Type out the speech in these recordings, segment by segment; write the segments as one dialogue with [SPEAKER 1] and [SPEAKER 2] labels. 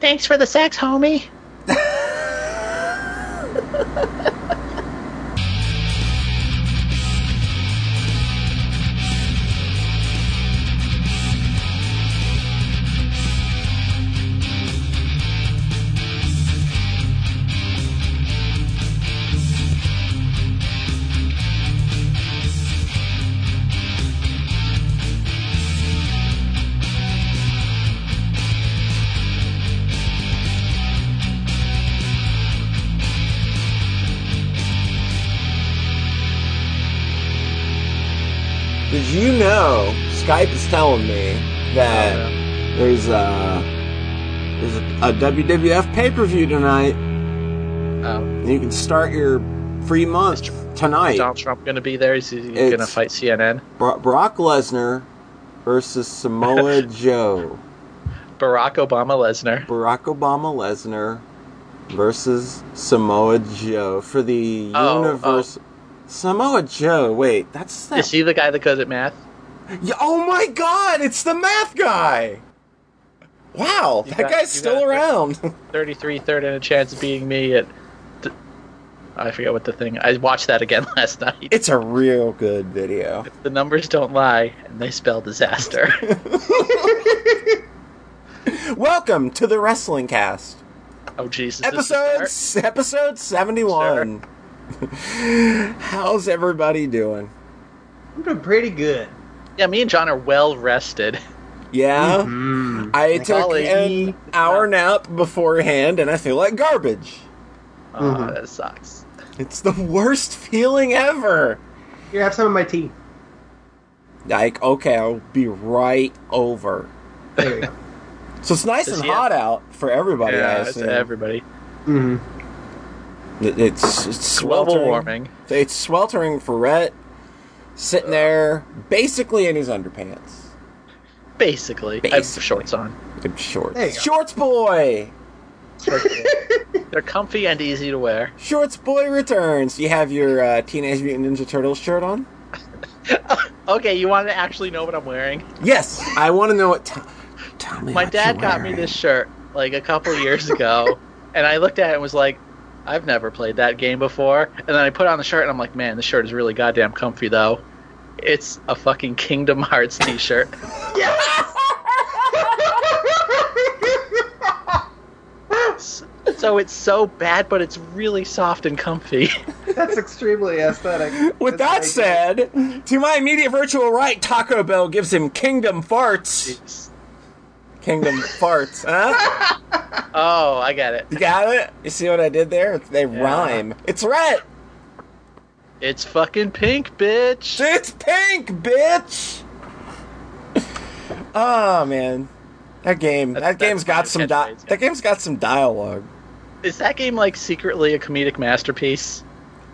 [SPEAKER 1] Thanks for the sex, homie.
[SPEAKER 2] Did you know Skype is telling me that
[SPEAKER 1] Oh,
[SPEAKER 3] Um,
[SPEAKER 2] there's a there's a, a WWF pay per view tonight.
[SPEAKER 1] Um,
[SPEAKER 2] And you can start your free month tonight.
[SPEAKER 1] Donald Trump going to be there? Is he
[SPEAKER 2] It's-
[SPEAKER 1] going to fight CNN?
[SPEAKER 2] Bro- Brock Lesnar versus Samoa Joe.
[SPEAKER 1] Barack Obama Lesnar.
[SPEAKER 2] Barack Obama Lesnar versus Samoa Joe for the
[SPEAKER 1] Oh,
[SPEAKER 2] universe. Samoa Joe. Wait, that's that.
[SPEAKER 1] Is he the guy that goes at math?
[SPEAKER 3] Yeah, oh my god, it's the math guy! Wow, that
[SPEAKER 1] got-
[SPEAKER 3] guy's
[SPEAKER 1] you
[SPEAKER 3] still
[SPEAKER 1] got it.
[SPEAKER 3] around.
[SPEAKER 1] 33 third and a chance of being me at th- I forget what the thing. I watched that again last night.
[SPEAKER 3] it's a real good video.
[SPEAKER 1] the numbers don't lie, and they spell disaster.
[SPEAKER 3] Welcome to the Wrestling Cast,
[SPEAKER 1] oh Jesus! this is
[SPEAKER 3] episode
[SPEAKER 1] dark.
[SPEAKER 3] s- episode seventy one. How's everybody doing?
[SPEAKER 4] I'm doing pretty good.
[SPEAKER 1] Yeah, me and John are well rested.
[SPEAKER 3] Yeah,
[SPEAKER 1] Mm-hmm.
[SPEAKER 3] I took
[SPEAKER 1] Golly.
[SPEAKER 3] an hour nap beforehand, and I feel like garbage.
[SPEAKER 1] Aw,
[SPEAKER 3] Mm-hmm.
[SPEAKER 1] that sucks.
[SPEAKER 3] It's the worst feeling ever.
[SPEAKER 4] Here, have some of my tea.
[SPEAKER 3] Like, okay, I'll be right over.
[SPEAKER 4] There you go.
[SPEAKER 3] So it's nice
[SPEAKER 1] Does
[SPEAKER 3] and
[SPEAKER 1] he have-
[SPEAKER 3] hot out for everybody. I
[SPEAKER 1] Yeah, it's
[SPEAKER 3] assume.
[SPEAKER 1] everybody.
[SPEAKER 4] Mm-hmm.
[SPEAKER 3] It- It's, it's sweltering.
[SPEAKER 1] Global warming.
[SPEAKER 3] It's sweltering for Rhett,
[SPEAKER 1] Uh.
[SPEAKER 3] sitting there basically in his underpants.
[SPEAKER 1] Basically, I have
[SPEAKER 3] Basically.
[SPEAKER 1] shorts on.
[SPEAKER 3] Good shorts.
[SPEAKER 4] There you go.
[SPEAKER 3] Shorts boy!
[SPEAKER 1] They're comfy and easy to wear.
[SPEAKER 3] Shorts boy returns. You have your uh, Teenage Mutant Ninja Turtles shirt on?
[SPEAKER 1] Okay, you want to actually know what I'm wearing?
[SPEAKER 3] Yes. I want to know what. T- tell me.
[SPEAKER 1] My
[SPEAKER 3] what
[SPEAKER 1] dad
[SPEAKER 3] you're
[SPEAKER 1] got me
[SPEAKER 3] wearing.
[SPEAKER 1] this shirt like a couple years ago, and I looked at it and was like, I've never played that game before. And then I put on the shirt and I'm like, man, this shirt is really goddamn comfy though. It's a fucking Kingdom Hearts t shirt. so it's so bad, but it's really soft and comfy.
[SPEAKER 4] That's extremely aesthetic.
[SPEAKER 3] With that
[SPEAKER 4] That's very
[SPEAKER 3] said, to my immediate virtual right, Taco Bell gives him Kingdom Farts. Kingdom Farts, huh?
[SPEAKER 1] Oh, I got it.
[SPEAKER 3] You got it? You see what I did there? They rhyme. It's Rhett!
[SPEAKER 1] It's fucking pink, bitch.
[SPEAKER 3] It's pink, bitch. oh man, that game.
[SPEAKER 1] That's-
[SPEAKER 3] that game's
[SPEAKER 1] that's my
[SPEAKER 3] got some. Di-
[SPEAKER 1] catchphrase, yeah.
[SPEAKER 3] that game's got some dialogue.
[SPEAKER 1] Is that game like secretly a comedic masterpiece?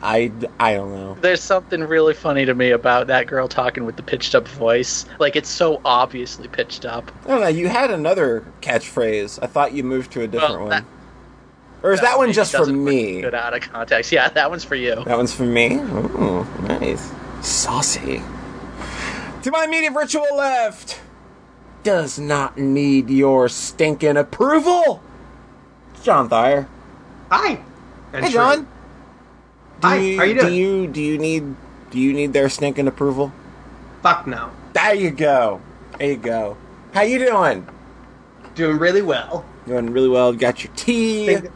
[SPEAKER 3] I I don't know.
[SPEAKER 1] There's something really funny to me about that girl talking with the pitched up voice. Like it's so obviously pitched up.
[SPEAKER 3] I don't know. You had another catchphrase. I thought you moved to a different
[SPEAKER 1] Well,
[SPEAKER 3] one.
[SPEAKER 1] that-
[SPEAKER 3] or is that, one just for
[SPEAKER 1] doesn't work
[SPEAKER 3] me?
[SPEAKER 1] Good out of context. Yeah, that one's for you.
[SPEAKER 3] That one's for me. Ooh, nice, saucy. To my immediate virtual left, does not need your stinking approval. John Thayer.
[SPEAKER 4] Hi. And
[SPEAKER 3] Hey,
[SPEAKER 4] sure.
[SPEAKER 3] John. Do
[SPEAKER 4] Hi,
[SPEAKER 3] you,
[SPEAKER 4] how you
[SPEAKER 3] Do
[SPEAKER 4] doing?
[SPEAKER 3] you do you need do you need their stinking approval?
[SPEAKER 4] Fuck no.
[SPEAKER 3] There you go. There you go. How you doing?
[SPEAKER 4] Doing really well.
[SPEAKER 3] Doing really well. Got your tea.
[SPEAKER 4] Think,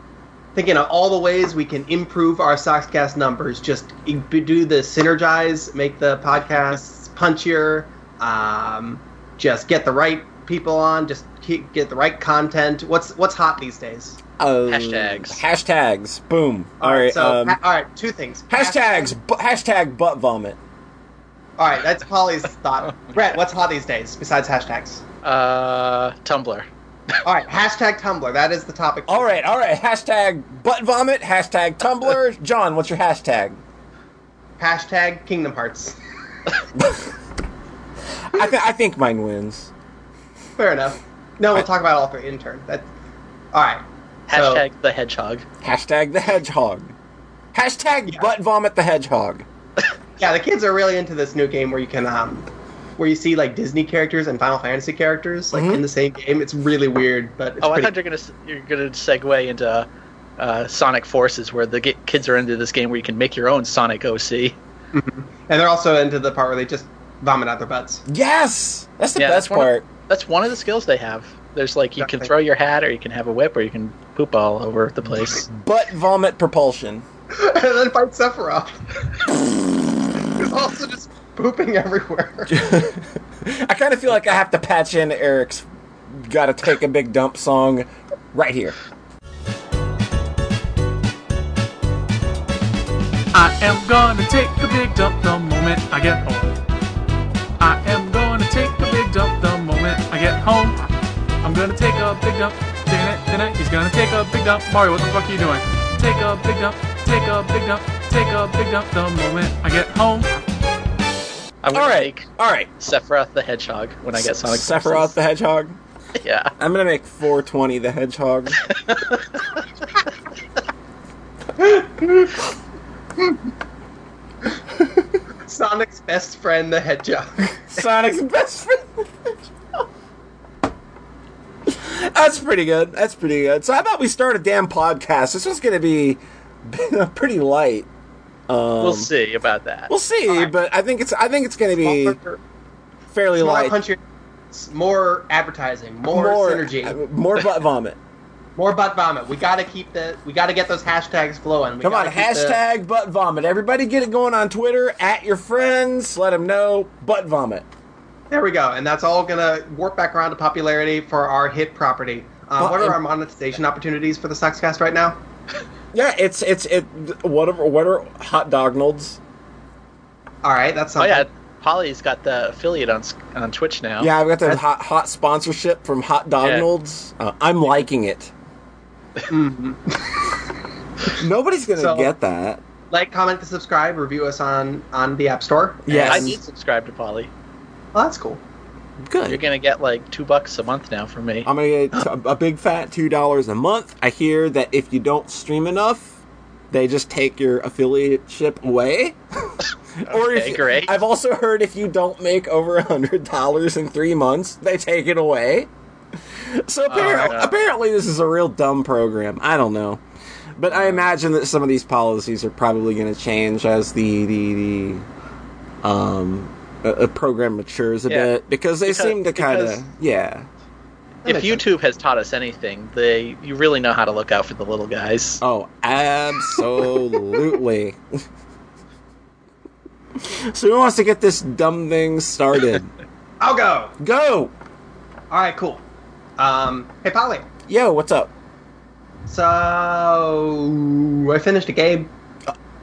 [SPEAKER 4] thinking of all the ways we can improve our Soxcast numbers. Just i- do the synergize, make the podcasts punchier. Um, just get the right people on. Just keep, get the right content. What's what's hot these days?
[SPEAKER 3] Um,
[SPEAKER 1] Hashtags.
[SPEAKER 3] Hashtags. Boom. All right.
[SPEAKER 4] So
[SPEAKER 3] um,
[SPEAKER 4] ha- all right, two things.
[SPEAKER 3] hashtags. Bu- hashtag butt vomit.
[SPEAKER 4] All right, that's Polly's thought. Brett, what's hot these days besides hashtags?
[SPEAKER 1] Uh, Tumblr.
[SPEAKER 4] All right, hashtag Tumblr. That is the topic.
[SPEAKER 3] All right. All right. Hashtag butt vomit. Hashtag Tumblr. John, what's your hashtag?
[SPEAKER 4] Hashtag Kingdom Hearts.
[SPEAKER 3] I, th- I think mine wins.
[SPEAKER 4] Fair enough. No, we'll talk about all three in turn. That. All right. So-
[SPEAKER 1] Hashtag the hedgehog.
[SPEAKER 3] Hashtag the hedgehog. Hashtag
[SPEAKER 4] Yeah.
[SPEAKER 3] butt vomit the hedgehog.
[SPEAKER 4] yeah, the kids are really into this new game where you can um, where you see like Disney characters and Final Fantasy characters like in the same game. It's really weird, but it's
[SPEAKER 1] Mm-hmm. Oh, I
[SPEAKER 4] pretty
[SPEAKER 1] thought you're gonna s- you're gonna segue into uh, Sonic Forces, where the ge- kids are into this game where you can make your own Sonic OC.
[SPEAKER 4] And they're also into the part where they just vomit out their butts.
[SPEAKER 3] Yes, that's the
[SPEAKER 1] Yeah,
[SPEAKER 3] best
[SPEAKER 1] that's one of-
[SPEAKER 3] part.
[SPEAKER 1] That's one of the skills they have. There's like you can
[SPEAKER 4] Exactly.
[SPEAKER 1] throw your hat, or you can have a whip, or you can poop all over the place.
[SPEAKER 3] Butt vomit propulsion.
[SPEAKER 4] and then fight Sephiroth. He's also just pooping everywhere.
[SPEAKER 3] I kind of feel like I have to patch in Eric's "Gotta Take a Big Dump" song right here.
[SPEAKER 5] I am gonna take a big dump the moment I get home. I am gonna take a big dump the moment I get home. I'm gonna take a big dump. Damn it, damn it, he's gonna take a big dump. Mario, what the fuck are you doing? Take a big dump, take a big dump, take a big dump the moment I get home.
[SPEAKER 1] I'm gonna
[SPEAKER 3] All right,
[SPEAKER 1] make
[SPEAKER 3] all right.
[SPEAKER 1] Sephiroth the Hedgehog when I get Sonic
[SPEAKER 3] Sephiroth the Hedgehog.
[SPEAKER 1] Forces. Yeah,
[SPEAKER 3] I'm gonna make 420 the Hedgehog.
[SPEAKER 4] Sonic's best friend, the Hedgehog.
[SPEAKER 3] Sonic's best friend. the Hedgehog. That's pretty good. That's pretty good. So how about we start a damn podcast? This one's gonna be pretty light. Um,
[SPEAKER 1] we'll see about that.
[SPEAKER 3] We'll see,
[SPEAKER 4] All right.
[SPEAKER 3] but I think it's I think it's gonna be
[SPEAKER 4] Smaller,
[SPEAKER 3] fairly
[SPEAKER 4] smaller
[SPEAKER 3] light.
[SPEAKER 4] punchier, s- more advertising, more, synergy,
[SPEAKER 3] uh, more butt vomit.
[SPEAKER 4] more butt vomit. We gotta keep the, we gotta get those hashtags flowing. We
[SPEAKER 3] Come on,
[SPEAKER 4] gotta keep the-
[SPEAKER 3] hashtag butt vomit. Everybody get it going on Twitter at your friends. Let them know butt vomit.
[SPEAKER 4] there we go, and that's all gonna warp back around to popularity for our hit property. Um,
[SPEAKER 3] Well,
[SPEAKER 4] what are
[SPEAKER 3] and-
[SPEAKER 4] our monetization opportunities for the Soxcast right now?
[SPEAKER 3] Yeah, it's it's it. Whatever, what are hot dognolds?
[SPEAKER 4] All right, that's
[SPEAKER 1] Oh
[SPEAKER 4] something.
[SPEAKER 1] yeah, Polly's got the affiliate on s- on Twitch now.
[SPEAKER 3] Yeah, I've got the
[SPEAKER 4] Oh. That's-
[SPEAKER 3] hot hot sponsorship from Hot Dognolds. Uh, I'm liking it.
[SPEAKER 4] Mm-hmm.
[SPEAKER 3] Nobody's gonna
[SPEAKER 4] So-
[SPEAKER 3] get that.
[SPEAKER 4] Like, comment, to subscribe, review us on on the App Store.
[SPEAKER 3] Yes.
[SPEAKER 1] I did subscribe to Polly.
[SPEAKER 4] Well, that's cool.
[SPEAKER 3] Good.
[SPEAKER 1] You're gonna get like two bucks a month now from me.
[SPEAKER 3] I'm gonna get a- a big fat two dollars a month. I hear that if you don't stream enough, they just take your affiliateship away. or if
[SPEAKER 1] Okay,
[SPEAKER 3] you-
[SPEAKER 1] great.
[SPEAKER 3] I've also heard if you don't make over a hundred dollars in three months, they take it away. So
[SPEAKER 1] Uh,
[SPEAKER 3] appar-
[SPEAKER 1] no.
[SPEAKER 3] apparently, this is a real dumb program. I don't know, but
[SPEAKER 1] uh,
[SPEAKER 3] I imagine that some of these policies are probably going to change as the the, the um. A, a program matures a
[SPEAKER 1] Yeah.
[SPEAKER 3] bit because they
[SPEAKER 1] Because-
[SPEAKER 3] seem to kind
[SPEAKER 1] because-
[SPEAKER 3] of yeah
[SPEAKER 1] if
[SPEAKER 4] makes sense.
[SPEAKER 1] YouTube has taught us anything, they you really know how to look out for the little guys.
[SPEAKER 3] Oh, absolutely. so who wants to get this dumb thing started?
[SPEAKER 4] I'll go.
[SPEAKER 3] Go.
[SPEAKER 4] All right, cool. Um, hey, Polly.
[SPEAKER 3] Yo, what's up?
[SPEAKER 4] So I finished a game.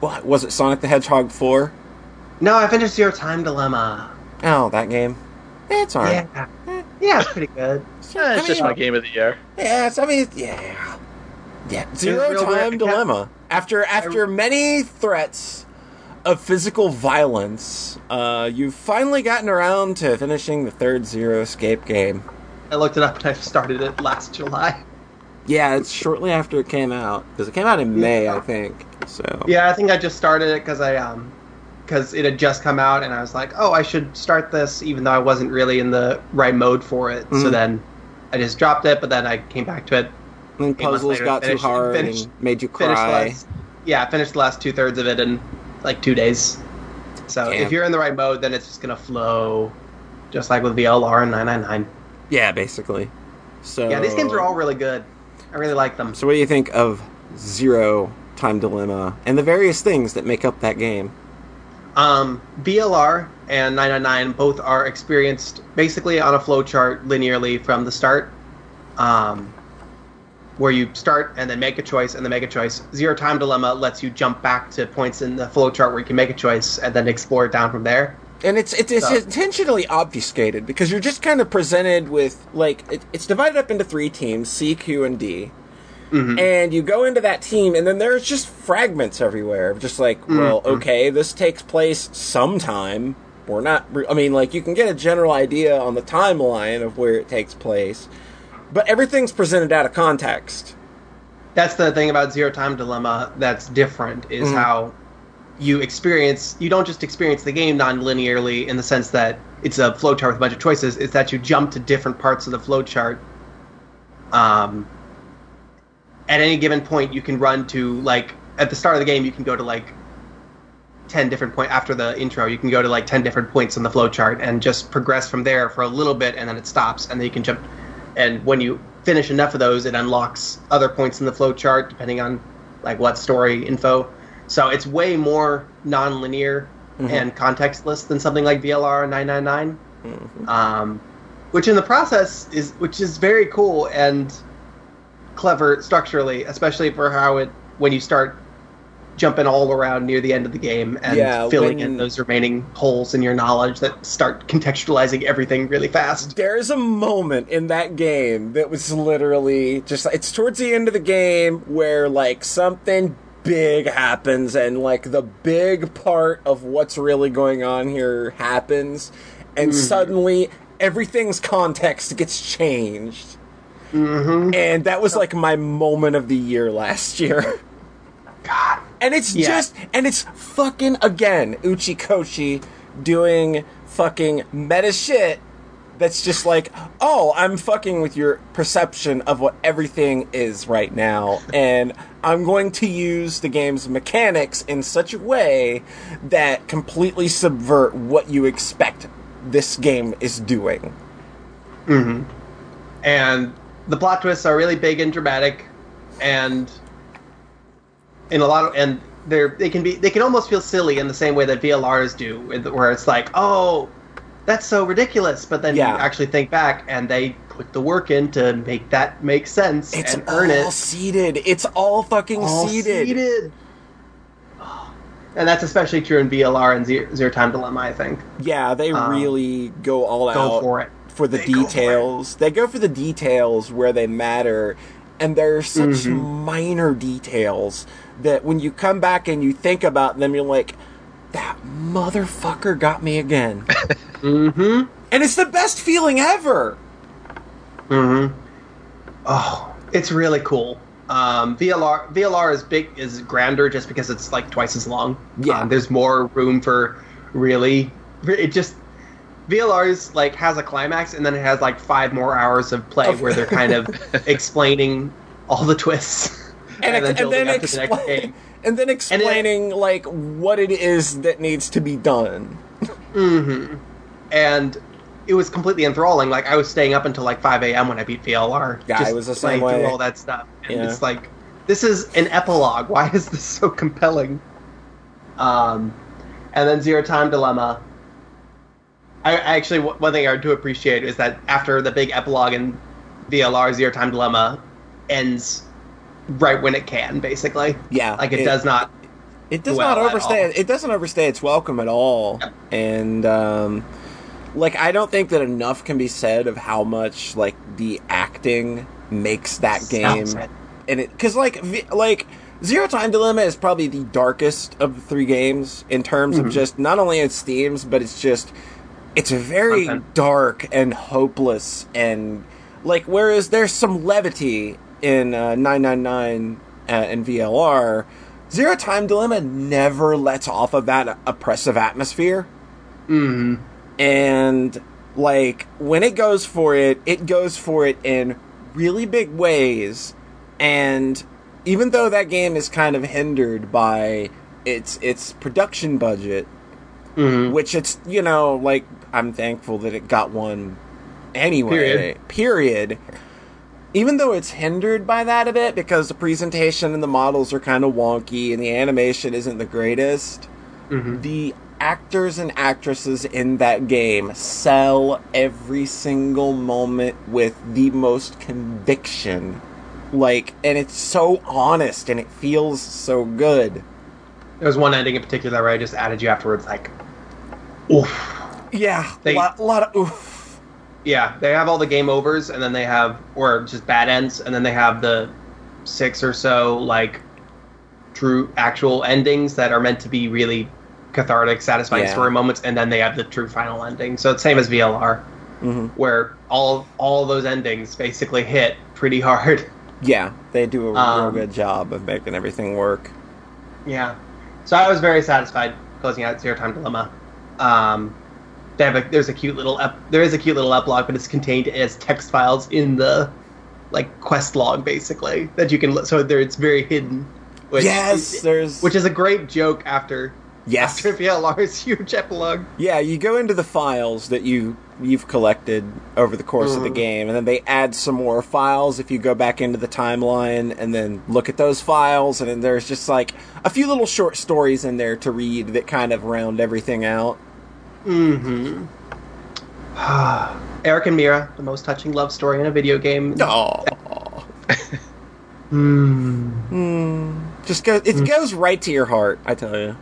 [SPEAKER 3] What was it? Sonic the Hedgehog four?
[SPEAKER 4] No, I finished Zero Time Dilemma.
[SPEAKER 3] Oh, that game. Eh, It's alright.
[SPEAKER 4] Yeah, yeah, it's pretty good.
[SPEAKER 1] Eh, it's
[SPEAKER 3] I
[SPEAKER 1] just
[SPEAKER 3] mean-
[SPEAKER 1] my game of the year.
[SPEAKER 3] Yeah, it's, I mean, it's- yeah, yeah. Zero
[SPEAKER 4] real weird.
[SPEAKER 3] time
[SPEAKER 4] I kept-
[SPEAKER 3] dilemma. After after many threats of physical violence, uh, you've finally gotten around to finishing the third Zero Escape game.
[SPEAKER 4] I looked it up and I started it last July.
[SPEAKER 3] Yeah, it's shortly after it came out because it came out in May, I think. So
[SPEAKER 4] Yeah, I think I just started it because I um, because it had just come out and I was like, oh, I should start this, even though I wasn't really in the right mode for it. So
[SPEAKER 3] Mhm.
[SPEAKER 4] then I just dropped it, but then I came back to it.
[SPEAKER 3] and
[SPEAKER 4] Eight months
[SPEAKER 3] puzzles
[SPEAKER 4] later,
[SPEAKER 3] got too
[SPEAKER 4] finished-
[SPEAKER 3] hard
[SPEAKER 4] finished-
[SPEAKER 3] and made you
[SPEAKER 4] Finished the
[SPEAKER 3] cry.
[SPEAKER 4] last, yeah, I finished the last two thirds of it in like two days. So
[SPEAKER 3] Damn.
[SPEAKER 4] if you're in the right mode, then it's just gonna flow, just like with VLR nine nine nine.
[SPEAKER 3] Yeah, basically. So
[SPEAKER 4] Yeah, these games are all really good. I really like them.
[SPEAKER 3] So what do you think of Zero Time Dilemma and the various things that make up that game?
[SPEAKER 4] Um, VLR and 999 both are experienced basically on a flowchart linearly from the start, um, where you start and then make a choice and then make a choice. Zero Time Dilemma lets you jump back to points in the flowchart where you can make a choice and then explore it down from there.
[SPEAKER 3] And it's it's, it's
[SPEAKER 4] So-
[SPEAKER 3] intentionally obfuscated because you're just kind of presented with like it, it's divided up into three teams C, Q, and D. And you go into that team, and then there's just fragments everywhere. of Just like, well, okay, this takes place sometime. We're not. re- I mean, like you can get a general idea on the timeline of where it takes place, but everything's presented out of context.
[SPEAKER 4] That's the thing about Zero Time Dilemma that's different is how you experience you don't just experience the game non-linearly in the sense that it's a flowchart with a bunch of choices it's that you jump to different parts of the flowchart um, at any given point you can run to like at the start of the game you can go to like 10 different point after the intro you can go to like 10 different points on the flowchart and just progress from there for a little bit and then it stops and then you can jump and when you finish enough of those it unlocks other points in the flowchart depending on like what story info so it's way more non-linear and contextless than something like VLR 999 um, which in the process is which is very cool and clever structurally, especially for how it when you start jumping all around near the end of the game and
[SPEAKER 3] Yeah,
[SPEAKER 4] filling
[SPEAKER 3] when-
[SPEAKER 4] in those remaining holes in your knowledge that start contextualizing everything really fast.
[SPEAKER 3] There's a moment in that game that was literally just it's towards the end of the game where like something big happens and like the big part of what's really going on here happens and suddenly everything's context gets changed. And that was like my moment of the year last year.
[SPEAKER 4] God.
[SPEAKER 3] And it's
[SPEAKER 4] Yeah.
[SPEAKER 3] just, and it's fucking again, Uchikoshi doing fucking meta shit that's just like, oh, I'm fucking with your perception of what everything is right now. And I'm going to use the game's mechanics in such a way that completely subvert what you expect this game is doing. Mm-hmm.
[SPEAKER 4] and the plot twists are really big and dramatic and in a lot of and they're they can be they can almost feel silly in the same way that VLRs do with- where it's like oh that's so ridiculous but then
[SPEAKER 3] Yeah.
[SPEAKER 4] you actually think back and they put the work in to make that make sense
[SPEAKER 3] It's
[SPEAKER 4] and
[SPEAKER 3] all
[SPEAKER 4] earn it
[SPEAKER 3] seeded. It's all fucking
[SPEAKER 4] All
[SPEAKER 3] seeded.
[SPEAKER 4] seeded. and that's especially true in VLR and zero, zero time dilemma I think
[SPEAKER 3] Yeah, they
[SPEAKER 4] Um,
[SPEAKER 3] really go all out.
[SPEAKER 4] for it.
[SPEAKER 3] for the
[SPEAKER 4] They go for it.
[SPEAKER 3] details. they go for the details where they matter, and there are such
[SPEAKER 4] Mm-hmm.
[SPEAKER 3] minor details that when you come back and you think about them, you're like, "That motherfucker got me again." mm-hmm. And it's the best feeling ever. Mm-hmm.
[SPEAKER 4] Oh, it's really cool. Um, VLR VLR is big is grander just because it's like twice as long.
[SPEAKER 3] Yeah.
[SPEAKER 4] Um, there's more room for really. It just VLR's like has a climax and then it has like five more hours of play
[SPEAKER 3] Of-
[SPEAKER 4] where they're kind of explaining all the twists
[SPEAKER 3] And, ex- and
[SPEAKER 4] building
[SPEAKER 3] then
[SPEAKER 4] up to the next
[SPEAKER 3] explain,
[SPEAKER 4] game.
[SPEAKER 3] and then explaining like what it is that needs to be done.
[SPEAKER 4] Mm-hmm. And it was completely enthralling. Like I was staying up until like 5 a.m. when I beat VLR.
[SPEAKER 3] Yeah,
[SPEAKER 4] just
[SPEAKER 3] I was the same
[SPEAKER 4] playing through
[SPEAKER 3] way.
[SPEAKER 4] all that stuff. And
[SPEAKER 3] Yeah.
[SPEAKER 4] it's like this is an epilogue. Why is this so compelling? Um, and then Zero Time Dilemma. I, I actually one thing I do appreciate is that after the big epilogue in VLR, Zero Time Dilemma ends right when it can, basically.
[SPEAKER 3] Yeah,
[SPEAKER 4] Like it, does not.
[SPEAKER 3] It does
[SPEAKER 4] well
[SPEAKER 3] not
[SPEAKER 4] at
[SPEAKER 3] overstay.
[SPEAKER 4] all.
[SPEAKER 3] It doesn't overstay its welcome at all.
[SPEAKER 4] Yep.
[SPEAKER 3] And um, like, I don't think that enough can be said of how much like the acting makes that game.
[SPEAKER 4] Sells it.
[SPEAKER 3] And it because like v- like Zero Time Dilemma is probably the darkest of the three games in terms of just not only its themes, but it's just it's very
[SPEAKER 4] Content.
[SPEAKER 3] dark and hopeless and like whereas there's some levity in uh, 999 uh, and VLR Zero Time Dilemma never lets off of that oppressive atmosphere
[SPEAKER 4] Mm,
[SPEAKER 3] and like when it goes for it it goes for it in really big ways and even though that game is kind of hindered by its its production budget
[SPEAKER 4] mm.
[SPEAKER 3] which it's you know like I'm thankful that it got one anyway.
[SPEAKER 4] Period.
[SPEAKER 3] Period. Even though it's hindered by that a bit because the presentation and the models are kind of wonky and the animation isn't the greatest,
[SPEAKER 4] mm-hmm.
[SPEAKER 3] the actors and actresses in that game sell every single moment with the most conviction. Like, and it's so honest and it feels so good.
[SPEAKER 4] There was one ending in particular where I just added you afterwards, like, oof.
[SPEAKER 3] Yeah, a
[SPEAKER 4] They-
[SPEAKER 3] lot, lot of oof.
[SPEAKER 4] Yeah, they have all the game overs, and then they have, or just bad ends, and then they have the six or so like true actual endings that are meant to be really cathartic, satisfying
[SPEAKER 3] Yeah.
[SPEAKER 4] story moments, and then they have the true final ending. So it's same as VLR, Mm-hmm. where all all those endings basically hit pretty hard.
[SPEAKER 3] Yeah, they do a
[SPEAKER 4] Um,
[SPEAKER 3] real good job of making everything work.
[SPEAKER 4] Yeah, So I was very satisfied closing out Zero Time Dilemma. Um, they have a, there's a cute little ep- there is a cute little epilogue, but it's contained as text files in the like quest log basically that you can li- so there it's very hidden. Which
[SPEAKER 3] yes, there's
[SPEAKER 4] which is a great joke after
[SPEAKER 3] yes.
[SPEAKER 4] after VLR's huge epilogue.
[SPEAKER 3] Yeah, you go into the files that you you've collected over the course of the
[SPEAKER 4] Mm-hmm.
[SPEAKER 3] game, and then they add some more files if you go back into the timeline and then look at those files, and then there's just like a few little short stories in there to read that kind of round everything out.
[SPEAKER 4] Mm-hmm. Eric and Mira, the most touching love story in a video game.
[SPEAKER 3] Oh.
[SPEAKER 4] Mm,
[SPEAKER 3] Hmm. Just go it goes right to your heart, I tell you.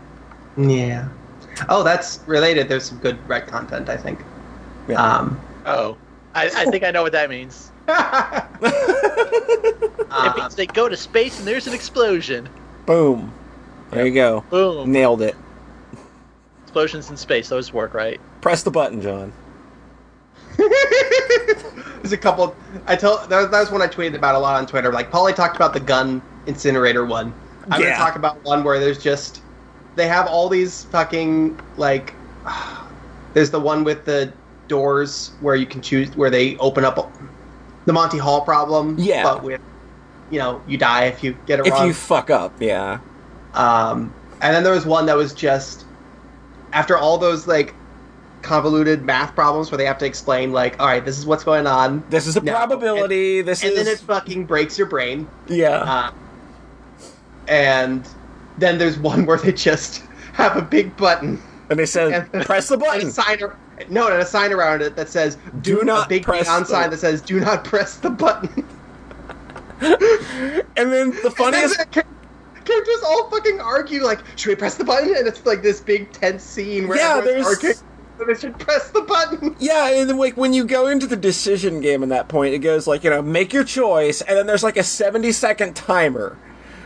[SPEAKER 4] yeah. Oh, that's related. There's some good red content, I think.
[SPEAKER 3] Yeah.
[SPEAKER 4] Um,
[SPEAKER 1] Oh, I, I think I know what that means. It
[SPEAKER 4] uh,
[SPEAKER 1] means they go to space and there's an explosion.
[SPEAKER 3] Boom. There you go.
[SPEAKER 1] Boom.
[SPEAKER 3] Nailed it.
[SPEAKER 1] Explosions in space. Those work, right?
[SPEAKER 3] Press the button, John.
[SPEAKER 4] there's a couple. I tell that was, that was one I tweeted about a lot on Twitter. Like Polly talked about the gun incinerator one. I'm
[SPEAKER 3] Yeah.
[SPEAKER 4] gonna talk about one where there's just they have all these fucking like. There's the one with the doors where you can choose where they open up the Monty Hall problem.
[SPEAKER 3] Yeah.
[SPEAKER 4] but with you know you die if you get it
[SPEAKER 3] If
[SPEAKER 4] wrong.
[SPEAKER 3] you fuck up, yeah.
[SPEAKER 4] Um, and then there was one that was just after all those like convoluted math problems where they have to explain like, all right, this is what's going on,
[SPEAKER 3] This is a
[SPEAKER 4] No.
[SPEAKER 3] probability. this
[SPEAKER 4] and
[SPEAKER 3] is
[SPEAKER 4] then it fucking breaks your brain.
[SPEAKER 3] yeah.
[SPEAKER 4] Uh, and then there's one where they just have a big button
[SPEAKER 3] and they said,
[SPEAKER 4] and-
[SPEAKER 3] "Press the
[SPEAKER 4] and
[SPEAKER 3] button."
[SPEAKER 4] a sign. ar- No, and a sign around it that says
[SPEAKER 3] Do
[SPEAKER 4] a
[SPEAKER 3] not
[SPEAKER 4] big
[SPEAKER 3] press
[SPEAKER 4] neon
[SPEAKER 3] the-
[SPEAKER 4] sign that says "Do not press the button."
[SPEAKER 3] And then the funniest
[SPEAKER 4] And then the Characters all fucking argue like, should we press the button? And it's like this big tense scene where
[SPEAKER 3] Yeah,
[SPEAKER 4] everyone's
[SPEAKER 3] there's-
[SPEAKER 4] arguing that they should press the button.
[SPEAKER 3] Yeah, and then like when you go into the decision game at that point, it goes like, you know, make your choice, and then there's like a 70 second timer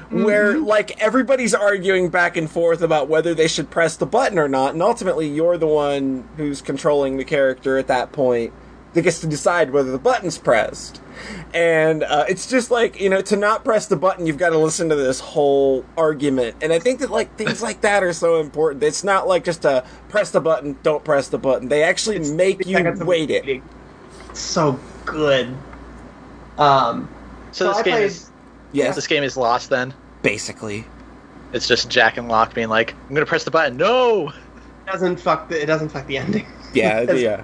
[SPEAKER 3] where like everybody's arguing back and forth about whether they should press the button or not, and ultimately you're the one who's controlling the character at that point that gets to decide whether the button's pressed. And uh, it's just like, you know, to not press the button, you've got to listen to this whole argument. And I think that, like, things like that are so important. It's not like just a press the button, don't press the button. They actually make you
[SPEAKER 4] Seconds of
[SPEAKER 3] wait it.
[SPEAKER 4] waiting. So good. Um,
[SPEAKER 1] So
[SPEAKER 4] Well,
[SPEAKER 1] this
[SPEAKER 4] I
[SPEAKER 1] game
[SPEAKER 4] played-
[SPEAKER 1] is
[SPEAKER 3] Yes,
[SPEAKER 1] this game is lost. Then
[SPEAKER 3] basically.
[SPEAKER 1] it's just Jack and Locke being like, "I'm gonna press the button." No.
[SPEAKER 4] doesn't fuck the it doesn't fuck the ending.
[SPEAKER 3] Yeah,
[SPEAKER 4] It's-
[SPEAKER 3] yeah.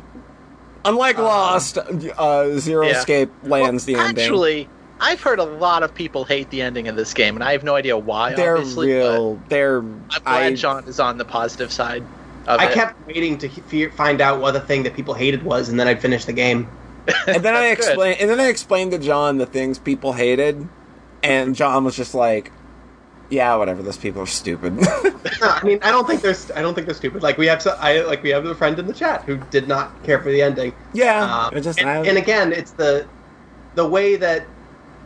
[SPEAKER 3] Unlike Lost, uh, Zero
[SPEAKER 1] Yeah.
[SPEAKER 3] Escape lands the ending.
[SPEAKER 1] Actually, I've heard a lot of people hate the ending of this game, and I have no idea why.
[SPEAKER 3] they're
[SPEAKER 1] obviously,
[SPEAKER 3] real. They're.
[SPEAKER 1] But I'm glad
[SPEAKER 3] I,
[SPEAKER 1] John is on the positive side. Of
[SPEAKER 4] I
[SPEAKER 1] it.
[SPEAKER 4] kept waiting to he- fe- find out what the thing that people hated was, and then I'd finish the game.
[SPEAKER 3] and then I
[SPEAKER 1] Good.
[SPEAKER 3] explained, and then I explained to John the things people hated, and John was just like, "Yeah, whatever. Those people are stupid."
[SPEAKER 4] No, I mean, I don't think they're st- I don't think they're stupid. Like we have so- I like we have a friend in the chat who did not care for the ending.
[SPEAKER 3] yeah,
[SPEAKER 4] Um,
[SPEAKER 3] it just
[SPEAKER 4] and,
[SPEAKER 3] I-
[SPEAKER 4] and again, it's the the way that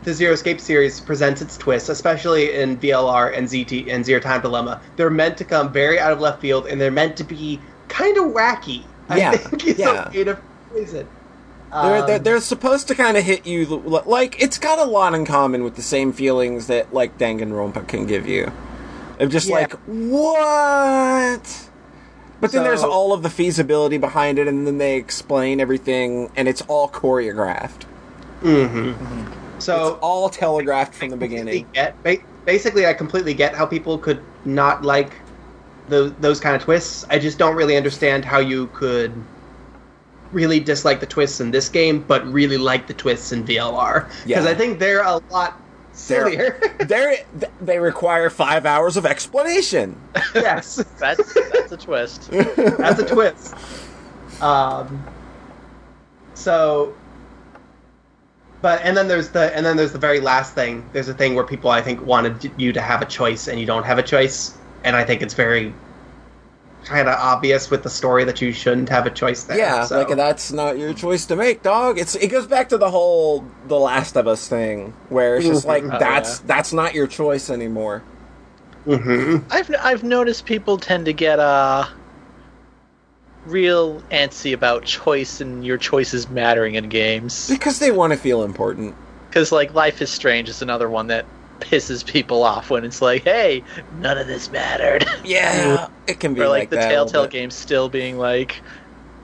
[SPEAKER 4] the Zero Escape series presents its twists, especially in VLR and ZT and Zero Time Dilemma. They're meant to come very out of left field, and they're meant to be kind of wacky. I
[SPEAKER 3] Yeah,
[SPEAKER 4] think is
[SPEAKER 3] yeah.
[SPEAKER 4] a way to phrase it.
[SPEAKER 3] they're, they're
[SPEAKER 4] Um,
[SPEAKER 3] they're supposed to kind of hit you l- like it's got a lot in common with the same feelings that like Danganronpa can give you. Of just
[SPEAKER 4] Yeah.
[SPEAKER 3] like what. But then there's
[SPEAKER 4] So-
[SPEAKER 3] all of the feasibility behind it, and then they explain everything, and it's all choreographed.
[SPEAKER 4] so
[SPEAKER 3] it's all telegraphed from the
[SPEAKER 4] completely
[SPEAKER 3] beginning.
[SPEAKER 4] get- ba- basically, I completely get how people could not like those those kind of twists. I just don't really understand how you could really dislike the twists in this game, but really like the twists in VLR because
[SPEAKER 3] Yeah.
[SPEAKER 4] I think they're a lot
[SPEAKER 3] They're-
[SPEAKER 4] sillier.
[SPEAKER 3] They're- th- they require five hours of explanation.
[SPEAKER 4] yes,
[SPEAKER 1] That's that's a twist.
[SPEAKER 4] that's a twist. Um, so, but and then there's the and then there's the very last thing. There's a thing where people I think wanted you to have a choice and you don't have a choice, and I think it's very kind of obvious with the story that you shouldn't have a choice there.
[SPEAKER 3] Yeah,
[SPEAKER 4] so.
[SPEAKER 3] like that's not your choice to make, dog. It's it goes back to the whole The Last of Us thing, where it's just like
[SPEAKER 1] Oh,
[SPEAKER 3] that's that's not your choice anymore.
[SPEAKER 4] hmm
[SPEAKER 1] I've I've noticed people tend to get uh real antsy about choice and your choices mattering in games
[SPEAKER 3] Because they want to feel important.
[SPEAKER 1] because like Life is Strange is another one that pisses people off when it's like, hey, none of this mattered.
[SPEAKER 3] Yeah, it can be
[SPEAKER 1] or like,
[SPEAKER 3] like
[SPEAKER 1] the
[SPEAKER 3] that a little
[SPEAKER 1] Telltale
[SPEAKER 3] bit.
[SPEAKER 1] game still being like,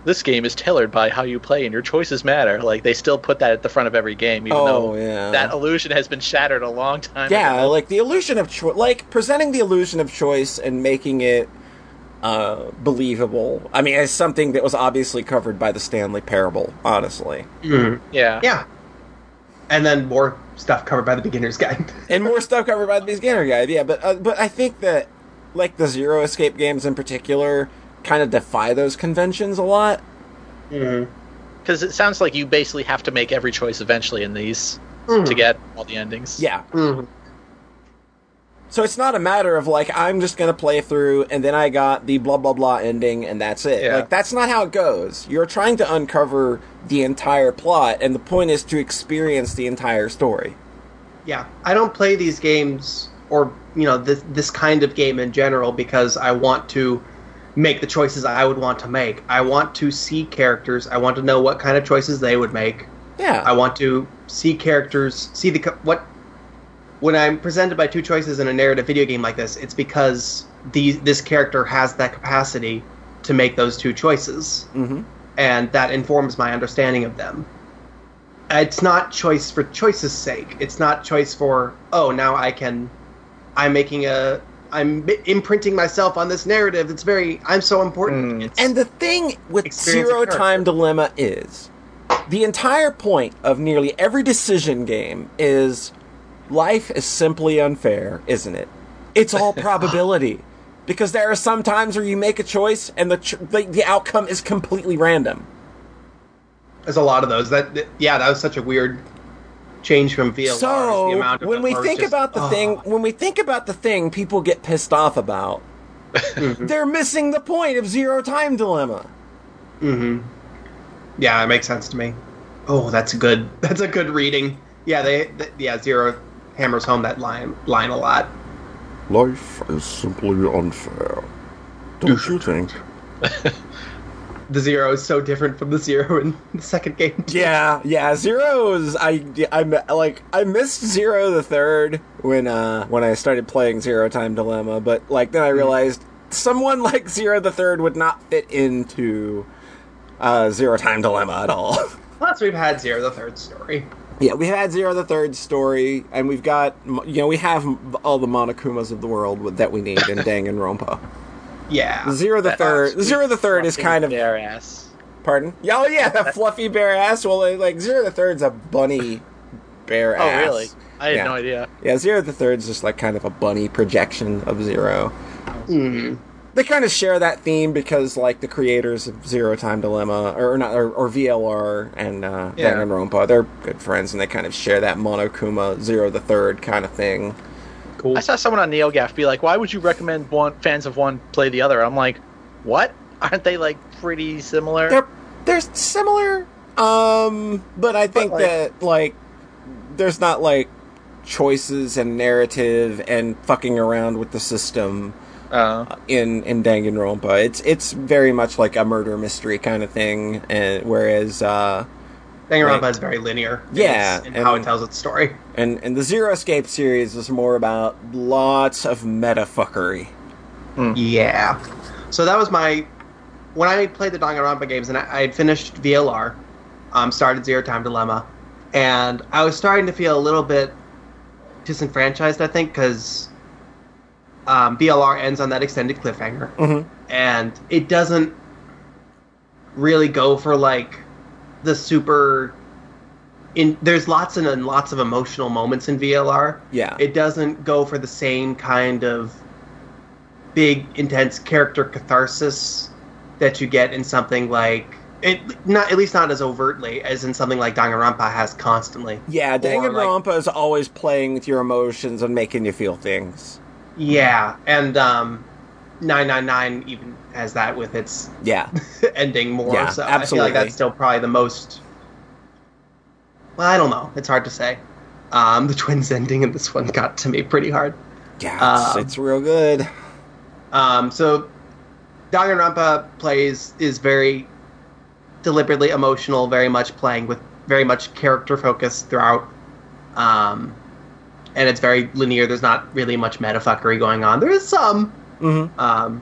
[SPEAKER 1] this game is tailored by how you play and your choices matter. Like they still put that at the front of every game, even
[SPEAKER 3] Oh
[SPEAKER 1] though
[SPEAKER 3] yeah,
[SPEAKER 1] that illusion has been shattered a long time.
[SPEAKER 3] yeah,
[SPEAKER 1] ago.
[SPEAKER 3] like the illusion of choice, like presenting the illusion of choice and making it uh, believable. I mean, it's something that was obviously covered by the Stanley Parable, honestly,
[SPEAKER 1] yeah,
[SPEAKER 4] Yeah. And then more stuff covered by the beginner's guide.
[SPEAKER 3] and more stuff covered by the Beginner Guide. Yeah, but uh, but I think that like the Zero Escape games in particular kind of defy those conventions a lot.
[SPEAKER 1] Because it sounds like you basically have to make every choice eventually in these to get all the endings.
[SPEAKER 3] Yeah,
[SPEAKER 4] Mhm.
[SPEAKER 3] so it's not a matter of like I'm just gonna play through and then I got the blah blah blah ending and that's it.
[SPEAKER 1] Yeah.
[SPEAKER 3] Like that's not how it goes. You're trying to uncover the entire plot, and the point is to experience the entire story.
[SPEAKER 4] Yeah, I don't play these games or you know this this kind of game in general because I want to make the choices I would want to make. I want to see characters. I want to know what kind of choices they would make.
[SPEAKER 3] Yeah,
[SPEAKER 4] I want to see characters, see the co- what when I'm presented by two choices in a narrative video game like this, it's because the this character has that capacity to make those two choices.
[SPEAKER 3] hmm
[SPEAKER 4] and that informs my understanding of them. It's not choice for choice's sake. It's not choice for oh now I can, I'm making a I'm mi- imprinting myself on this narrative. It's very I'm so important. It's,
[SPEAKER 3] And the thing with
[SPEAKER 4] Experience
[SPEAKER 3] zero
[SPEAKER 4] of character.
[SPEAKER 3] time dilemma is the entire point of nearly every decision game is life is simply unfair, isn't it? It's all probability. Because there are some times where you make a choice and the, ch- the the outcome is completely random.
[SPEAKER 4] there's a lot of those. That, that- yeah, that was such a weird change from VLR. the
[SPEAKER 3] so
[SPEAKER 4] amount of
[SPEAKER 3] when
[SPEAKER 4] them
[SPEAKER 3] we
[SPEAKER 4] are
[SPEAKER 3] think
[SPEAKER 4] just,
[SPEAKER 3] about the
[SPEAKER 4] "Ugh."
[SPEAKER 3] thing when we think about the thing people get pissed off about they're missing the point of zero time dilemma
[SPEAKER 4] Oh, mm-hmm. yeah, it makes sense to me. Oh, that's a good. That's a good reading. Yeah, they, th yeah zero hammers home that line line a lot.
[SPEAKER 6] Life is simply unfair. Don't you think?
[SPEAKER 4] The zero is so different from the zero in the second game.
[SPEAKER 3] yeah yeah zero is i i mi- like i missed zero the third when uh when i started playing zero time dilemma but like then i realized someone like zero the third would not fit into uh zero time dilemma at all
[SPEAKER 4] Plus, we've had Zero the Third Story.
[SPEAKER 3] Yeah, we've had Zero the Third story, and we've got, you know, we have all the Monokumas of the world with- that we need in Danganronpa.
[SPEAKER 4] Yeah.
[SPEAKER 3] Zero the
[SPEAKER 1] That
[SPEAKER 3] Third,
[SPEAKER 1] sweet
[SPEAKER 3] Zero the Third is
[SPEAKER 1] fucking
[SPEAKER 3] kind of,
[SPEAKER 1] bare ass.
[SPEAKER 3] pardon? Yeah, Oh yeah, that fluffy bear ass. Well, like Zero the Third's a bunny bear
[SPEAKER 1] Oh
[SPEAKER 3] ass.
[SPEAKER 1] really? I had
[SPEAKER 3] Yeah.
[SPEAKER 1] no idea.
[SPEAKER 3] Yeah, Zero the Third's just like kind of a bunny projection of Zero. They kind of share that theme because, like, the creators of Zero Time Dilemma, or, or not, or, or VLR and uh,
[SPEAKER 4] Yeah.
[SPEAKER 3] Danganronpa, they're good friends, and they kind of share that Monokuma Zero the Third kind of thing.
[SPEAKER 4] Cool.
[SPEAKER 1] I saw someone on NeoGaf be like, "Why would you recommend one fans of one play the other?" I'm like, "What? Aren't they like pretty similar?"
[SPEAKER 3] They're they're similar, um, but I think
[SPEAKER 1] like-
[SPEAKER 3] that like there's not like choices and narrative and fucking around with the system
[SPEAKER 1] Uh,
[SPEAKER 3] in in Danganronpa. It's it's very much like a murder mystery kind of thing, and whereas uh,
[SPEAKER 4] Danganronpa
[SPEAKER 3] Right.
[SPEAKER 4] is very linear. in
[SPEAKER 3] Yeah,
[SPEAKER 4] its- in how
[SPEAKER 3] and-
[SPEAKER 4] it tells its story.
[SPEAKER 3] and and the Zero Escape series is more about lots of meta fuckery.
[SPEAKER 4] Yeah. So that was my when I played the Danganronpa games, and I, I had finished VLR, um, started Zero Time Dilemma, and I was starting to feel a little bit disenfranchised. I think because um, VLR ends on that extended cliffhanger, and it doesn't really go for like the super. In there's lots and, and lots of emotional moments in VLR.
[SPEAKER 3] Yeah.
[SPEAKER 4] it doesn't go for the same kind of big intense character catharsis that you get in something like it not at least not as overtly as in something like Danganronpa has constantly.
[SPEAKER 3] Yeah,
[SPEAKER 4] like-
[SPEAKER 3] Danganronpa is always playing with your emotions and making you feel things.
[SPEAKER 4] Yeah, and um 999 even has that with its
[SPEAKER 3] Yeah,
[SPEAKER 4] ending more
[SPEAKER 3] Yeah,
[SPEAKER 4] so. I
[SPEAKER 3] absolutely.
[SPEAKER 4] feel like that's still probably the most Well, I don't know. It's hard to say. Um, the twins ending in this one got to me pretty hard.
[SPEAKER 3] yeah, it's,
[SPEAKER 4] Um,
[SPEAKER 3] it's real good.
[SPEAKER 4] Um, so Danganronpa plays is very deliberately emotional, very much playing with very much character focus throughout. Um, and it's very linear. There's not really much metafuckery going on. There is some,
[SPEAKER 3] Mm-hmm.
[SPEAKER 4] um,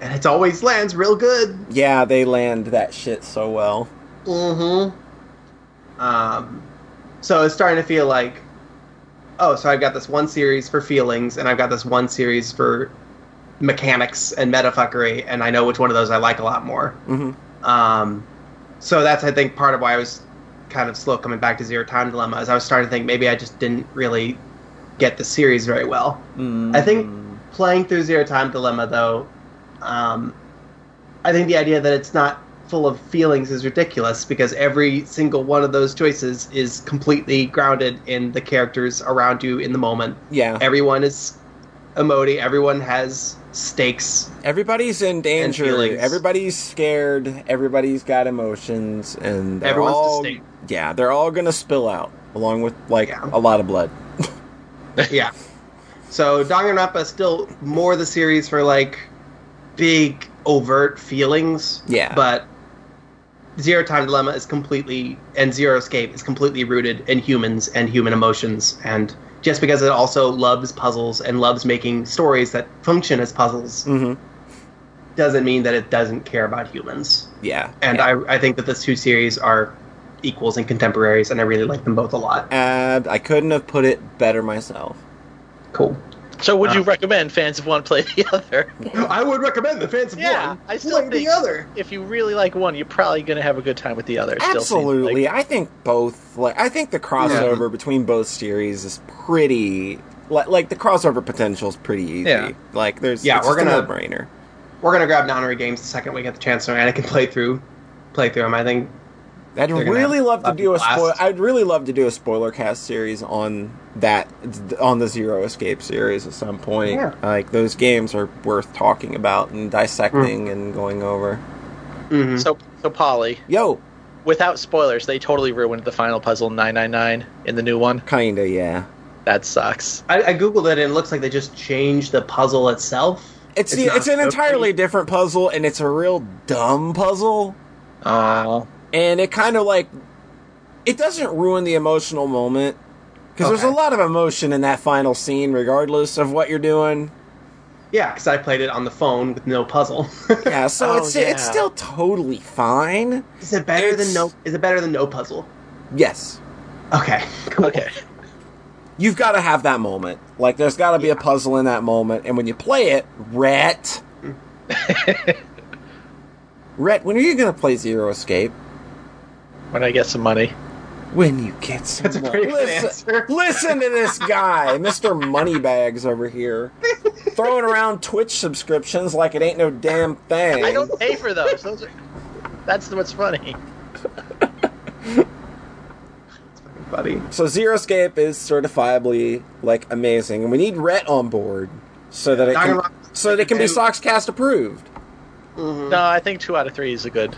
[SPEAKER 4] and it always lands real good.
[SPEAKER 3] Yeah, they land that shit so well.
[SPEAKER 4] Mm-hmm. Um, so it's starting to feel like, oh, so I've got this one series for feelings, and I've got this one series for mechanics and metafuckery, and I know which one of those I like a lot more.
[SPEAKER 3] Mm-hmm.
[SPEAKER 4] Um, so that's I think part of why I was kind of slow coming back to Zero Time Dilemma is I was starting to think maybe I just didn't really get the series very well.
[SPEAKER 3] Mm-hmm.
[SPEAKER 4] I think playing through Zero Time Dilemma though, um, I think the idea that it's not full of feelings is ridiculous because every single one of those choices is completely grounded in the characters around you in the moment.
[SPEAKER 3] Yeah,
[SPEAKER 4] Everyone is emoting. Everyone has stakes.
[SPEAKER 3] everybody's in danger.
[SPEAKER 4] feelings.
[SPEAKER 3] Everybody's scared. Everybody's got emotions, and they're
[SPEAKER 4] Everyone's
[SPEAKER 3] all
[SPEAKER 4] distinct.
[SPEAKER 3] yeah, they're all gonna spill out along with like
[SPEAKER 4] Yeah.
[SPEAKER 3] a lot of blood.
[SPEAKER 4] yeah. So Danganronpa is still more the series for like big overt feelings.
[SPEAKER 3] Yeah.
[SPEAKER 4] But Zero Time Dilemma is completely and Zero Escape is completely rooted in humans and human emotions and just because it also loves puzzles and loves making stories that function as puzzles
[SPEAKER 3] Mm-hmm.
[SPEAKER 4] doesn't mean that it doesn't care about humans.
[SPEAKER 3] Yeah,
[SPEAKER 4] And I, I think that the two series are equals and contemporaries and I really like them both a lot.
[SPEAKER 3] Uh, I couldn't have put it better myself.
[SPEAKER 4] Cool.
[SPEAKER 1] So, would you
[SPEAKER 4] Uh.
[SPEAKER 1] recommend fans of one play the other?
[SPEAKER 4] I would recommend the fans of
[SPEAKER 1] Yeah,
[SPEAKER 4] one
[SPEAKER 1] I still
[SPEAKER 4] play the
[SPEAKER 1] think-
[SPEAKER 4] other.
[SPEAKER 1] If you really like one, you're probably going to have a good time with the other. it still seems
[SPEAKER 3] Absolutely,
[SPEAKER 1] like.
[SPEAKER 3] I think both. Like, I think the crossover between both series is pretty. Like, like the crossover potential is pretty easy.
[SPEAKER 1] Yeah.
[SPEAKER 3] Like, there's
[SPEAKER 4] Yeah,
[SPEAKER 3] it's
[SPEAKER 4] we're
[SPEAKER 3] just a
[SPEAKER 4] gonna-
[SPEAKER 3] no-brainer.
[SPEAKER 4] We're gonna grab non games the second we get the chance, so Anna can play through, play through them. I think.
[SPEAKER 3] I'd
[SPEAKER 4] They're gonna
[SPEAKER 3] really
[SPEAKER 4] have
[SPEAKER 3] love to
[SPEAKER 4] fucking
[SPEAKER 3] do a spoil.
[SPEAKER 4] blast.
[SPEAKER 3] I'd really love to do a spoiler cast series on that on the Zero Escape series at some point.
[SPEAKER 4] Yeah.
[SPEAKER 3] Like those games are worth talking about and dissecting and going over. Mm-hmm.
[SPEAKER 4] Mhm.
[SPEAKER 1] So, so Polly,
[SPEAKER 3] Yo,
[SPEAKER 1] without spoilers, they totally ruined the final puzzle 999 in the new one.
[SPEAKER 3] kinda yeah.
[SPEAKER 1] That sucks.
[SPEAKER 4] I, I googled it, and it looks like they just changed the puzzle itself.
[SPEAKER 3] It's the,
[SPEAKER 4] not
[SPEAKER 3] it's an
[SPEAKER 4] so
[SPEAKER 3] entirely
[SPEAKER 4] pretty.
[SPEAKER 3] different puzzle and it's a real dumb puzzle.
[SPEAKER 1] Oh,
[SPEAKER 3] and it kind of like it doesn't ruin the emotional moment because there's
[SPEAKER 4] Okay.
[SPEAKER 3] a lot of emotion in that final scene regardless of what you're doing
[SPEAKER 4] yeah, because I played it on the phone with no puzzle.
[SPEAKER 3] yeah so
[SPEAKER 1] Oh,
[SPEAKER 3] it's
[SPEAKER 1] yeah.
[SPEAKER 3] it's still totally fine
[SPEAKER 4] is it better
[SPEAKER 3] It's-
[SPEAKER 4] than no? Is it better than no puzzle?
[SPEAKER 3] yes
[SPEAKER 4] Okay. Cool.
[SPEAKER 1] okay.
[SPEAKER 3] you've got to have that moment like there's got to be a puzzle in that moment and when you play it ret ret when are you gonna play zero escape
[SPEAKER 1] When I get some money.
[SPEAKER 3] when you get some
[SPEAKER 4] That's a pretty good answer.
[SPEAKER 3] Listen to this guy, Mr. Moneybags over here, throwing around Twitch subscriptions like it ain't no damn thing.
[SPEAKER 1] I don't pay for those. Those are. That's what's funny.
[SPEAKER 4] buddy.
[SPEAKER 3] So Zero Escape is certifiably like amazing, and we need Rhett on board so that it can,
[SPEAKER 4] Danganronpa-
[SPEAKER 3] so that it can be
[SPEAKER 4] Two.
[SPEAKER 3] Soxcast approved.
[SPEAKER 4] Mhm.
[SPEAKER 1] No, I think two out of three is a good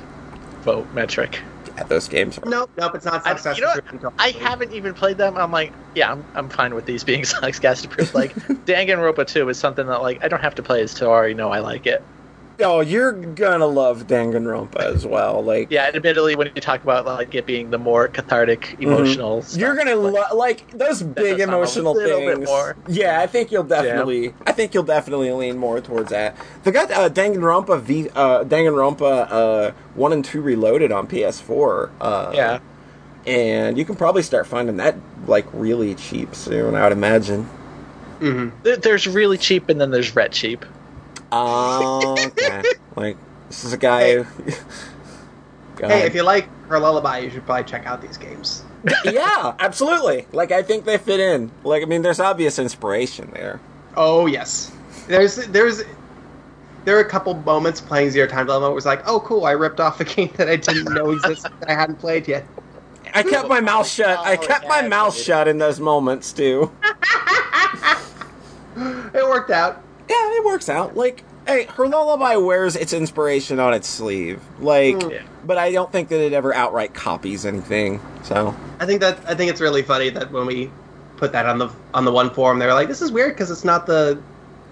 [SPEAKER 1] vote metric.
[SPEAKER 3] Yeah, those games are.
[SPEAKER 4] Nope, nope, it's not
[SPEAKER 1] I-
[SPEAKER 4] successful.
[SPEAKER 1] you know what? I haven't even played them. I'm like, yeah, I'm, I'm fine with these being Soxcast approved. Like, Danganronpa 2 is something that, like, I don't have to play as to already know I like it.
[SPEAKER 3] Oh, you're gonna love Danganronpa as well. Like,
[SPEAKER 1] Yeah, and admittedly, when you talk about, like, it being the more cathartic, emotional stuff,
[SPEAKER 3] Mm-hmm. You're gonna
[SPEAKER 1] like,
[SPEAKER 3] lo- like those big
[SPEAKER 1] goes on a
[SPEAKER 3] emotional
[SPEAKER 1] little
[SPEAKER 3] things.
[SPEAKER 1] bit more.
[SPEAKER 3] Yeah, I think you'll definitely, I think you'll definitely lean more towards that. They got uh, Danganronpa V, uh, Danganronpa uh, one and two reloaded on PS4. Uh,
[SPEAKER 1] Yeah.
[SPEAKER 3] and you can probably start finding that like really cheap soon. I would imagine.
[SPEAKER 4] hmm
[SPEAKER 1] There- There's really cheap and then there's red cheap.
[SPEAKER 3] Uh, okay, like this is a guy.
[SPEAKER 4] Hey.
[SPEAKER 3] who- God.
[SPEAKER 4] Hey, if you like her lullaby, you should probably check out these games.
[SPEAKER 3] yeah, absolutely. Like I think they fit in. Like I mean, there's obvious inspiration there.
[SPEAKER 4] Oh yes, there's there's there are a couple moments playing Zero Time Dilemma where it was like, oh cool, I ripped off a game that I didn't know existed that I hadn't played yet.
[SPEAKER 3] I kept my mouth shut. I kept my mouth shut in those moments too.
[SPEAKER 4] It worked out.
[SPEAKER 3] Yeah, it works out. Like, hey, her lullaby wears its inspiration on its sleeve. Like,
[SPEAKER 4] Mm.
[SPEAKER 1] Yeah.
[SPEAKER 3] but I don't think that it ever outright copies anything. So,
[SPEAKER 4] I think that I think it's really funny that when we put that on the on the one forum, they were like, this is weird because it's not the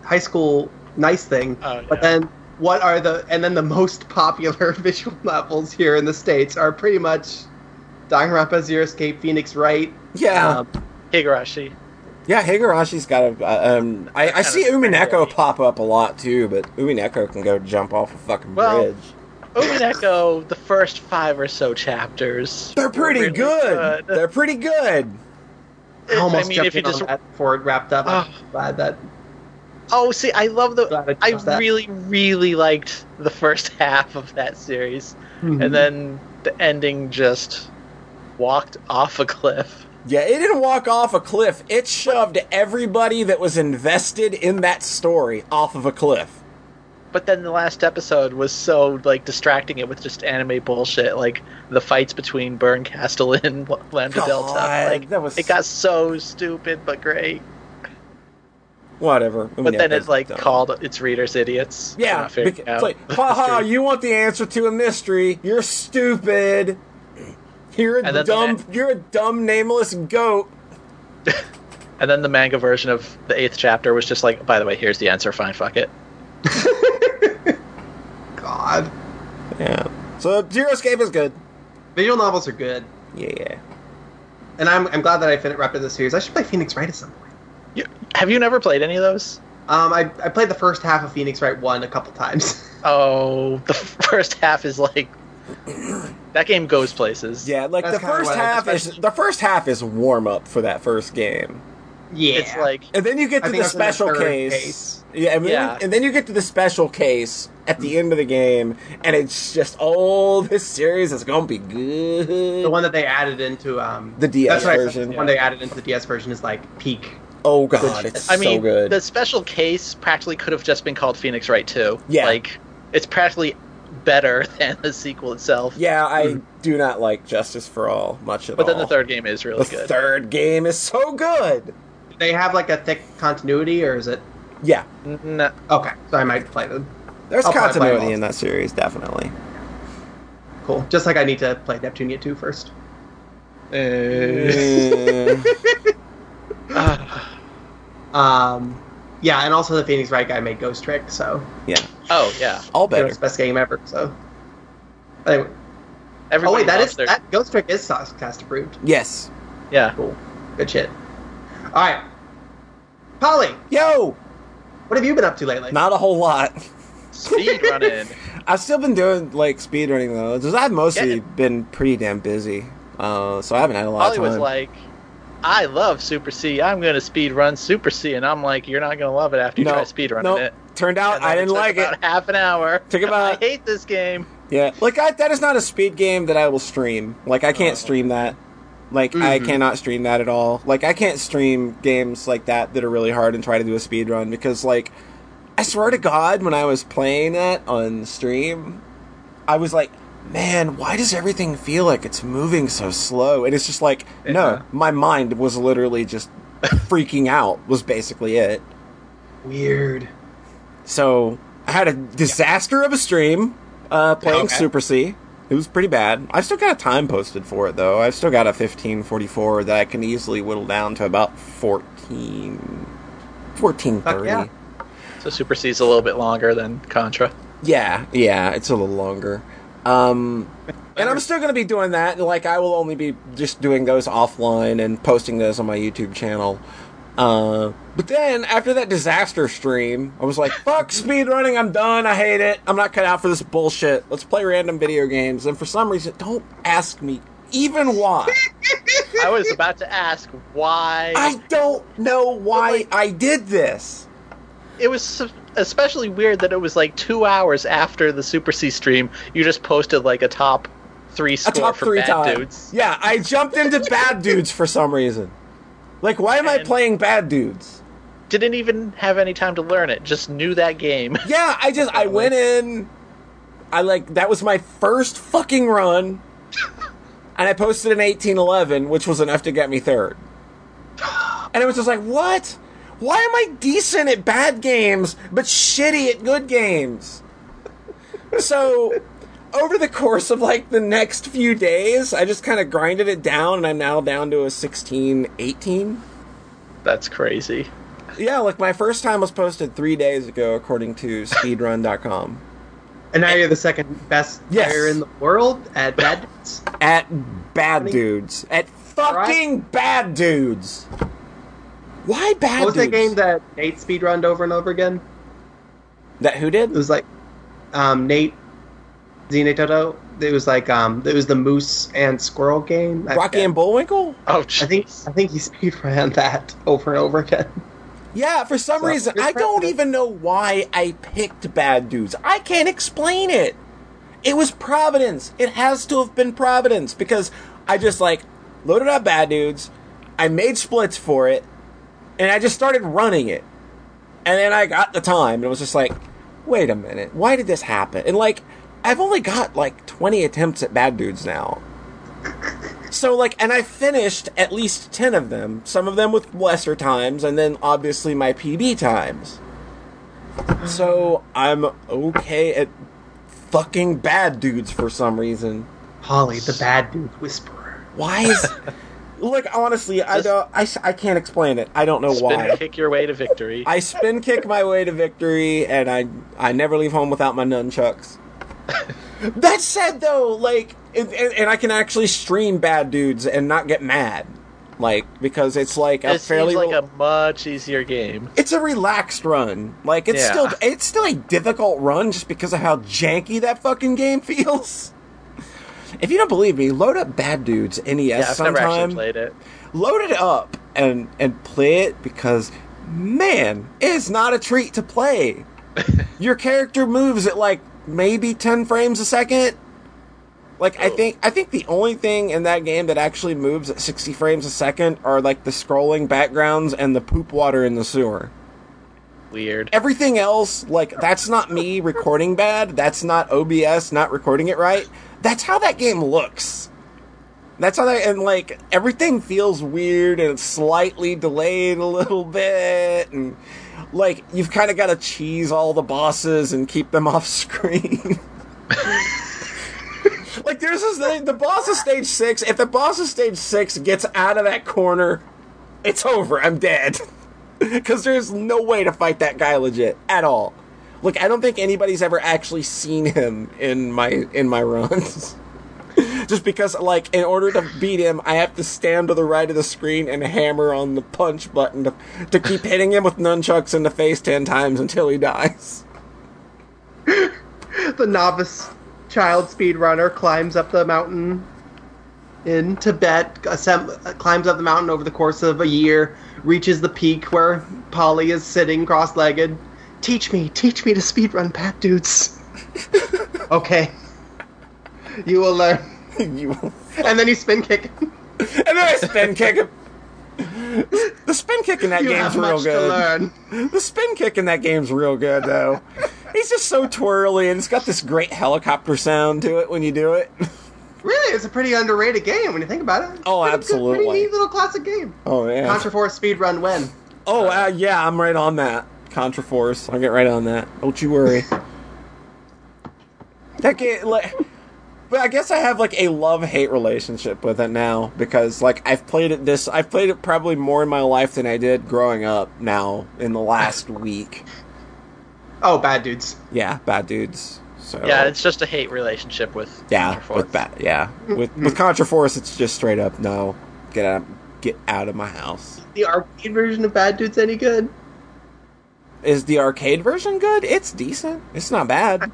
[SPEAKER 4] high school nice thing.
[SPEAKER 1] Oh,
[SPEAKER 4] But
[SPEAKER 1] yeah.
[SPEAKER 4] then what are the and then the most popular visual novels here in the states are pretty much Danganronpa, Zero Escape, Phoenix Wright,
[SPEAKER 3] yeah,
[SPEAKER 4] um,
[SPEAKER 1] Higurashi.
[SPEAKER 3] Yeah, Higurashi's got a. Uh, um, I, I
[SPEAKER 1] Kinda
[SPEAKER 3] see Umineko
[SPEAKER 1] scraggly.
[SPEAKER 3] pop up a lot too, but Umineko can go jump off a fucking
[SPEAKER 1] Well,
[SPEAKER 3] bridge.
[SPEAKER 1] Umineko, the first five or so chapters.
[SPEAKER 3] They're
[SPEAKER 1] were
[SPEAKER 3] pretty
[SPEAKER 1] really
[SPEAKER 3] good. They're pretty good.
[SPEAKER 4] I almost
[SPEAKER 1] I mean,
[SPEAKER 4] jumped
[SPEAKER 1] if you
[SPEAKER 4] in on
[SPEAKER 1] just-
[SPEAKER 4] that before it wrapped up. I'm
[SPEAKER 1] Oh.
[SPEAKER 4] glad that
[SPEAKER 1] Oh, see, I love
[SPEAKER 4] Glad
[SPEAKER 1] the.
[SPEAKER 4] I
[SPEAKER 1] I
[SPEAKER 4] chose that.
[SPEAKER 1] really, really liked the first half of that series,
[SPEAKER 3] Mm-hmm.
[SPEAKER 1] and then the ending just walked off a cliff.
[SPEAKER 3] Yeah, it didn't walk off a cliff. It shoved everybody that was invested in that story off of a cliff.
[SPEAKER 1] But then the last episode was so like distracting it with just anime bullshit, like the fights between Burn Castle and L- Lambda
[SPEAKER 3] God,
[SPEAKER 1] Delta. Like
[SPEAKER 3] that was-
[SPEAKER 1] it got so stupid but great.
[SPEAKER 3] Whatever.
[SPEAKER 1] But then
[SPEAKER 3] it's
[SPEAKER 1] it like called its readers idiots. for
[SPEAKER 3] Yeah,
[SPEAKER 1] not figuring
[SPEAKER 3] beca-
[SPEAKER 1] out
[SPEAKER 3] it's like,
[SPEAKER 1] the
[SPEAKER 3] haha,
[SPEAKER 1] mystery.
[SPEAKER 3] you want the answer to a mystery? You're stupid. You're
[SPEAKER 1] And
[SPEAKER 3] a
[SPEAKER 1] then the
[SPEAKER 3] dumb.
[SPEAKER 1] ma-
[SPEAKER 3] you're a dumb nameless goat.
[SPEAKER 1] And then the manga version of the eighth chapter was just like, by the way, here's the answer. Fine, fuck it.
[SPEAKER 4] God,
[SPEAKER 3] Yeah. So Zero Escape is good.
[SPEAKER 4] visual novels are good,
[SPEAKER 3] Yeah.
[SPEAKER 4] and I'm I'm glad that I fin- wrapped up the series. I should play Phoenix Wright at some point.
[SPEAKER 1] You, have you never played any of those?
[SPEAKER 4] Um, I I played the first half of Phoenix Wright one a couple times.
[SPEAKER 1] Oh, the first half is like that game goes places.
[SPEAKER 3] Yeah, like
[SPEAKER 4] That's
[SPEAKER 3] the
[SPEAKER 4] kinda
[SPEAKER 3] first
[SPEAKER 4] what I
[SPEAKER 3] half is
[SPEAKER 4] expected.
[SPEAKER 3] the first half is warm up for that first game.
[SPEAKER 4] yeah,
[SPEAKER 1] it's like
[SPEAKER 3] And then you get
[SPEAKER 4] I
[SPEAKER 3] to the
[SPEAKER 4] think I was in the
[SPEAKER 3] special
[SPEAKER 4] third
[SPEAKER 3] case.
[SPEAKER 4] case.
[SPEAKER 3] Yeah, and then,
[SPEAKER 1] Yeah.
[SPEAKER 3] and then you get to the special case at the end of the game, and it's just oh, this series is gonna be good.
[SPEAKER 4] the one that they added into um
[SPEAKER 3] The DS
[SPEAKER 4] that's what I said,
[SPEAKER 3] version.
[SPEAKER 4] The one they added into the DS version is like peak.
[SPEAKER 3] oh god, it's
[SPEAKER 1] I mean,
[SPEAKER 3] so good.
[SPEAKER 1] the special case practically could have just been called Phoenix Wright 2.
[SPEAKER 3] Yeah.
[SPEAKER 1] Like, it's practically better than the sequel itself.
[SPEAKER 3] Yeah, I
[SPEAKER 4] Hmm.
[SPEAKER 3] do not like Justice for All much at
[SPEAKER 1] But
[SPEAKER 3] all.
[SPEAKER 1] then the third game is really
[SPEAKER 3] The
[SPEAKER 1] good.
[SPEAKER 3] third game is so good.
[SPEAKER 4] Do they have like a thick continuity, or is it
[SPEAKER 3] Yeah,
[SPEAKER 1] No,
[SPEAKER 4] okay? So I might play them.
[SPEAKER 3] there's
[SPEAKER 4] I'll probably play
[SPEAKER 3] continuity
[SPEAKER 4] all.
[SPEAKER 3] in that series, definitely.
[SPEAKER 4] Cool. Just like I need to play Neptunia 2 first.
[SPEAKER 1] uh,
[SPEAKER 3] Eh.
[SPEAKER 4] Um, yeah, and also the Phoenix Wright guy made Ghost Trick, so
[SPEAKER 3] yeah,
[SPEAKER 1] oh, yeah.
[SPEAKER 3] all
[SPEAKER 4] you know,
[SPEAKER 3] better.
[SPEAKER 4] it's the best game ever. So, anyway. oh
[SPEAKER 1] Everybody
[SPEAKER 4] wait, that
[SPEAKER 1] loves
[SPEAKER 4] is
[SPEAKER 1] their-
[SPEAKER 4] that Ghost Trick is Saucecast approved.
[SPEAKER 3] Yes.
[SPEAKER 1] Yeah.
[SPEAKER 4] Cool, good shit. All right, Polly,
[SPEAKER 3] Yo,
[SPEAKER 4] what have you been up to lately?
[SPEAKER 3] not a whole lot.
[SPEAKER 1] Speed running.
[SPEAKER 3] I've still been doing like speedrunning though. Just I've mostly
[SPEAKER 1] Yeah.
[SPEAKER 3] been pretty damn busy, uh, so I haven't had a lot
[SPEAKER 1] Ollie
[SPEAKER 3] of time.
[SPEAKER 1] was like, I love Super C. I'm going to speed run Super C. And I'm like, you're not going to love it after you
[SPEAKER 3] no,
[SPEAKER 1] try speed running
[SPEAKER 3] nope.
[SPEAKER 1] it.
[SPEAKER 3] Turned out
[SPEAKER 1] And
[SPEAKER 3] I
[SPEAKER 1] then it
[SPEAKER 3] didn't
[SPEAKER 1] took
[SPEAKER 3] like it.
[SPEAKER 1] about half an hour.
[SPEAKER 3] Took about-
[SPEAKER 1] I hate this game.
[SPEAKER 3] Yeah, like I, that is not a speed game that I will stream. Like I can't stream that. Like I cannot stream that at all. Like I can't stream games like that that are really hard and try to do a speed run because like I swear to God, when I was playing that on stream, I was like, man, why does everything feel like it's moving so slow? And it's just like,
[SPEAKER 1] Yeah.
[SPEAKER 3] no, my mind was literally just freaking out. Was basically it.
[SPEAKER 4] Weird.
[SPEAKER 3] So I had a disaster of a stream uh, playing
[SPEAKER 4] Okay.
[SPEAKER 3] Super C. It was pretty bad. I've still got a time posted for it though. I've still got a fifteen forty four that I can easily whittle down to about 14, 14
[SPEAKER 4] Fuck yeah.
[SPEAKER 1] So Super C is a little bit longer than Contra.
[SPEAKER 3] Yeah, yeah, it's a little longer. Um, and I'm
[SPEAKER 4] Better.
[SPEAKER 3] still going to be doing that. and, Like, I will only be just doing those offline and posting those on my YouTube channel. Uh, but then after that disaster stream, I was like, "Fuck speedrunning! I'm done. I hate it. I'm not cut out for this bullshit. Let's play random video games." And for some reason, don't ask me even why.
[SPEAKER 1] I was about to ask why.
[SPEAKER 3] I don't know why I did this.
[SPEAKER 1] it was su- especially weird that it was like two hours after the Super C stream, you just posted like a top three
[SPEAKER 3] a
[SPEAKER 1] score
[SPEAKER 3] top
[SPEAKER 1] for
[SPEAKER 3] three
[SPEAKER 1] bad
[SPEAKER 3] time.
[SPEAKER 1] dudes.
[SPEAKER 3] Yeah, I jumped into bad dudes for some reason. Like, why am I
[SPEAKER 1] And-
[SPEAKER 3] playing bad dudes?
[SPEAKER 1] Didn't even have any time to learn it. Just knew that game.
[SPEAKER 3] Yeah, I just I went in. I like that was my first fucking run, and I posted an eighteen eleven, which was enough to get me third. And it was just like, what? Why am I decent at bad games but shitty at good games? So, over the course of like the next few days, I just kind of grinded it down, and I'm now down to a sixteen eighteen.
[SPEAKER 1] That's crazy.
[SPEAKER 3] Yeah, like my first time was posted three days ago, according to speedrun.com.
[SPEAKER 4] And now you're the second best
[SPEAKER 3] Yes.
[SPEAKER 4] player in the world at Bad Dudes.
[SPEAKER 3] At bad dudes. At fucking bad dudes. Why bad
[SPEAKER 4] What was that
[SPEAKER 3] dudes?
[SPEAKER 4] game that Nate speedrunned over and over again?
[SPEAKER 3] That who did?
[SPEAKER 4] It was like um, Nate Zine Toto. It was like um, it was the moose and squirrel game. I-
[SPEAKER 3] Rocky and Bullwinkle?
[SPEAKER 1] Oh,
[SPEAKER 4] I think I think he speedran that over and over again.
[SPEAKER 3] Yeah, for some
[SPEAKER 4] So,
[SPEAKER 3] reason,
[SPEAKER 4] you're
[SPEAKER 3] I don't
[SPEAKER 4] president.
[SPEAKER 3] even know why I picked bad dudes. I can't explain it. It was Providence. It has to have been Providence because I just like loaded up bad dudes. I made splits for it and I just started running it. And then I got the time and it was just like, wait a minute, why did this happen? And like, I've only got like 20 attempts at bad dudes now. So like, and I finished at least ten of them. Some of them with lesser times, and then obviously my PB times. So I'm okay at fucking bad dudes for some reason.
[SPEAKER 4] Polly, the bad dude whisperer.
[SPEAKER 3] Why is? Look, honestly, I
[SPEAKER 1] Just-
[SPEAKER 3] don't. I, s- I can't explain it. I don't know
[SPEAKER 1] spin
[SPEAKER 3] why.
[SPEAKER 1] kick your way to victory.
[SPEAKER 3] I spin kick my way to victory, and I I never leave home without my nunchucks. that said, though, like, and, and, and I can actually stream bad dudes and not get mad, like, because it's like a
[SPEAKER 1] it
[SPEAKER 3] fairly
[SPEAKER 1] seems like
[SPEAKER 3] rel-
[SPEAKER 1] a much easier game.
[SPEAKER 3] it's a relaxed run. Like, it's
[SPEAKER 1] Yeah.
[SPEAKER 3] still it's still a difficult run just because of how janky that fucking game feels. If you don't believe me, load up Bad Dudes NES
[SPEAKER 1] Yeah, I've never
[SPEAKER 3] sometime
[SPEAKER 1] actually played it.
[SPEAKER 3] load it up and and play it because man it's not a treat to play your character moves at like maybe 10 frames a second like i think i think the only thing in that game that actually moves at 60 frames a second are like the scrolling backgrounds and the poop water in the sewer
[SPEAKER 1] Weird.
[SPEAKER 3] everything else like that's not me recording bad that's not obs not recording it right that's how that game looks that's how that and like everything feels weird and it's slightly delayed a little bit and like you've kind of got to cheese all the bosses and keep them off screen like there's this thing the boss of stage six if the boss of stage six gets out of that corner it's over i'm dead because there's no way to fight that guy legit at all. Look, I don't think anybody's ever actually seen him in my in my runs. Just because, like, in order to beat him, I have to stand to the right of the screen and hammer on the punch button to, to keep hitting him with nunchucks in the face ten times until he dies.
[SPEAKER 4] The novice child speedrunner climbs up the mountain in Tibet, ascem- climbs up the mountain over the course of a year, reaches the peak where Polly is sitting cross-legged. Teach me, teach me to speedrun bad dudes. okay. You will learn.
[SPEAKER 3] you, and
[SPEAKER 4] And then you spin kick.
[SPEAKER 3] then I spin kick him. The spin kick in that
[SPEAKER 4] You
[SPEAKER 3] game's
[SPEAKER 4] have
[SPEAKER 3] real
[SPEAKER 4] much
[SPEAKER 3] good.
[SPEAKER 4] to learn.
[SPEAKER 3] The spin kick in that game's real good though. He's just so twirly and it's got this great helicopter sound to it when you do it.
[SPEAKER 4] Really, it's a pretty underrated game when you think about it.
[SPEAKER 3] Oh,
[SPEAKER 4] Pretty good-
[SPEAKER 3] absolutely.
[SPEAKER 4] Pretty neat little classic game.
[SPEAKER 3] Oh yeah.
[SPEAKER 4] Contra 4 speedrun when?
[SPEAKER 3] oh uh, yeah, I'm right on that. Contra Force. I'll get right on that. Don't you worry. that game like but I guess I have like a love hate relationship with it now because like I've played it this I've played it probably more in my life than I did growing up now in the last week.
[SPEAKER 4] Oh, bad dudes.
[SPEAKER 3] Yeah, bad dudes. So
[SPEAKER 1] Yeah, it's just a hate relationship with
[SPEAKER 3] Yeah,
[SPEAKER 1] Contra Force.
[SPEAKER 3] with that. Yeah, with with Contra Force, it's just straight up no. Get out, get out of my house.
[SPEAKER 4] The arcade version of Bad Dudes any good?
[SPEAKER 3] Is the arcade version good? It's decent. It's not
[SPEAKER 1] Uh,
[SPEAKER 3] bad.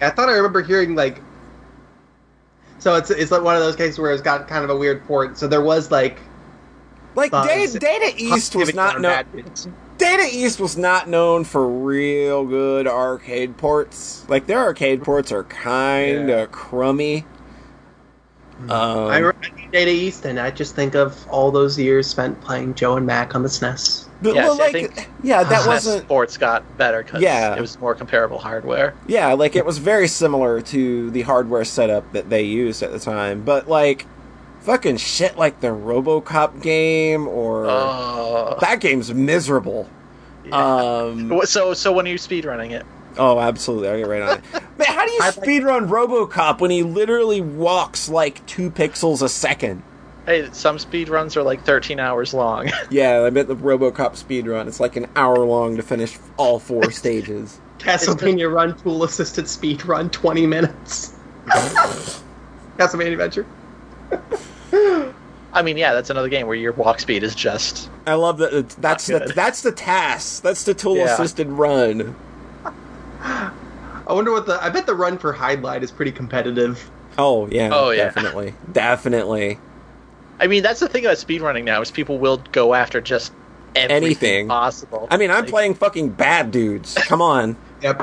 [SPEAKER 4] I thought I remember hearing like. So it's it's like one of those cases where it's got kind of a weird port. So there was like
[SPEAKER 3] Like
[SPEAKER 1] uh,
[SPEAKER 4] Fine.
[SPEAKER 3] Data, Data East was
[SPEAKER 4] positivity
[SPEAKER 3] not
[SPEAKER 4] on
[SPEAKER 3] known.
[SPEAKER 4] Bad Dudes.
[SPEAKER 3] Data East was not known for real good arcade ports. Like their arcade ports are kind of crummy. Um,
[SPEAKER 4] I remember Data East, and I just think of all those years spent playing Joe and Mac on the E SNES.
[SPEAKER 3] but,
[SPEAKER 1] Yes,
[SPEAKER 3] well,
[SPEAKER 1] I
[SPEAKER 3] like,
[SPEAKER 1] think-
[SPEAKER 3] yeah, that
[SPEAKER 1] SNES
[SPEAKER 3] wasn't
[SPEAKER 1] Sports got better because
[SPEAKER 3] Yeah.
[SPEAKER 1] it was more comparable hardware.
[SPEAKER 3] Yeah, like it was very similar to the hardware setup that they used at the time, but like fucking shit like the RoboCop game or
[SPEAKER 1] Oh.
[SPEAKER 3] that game's miserable. Um
[SPEAKER 1] Wha- So, so when are you speedrunning it?
[SPEAKER 3] oh, absolutely. I'll get right on it. Man, how do you
[SPEAKER 4] I'd like-
[SPEAKER 3] speedrun RoboCop when he literally walks like 2 pixels a second?
[SPEAKER 1] Hey, some speedruns are like 13 hours long.
[SPEAKER 3] Yeah, I bet the RoboCop speedrun it's like an hour long to finish all four stages.
[SPEAKER 4] Castlevania Run tool assisted speed run twenty minutes. Castlevania Adventure.
[SPEAKER 1] I mean, yeah, that's another game where your walk speed is just
[SPEAKER 3] I love that. it's- That's
[SPEAKER 1] Not
[SPEAKER 3] the
[SPEAKER 1] good.
[SPEAKER 3] that's the task. That's the tool
[SPEAKER 1] Yeah.
[SPEAKER 3] assisted run.
[SPEAKER 4] I wonder what the. I bet the run for Hydelight is pretty competitive.
[SPEAKER 3] Oh yeah.
[SPEAKER 1] Oh, yeah.
[SPEAKER 3] Definitely. Definitely.
[SPEAKER 1] I mean, that's the thing about speedrunning now is people will go after just everything
[SPEAKER 3] Anything.
[SPEAKER 1] possible.
[SPEAKER 3] I mean, I'm
[SPEAKER 1] Like,
[SPEAKER 3] playing fucking bad dudes. Come on.
[SPEAKER 4] Yep.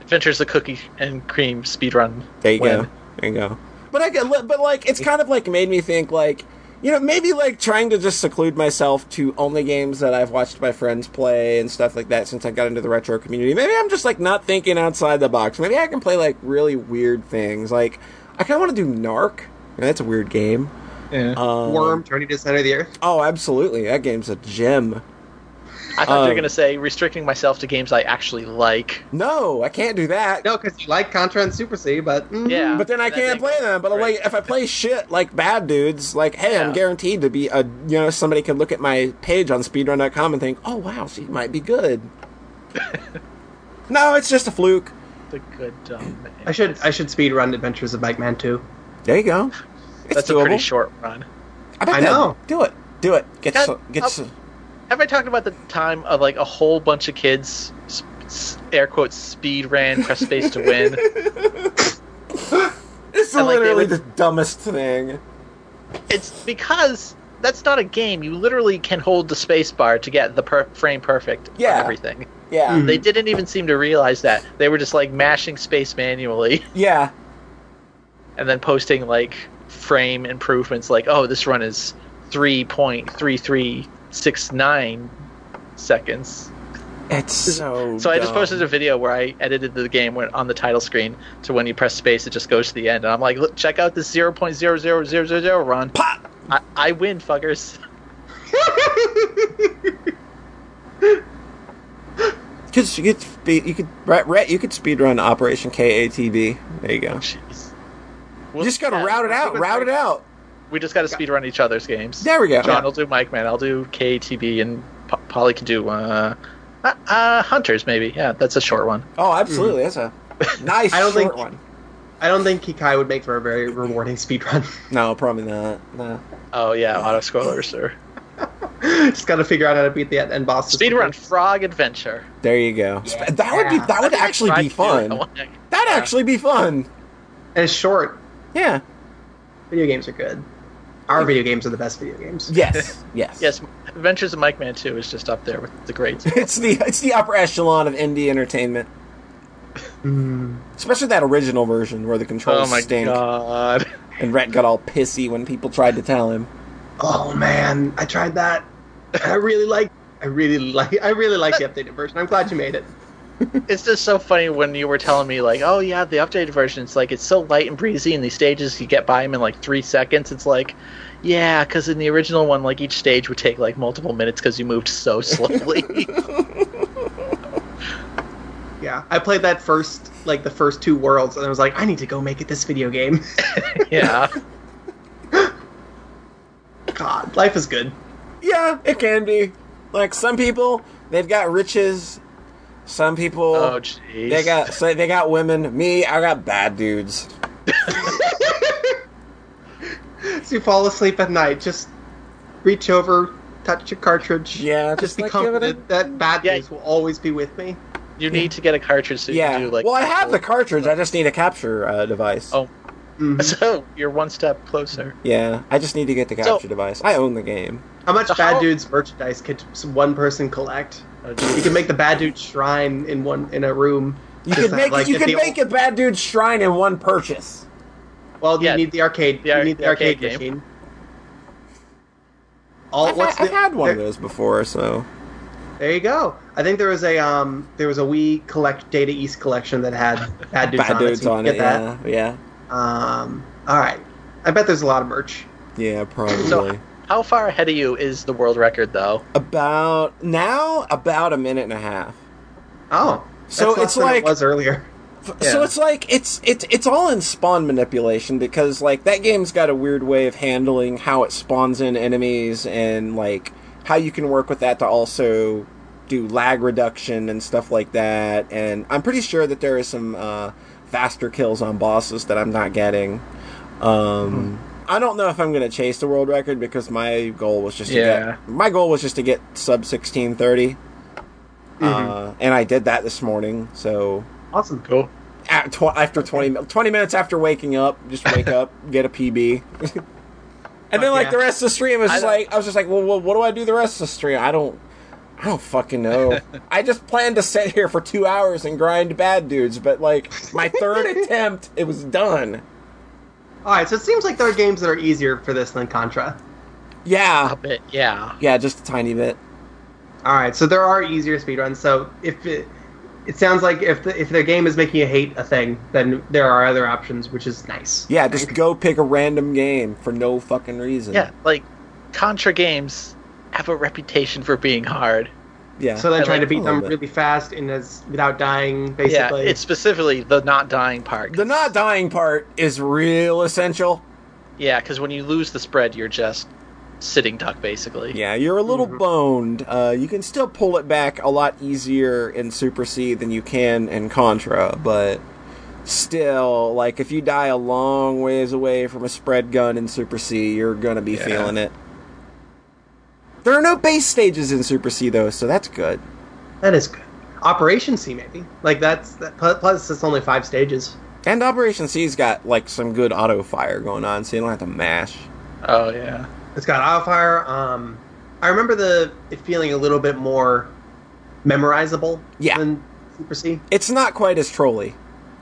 [SPEAKER 1] Adventures of Cookie and Cream speedrun.
[SPEAKER 3] There you
[SPEAKER 1] win.
[SPEAKER 3] go. There you go. But I get, but like it's kind of like made me think like you know maybe like trying to just seclude myself to only games that I've watched my friends play and stuff like that since I got into the retro community. Maybe I'm just like not thinking outside the box. Maybe I can play like really weird things. Like I kind of want to do Narc. You know, that's a weird game. Um,
[SPEAKER 4] Worm turning to the center of the earth.
[SPEAKER 3] Oh, absolutely. That game's a gem.
[SPEAKER 1] I thought you
[SPEAKER 3] Um,
[SPEAKER 1] were gonna say restricting myself to games I actually like.
[SPEAKER 3] No, I can't do that.
[SPEAKER 4] No, because you like Contra and Super C, but mm,
[SPEAKER 1] Yeah,
[SPEAKER 3] But then I
[SPEAKER 1] that
[SPEAKER 3] can't
[SPEAKER 1] thing-
[SPEAKER 3] play them. But like, if I play shit like bad dudes, like, hey, I'm
[SPEAKER 1] Yeah.
[SPEAKER 3] guaranteed to be a you know somebody can look at my page on speedrun.com and think, oh wow, she might be good. no, it's just a fluke.
[SPEAKER 1] The good dumb. Man.
[SPEAKER 4] I should I should speed run Adventures of Bike Man 2.
[SPEAKER 3] There you go. It's
[SPEAKER 1] That's
[SPEAKER 3] doable.
[SPEAKER 1] a pretty short run.
[SPEAKER 3] I, bet
[SPEAKER 4] I
[SPEAKER 3] that-
[SPEAKER 4] know.
[SPEAKER 3] Do it. Do it. Get
[SPEAKER 1] God,
[SPEAKER 3] so, get
[SPEAKER 1] I'll-
[SPEAKER 3] so-
[SPEAKER 1] Have I talked about the time of like a whole bunch of kids, s- s- air quotes, speed ran, press space to win?
[SPEAKER 3] It's
[SPEAKER 1] and, like, they
[SPEAKER 3] literally
[SPEAKER 1] would-
[SPEAKER 3] the dumbest thing.
[SPEAKER 1] It's because that's not a game. You literally can hold the space bar to get the per- frame perfect
[SPEAKER 3] Yeah.
[SPEAKER 1] on everything.
[SPEAKER 3] Yeah.
[SPEAKER 4] Mhm.
[SPEAKER 1] They didn't even seem to realize that. They were just like mashing space manually
[SPEAKER 3] Yeah.
[SPEAKER 1] and then posting like frame improvements like, oh, this run is 3.3369 seconds.
[SPEAKER 3] It's so.
[SPEAKER 1] So I just
[SPEAKER 3] dumb.
[SPEAKER 1] posted a video where I edited the game when, on the title screen to when you press space, it just goes to the end. And I'm like, look, check out this 0.00000 run.
[SPEAKER 3] Pop!
[SPEAKER 1] I, I win, fuckers.
[SPEAKER 3] Cause you could speed, you could Rhett, Rhett, you could speedrun Operation KATB. There you go.
[SPEAKER 1] Jeez.
[SPEAKER 3] You
[SPEAKER 1] We'll-
[SPEAKER 3] just gotta
[SPEAKER 1] yeah,
[SPEAKER 3] route it out. Route it out.
[SPEAKER 1] We just got to speed run each other's games.
[SPEAKER 3] There we go.
[SPEAKER 1] John will do Mike Man. I'll do KTB, and P- Polly can do uh, uh, uh, Hunters. Maybe. Yeah, that's a short one.
[SPEAKER 3] Oh, absolutely. That's a nice
[SPEAKER 4] I don't
[SPEAKER 3] short
[SPEAKER 4] think-
[SPEAKER 3] one.
[SPEAKER 4] I don't think Kikai would make for a very rewarding speed run.
[SPEAKER 3] No, probably not. No.
[SPEAKER 1] Oh yeah, auto scrollers or
[SPEAKER 4] Just got to figure out how to beat the end boss.
[SPEAKER 1] speed run Frog Adventure.
[SPEAKER 3] There you go.
[SPEAKER 4] Yeah.
[SPEAKER 3] Sp- That would be that would actually
[SPEAKER 1] Tried
[SPEAKER 3] be
[SPEAKER 1] to do it.
[SPEAKER 3] fun.
[SPEAKER 1] I wanna-
[SPEAKER 3] That'd actually be fun.
[SPEAKER 4] And it's short.
[SPEAKER 3] Yeah.
[SPEAKER 4] Video games are good. Our video games are the best video games.
[SPEAKER 3] Yes. Yes.
[SPEAKER 1] Yes, Adventures of Mike Man Two is just up there with the greats.
[SPEAKER 3] It's the it's the upper echelon of indie entertainment. Mm. Especially that original version where the
[SPEAKER 1] oh
[SPEAKER 3] controls
[SPEAKER 1] my
[SPEAKER 3] stink
[SPEAKER 1] god.
[SPEAKER 3] and Rhett got all pissy when people tried to tell him.
[SPEAKER 4] Oh man, I tried that. I really like. I really like. I really like the updated version. I'm glad you made it.
[SPEAKER 1] It's just so funny when you were telling me like, oh yeah, the updated version. It's like it's so light and breezy, and these stages you get by them in like three seconds. It's like, yeah, because in the original one, like each stage would take like multiple minutes because you moved so slowly.
[SPEAKER 4] Yeah, I played that first, like the first two worlds, and I was like, I need to go make it this video game.
[SPEAKER 1] yeah,
[SPEAKER 4] God, life is good.
[SPEAKER 3] Yeah, it can be. Like some people, they've got riches. Some people
[SPEAKER 1] Oh, jeez.
[SPEAKER 3] They got so they got women. Me, I got bad dudes.
[SPEAKER 4] So you fall asleep at night, just reach over, touch your cartridge.
[SPEAKER 3] Yeah,
[SPEAKER 4] just,
[SPEAKER 3] just
[SPEAKER 4] be
[SPEAKER 3] like give it a-
[SPEAKER 4] comforted that bad
[SPEAKER 1] Yeah.
[SPEAKER 4] news will always be with me.
[SPEAKER 1] You need to get a cartridge so you
[SPEAKER 3] yeah.
[SPEAKER 1] can do like.
[SPEAKER 3] well, I have the cartridge. I just need a capture uh, device.
[SPEAKER 1] Oh.
[SPEAKER 3] Mm-hmm.
[SPEAKER 4] Mhm.
[SPEAKER 1] So you're one step closer.
[SPEAKER 3] Yeah, I just need to get the
[SPEAKER 1] So-
[SPEAKER 3] capture device. I own the game.
[SPEAKER 4] How much
[SPEAKER 1] So
[SPEAKER 4] bad
[SPEAKER 1] how-
[SPEAKER 4] dudes merchandise could s- one person collect?
[SPEAKER 1] Oh,
[SPEAKER 4] You
[SPEAKER 1] jeez.
[SPEAKER 4] can make the bad dude shrine in one in a room.
[SPEAKER 3] You
[SPEAKER 4] Just
[SPEAKER 3] could
[SPEAKER 4] have,
[SPEAKER 3] make
[SPEAKER 4] like,
[SPEAKER 3] you
[SPEAKER 4] if
[SPEAKER 3] could
[SPEAKER 4] the
[SPEAKER 3] make a bad dude shrine in one purchase.
[SPEAKER 4] old- Well,
[SPEAKER 1] Yeah,
[SPEAKER 4] you need the arcade.
[SPEAKER 1] the
[SPEAKER 4] you
[SPEAKER 1] ar-
[SPEAKER 4] need the,
[SPEAKER 1] the
[SPEAKER 4] arcade,
[SPEAKER 1] arcade
[SPEAKER 4] machine.
[SPEAKER 1] game. Oh,
[SPEAKER 4] All
[SPEAKER 3] I've,
[SPEAKER 4] what's
[SPEAKER 3] ha- I've
[SPEAKER 4] the-
[SPEAKER 3] had one
[SPEAKER 4] there-
[SPEAKER 3] of those before, so
[SPEAKER 4] There you go. I think there was a um there was a Wii collect Data East collection that had bad dudes
[SPEAKER 3] bad
[SPEAKER 4] on it.
[SPEAKER 3] dudes
[SPEAKER 4] so you
[SPEAKER 3] on
[SPEAKER 4] can
[SPEAKER 3] it.
[SPEAKER 4] get that.
[SPEAKER 3] Yeah, yeah,
[SPEAKER 4] Um. All right. I bet there's a lot of merch.
[SPEAKER 3] yeah, probably.
[SPEAKER 1] So how far ahead of you is the world record though?
[SPEAKER 3] about now, about a minute and a half.
[SPEAKER 4] Oh, that's
[SPEAKER 3] So
[SPEAKER 4] less
[SPEAKER 3] it's
[SPEAKER 4] than
[SPEAKER 3] like-
[SPEAKER 4] it was earlier.
[SPEAKER 3] So
[SPEAKER 1] Yeah.
[SPEAKER 3] it's like it's it's it's all in spawn manipulation because like that game's got a weird way of handling how it spawns in enemies and like how you can work with that to also do lag reduction and stuff like that. And I'm pretty sure that
[SPEAKER 1] Hmm.
[SPEAKER 3] there is some uh, faster kills on bosses that I'm not getting. Um, I don't know if I'm going to chase the world record because my goal was just to
[SPEAKER 1] Yeah.
[SPEAKER 3] get my goal was just to get sub sixteen uh, and I did that this morning. So
[SPEAKER 4] Awesome.
[SPEAKER 1] Cool.
[SPEAKER 3] at tw- after 20, mi- 20 minutes after waking up, just wake up, get a PB. and then like
[SPEAKER 4] yeah.
[SPEAKER 3] the rest of the stream was
[SPEAKER 1] I
[SPEAKER 3] just
[SPEAKER 1] don't-
[SPEAKER 3] like I was just like, well, well, what do I do the rest of the stream? I don't, I don't fucking know. I just planned to sit here for two hours and grind bad dudes, but like my third attempt, it was done.
[SPEAKER 4] All right, so it seems like there are games that are easier for this than Contra.
[SPEAKER 3] Yeah,
[SPEAKER 1] A bit, yeah.
[SPEAKER 3] yeah, just a tiny bit.
[SPEAKER 4] All right, so there are easier speedruns. So if it, it sounds like if the, if the game is making you hate a thing, then there are other options, which is nice.
[SPEAKER 3] Yeah, just go pick a random game for no fucking reason.
[SPEAKER 1] Yeah, like Contra games have a reputation for being hard.
[SPEAKER 3] yeah.
[SPEAKER 4] So then
[SPEAKER 1] I
[SPEAKER 4] try
[SPEAKER 1] like
[SPEAKER 4] to
[SPEAKER 3] a
[SPEAKER 4] beat
[SPEAKER 3] little
[SPEAKER 4] them
[SPEAKER 3] bit.
[SPEAKER 4] really fast and as without dying, basically.
[SPEAKER 1] Yeah, it's specifically the not dying part.
[SPEAKER 3] the not dying part is real essential.
[SPEAKER 1] Yeah, because when you lose the spread, you're just sitting duck basically.
[SPEAKER 3] Yeah, you're a little boned. Uh, you can still pull it back a lot easier in Super C than you can in Contra, but still, like if you die a long ways away from a spread gun in Super C, you're gonna be feeling it. There are no base stages in Super C though, so that's good.
[SPEAKER 4] that is good. Operation C maybe like that's that, pl- plus it's only five stages.
[SPEAKER 3] And Operation C's got like some good auto fire going on, so you don't have to mash.
[SPEAKER 1] Oh yeah.
[SPEAKER 4] It's got auto fire. Um, I remember the it feeling a little bit more memorizable
[SPEAKER 3] Yeah.
[SPEAKER 4] than Super C.
[SPEAKER 3] It's not quite as trolly.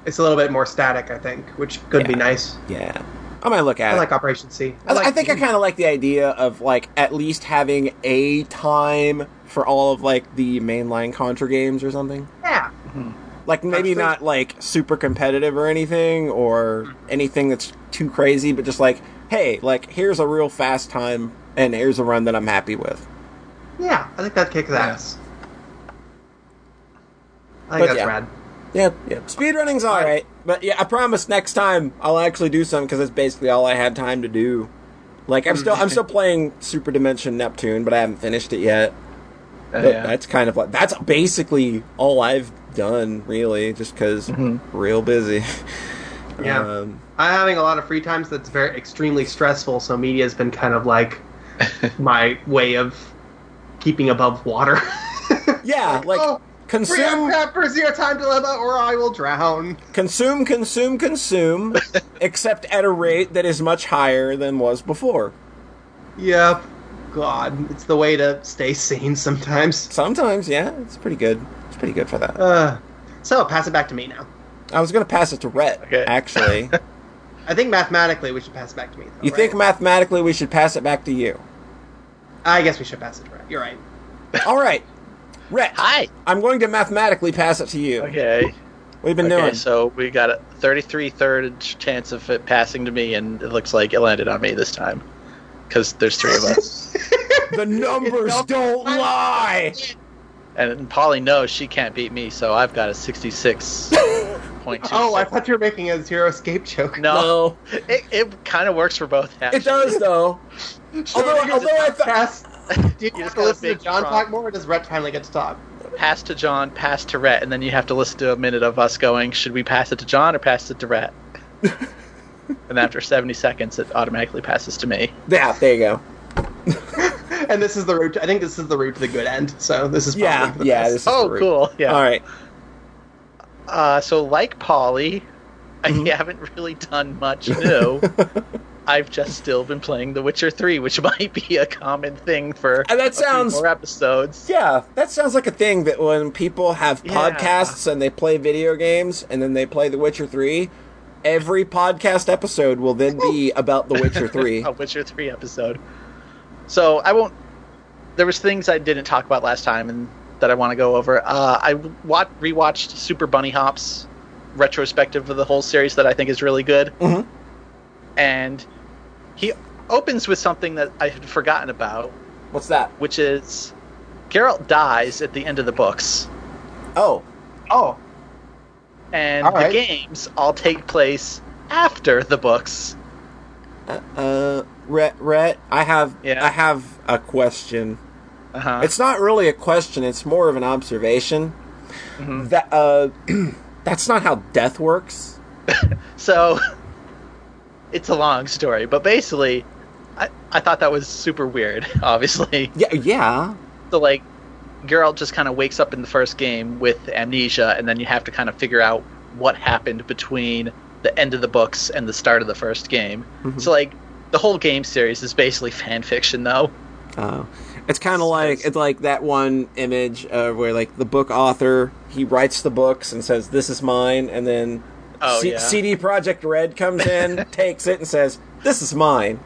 [SPEAKER 4] It's a little bit more static, I think, which could be
[SPEAKER 3] Yeah.
[SPEAKER 4] nice.
[SPEAKER 3] Yeah, I might look at
[SPEAKER 4] I
[SPEAKER 3] it.
[SPEAKER 4] like Operation C.
[SPEAKER 3] I, I think I kind of like the idea of like at least having a time for all of like the mainline Contra games or something.
[SPEAKER 4] yeah.
[SPEAKER 3] Like maybe
[SPEAKER 4] Absolutely.
[SPEAKER 3] not like super competitive or anything or anything that's too crazy, but just like hey, like here's a real fast time and here's a run that I'm happy with.
[SPEAKER 4] Yeah, I think that kicks ass. I
[SPEAKER 3] But
[SPEAKER 4] think that's
[SPEAKER 3] yeah.
[SPEAKER 4] rad.
[SPEAKER 3] Yep, yep. Speedrunning's all right. but yeah, I promise next time I'll actually do something because that's basically all I had time to do. Like I'm still I'm still playing Super Dimension Neptune, but I haven't finished it yet.
[SPEAKER 1] Oh,
[SPEAKER 3] But
[SPEAKER 1] yeah.
[SPEAKER 3] That's kind of like that's basically all I've done really, just because real busy.
[SPEAKER 4] Yeah.
[SPEAKER 3] Um,
[SPEAKER 4] I'm having a lot of free times that's very extremely stressful, so media's been kind of like my way of keeping above water.
[SPEAKER 3] yeah, like
[SPEAKER 4] oh, Free
[SPEAKER 3] consume,
[SPEAKER 4] up for zero time dilemma, or I will drown.
[SPEAKER 3] consume, consume, consume, except at a rate that is much higher than was before.
[SPEAKER 4] Yep. God, it's the way to stay sane sometimes.
[SPEAKER 3] Sometimes, yeah, it's pretty good. It's pretty good for that.
[SPEAKER 4] Uh, so pass it back to me now.
[SPEAKER 3] I was gonna pass it to Rhett,
[SPEAKER 1] Okay.
[SPEAKER 3] actually.
[SPEAKER 4] I think mathematically we should pass it back to me. Though,
[SPEAKER 3] you
[SPEAKER 4] right?
[SPEAKER 3] think mathematically we should pass it back to you?
[SPEAKER 4] I guess we should pass it. to Brett. You're right.
[SPEAKER 3] All right, Rhett.
[SPEAKER 1] Hi.
[SPEAKER 3] I'm going to mathematically pass it to you.
[SPEAKER 1] Okay.
[SPEAKER 3] We've been
[SPEAKER 1] okay,
[SPEAKER 3] doing.
[SPEAKER 1] so we got a 33 third chance of it passing to me, and it looks like it landed on me this time. Because there's three of us.
[SPEAKER 3] the numbers don't lie.
[SPEAKER 1] and Polly knows she can't beat me, so I've got a 66.2.
[SPEAKER 4] Oh, I thought you were making a zero escape joke.
[SPEAKER 1] No. It, it kind of works for both.
[SPEAKER 3] It
[SPEAKER 1] Actually.
[SPEAKER 3] does though. although
[SPEAKER 4] Schrödinger's
[SPEAKER 3] although I thought
[SPEAKER 4] Pass. Do you
[SPEAKER 1] You just
[SPEAKER 4] have
[SPEAKER 1] got
[SPEAKER 4] to
[SPEAKER 1] a
[SPEAKER 4] listen to
[SPEAKER 1] big
[SPEAKER 4] John
[SPEAKER 1] frog.
[SPEAKER 4] talk more, or does Rhett finally get to talk?
[SPEAKER 1] Pass to John, pass to Rhett, and then you have to listen to a minute of us going, should we pass it to John or pass it to Rhett? and after 70 seconds, it automatically passes to me.
[SPEAKER 3] yeah, there you go.
[SPEAKER 4] And this is the route. To, I think this is the route to the good end. So this is probably
[SPEAKER 3] Yeah,
[SPEAKER 4] for the
[SPEAKER 3] yeah.
[SPEAKER 4] best.
[SPEAKER 3] This is
[SPEAKER 1] Oh,
[SPEAKER 3] great.
[SPEAKER 1] cool. Yeah.
[SPEAKER 3] All right.
[SPEAKER 1] Uh, so, like Polly,
[SPEAKER 3] Mm-hmm.
[SPEAKER 1] I haven't really done much new. I've just still been playing The Witcher 3, which might be a common thing for
[SPEAKER 3] And that
[SPEAKER 1] a few
[SPEAKER 3] sounds-
[SPEAKER 1] more episodes.
[SPEAKER 3] Yeah, that sounds like a thing that when people have
[SPEAKER 1] Yeah.
[SPEAKER 3] podcasts and they play video games and then they play The Witcher Three, every podcast episode will then be about The Witcher Three.
[SPEAKER 1] a Witcher 3 episode. So I won't. There was things I didn't talk about last time and that I want to go over. Uh, I wa- rewatched Super Bunny Hop's retrospective of the whole series that I think is really good.
[SPEAKER 3] Mhm.
[SPEAKER 1] And he opens with something that I had forgotten about,
[SPEAKER 3] What's that?
[SPEAKER 1] which is Geralt dies at the end of the books,
[SPEAKER 3] Oh,
[SPEAKER 4] Oh,
[SPEAKER 1] and
[SPEAKER 4] All right.
[SPEAKER 1] the games all take place after the books.
[SPEAKER 3] uh, Rhett, Rhett, I have,
[SPEAKER 1] Yeah.
[SPEAKER 3] I have a question.
[SPEAKER 1] Uh-huh.
[SPEAKER 3] It's not really a question; it's more of an observation.
[SPEAKER 1] Mm-hmm.
[SPEAKER 3] That uh, that's not how death works.
[SPEAKER 1] So it's a long story, but basically, I, I thought that was super weird. Obviously,
[SPEAKER 3] Yeah, yeah.
[SPEAKER 1] so like, Geralt just kind of wakes up in the first game with amnesia, and then you have to kind of figure out what happened between the end of the books and the start of the first game. So like, the whole game series is basically fan fiction, though.
[SPEAKER 3] Oh. It's kind of like it's like that one image uh, where like the book author he writes the books and says this is mine, and then
[SPEAKER 1] Oh,
[SPEAKER 3] C-
[SPEAKER 1] yeah.
[SPEAKER 3] CD Project Red comes in, takes it, and says this is mine.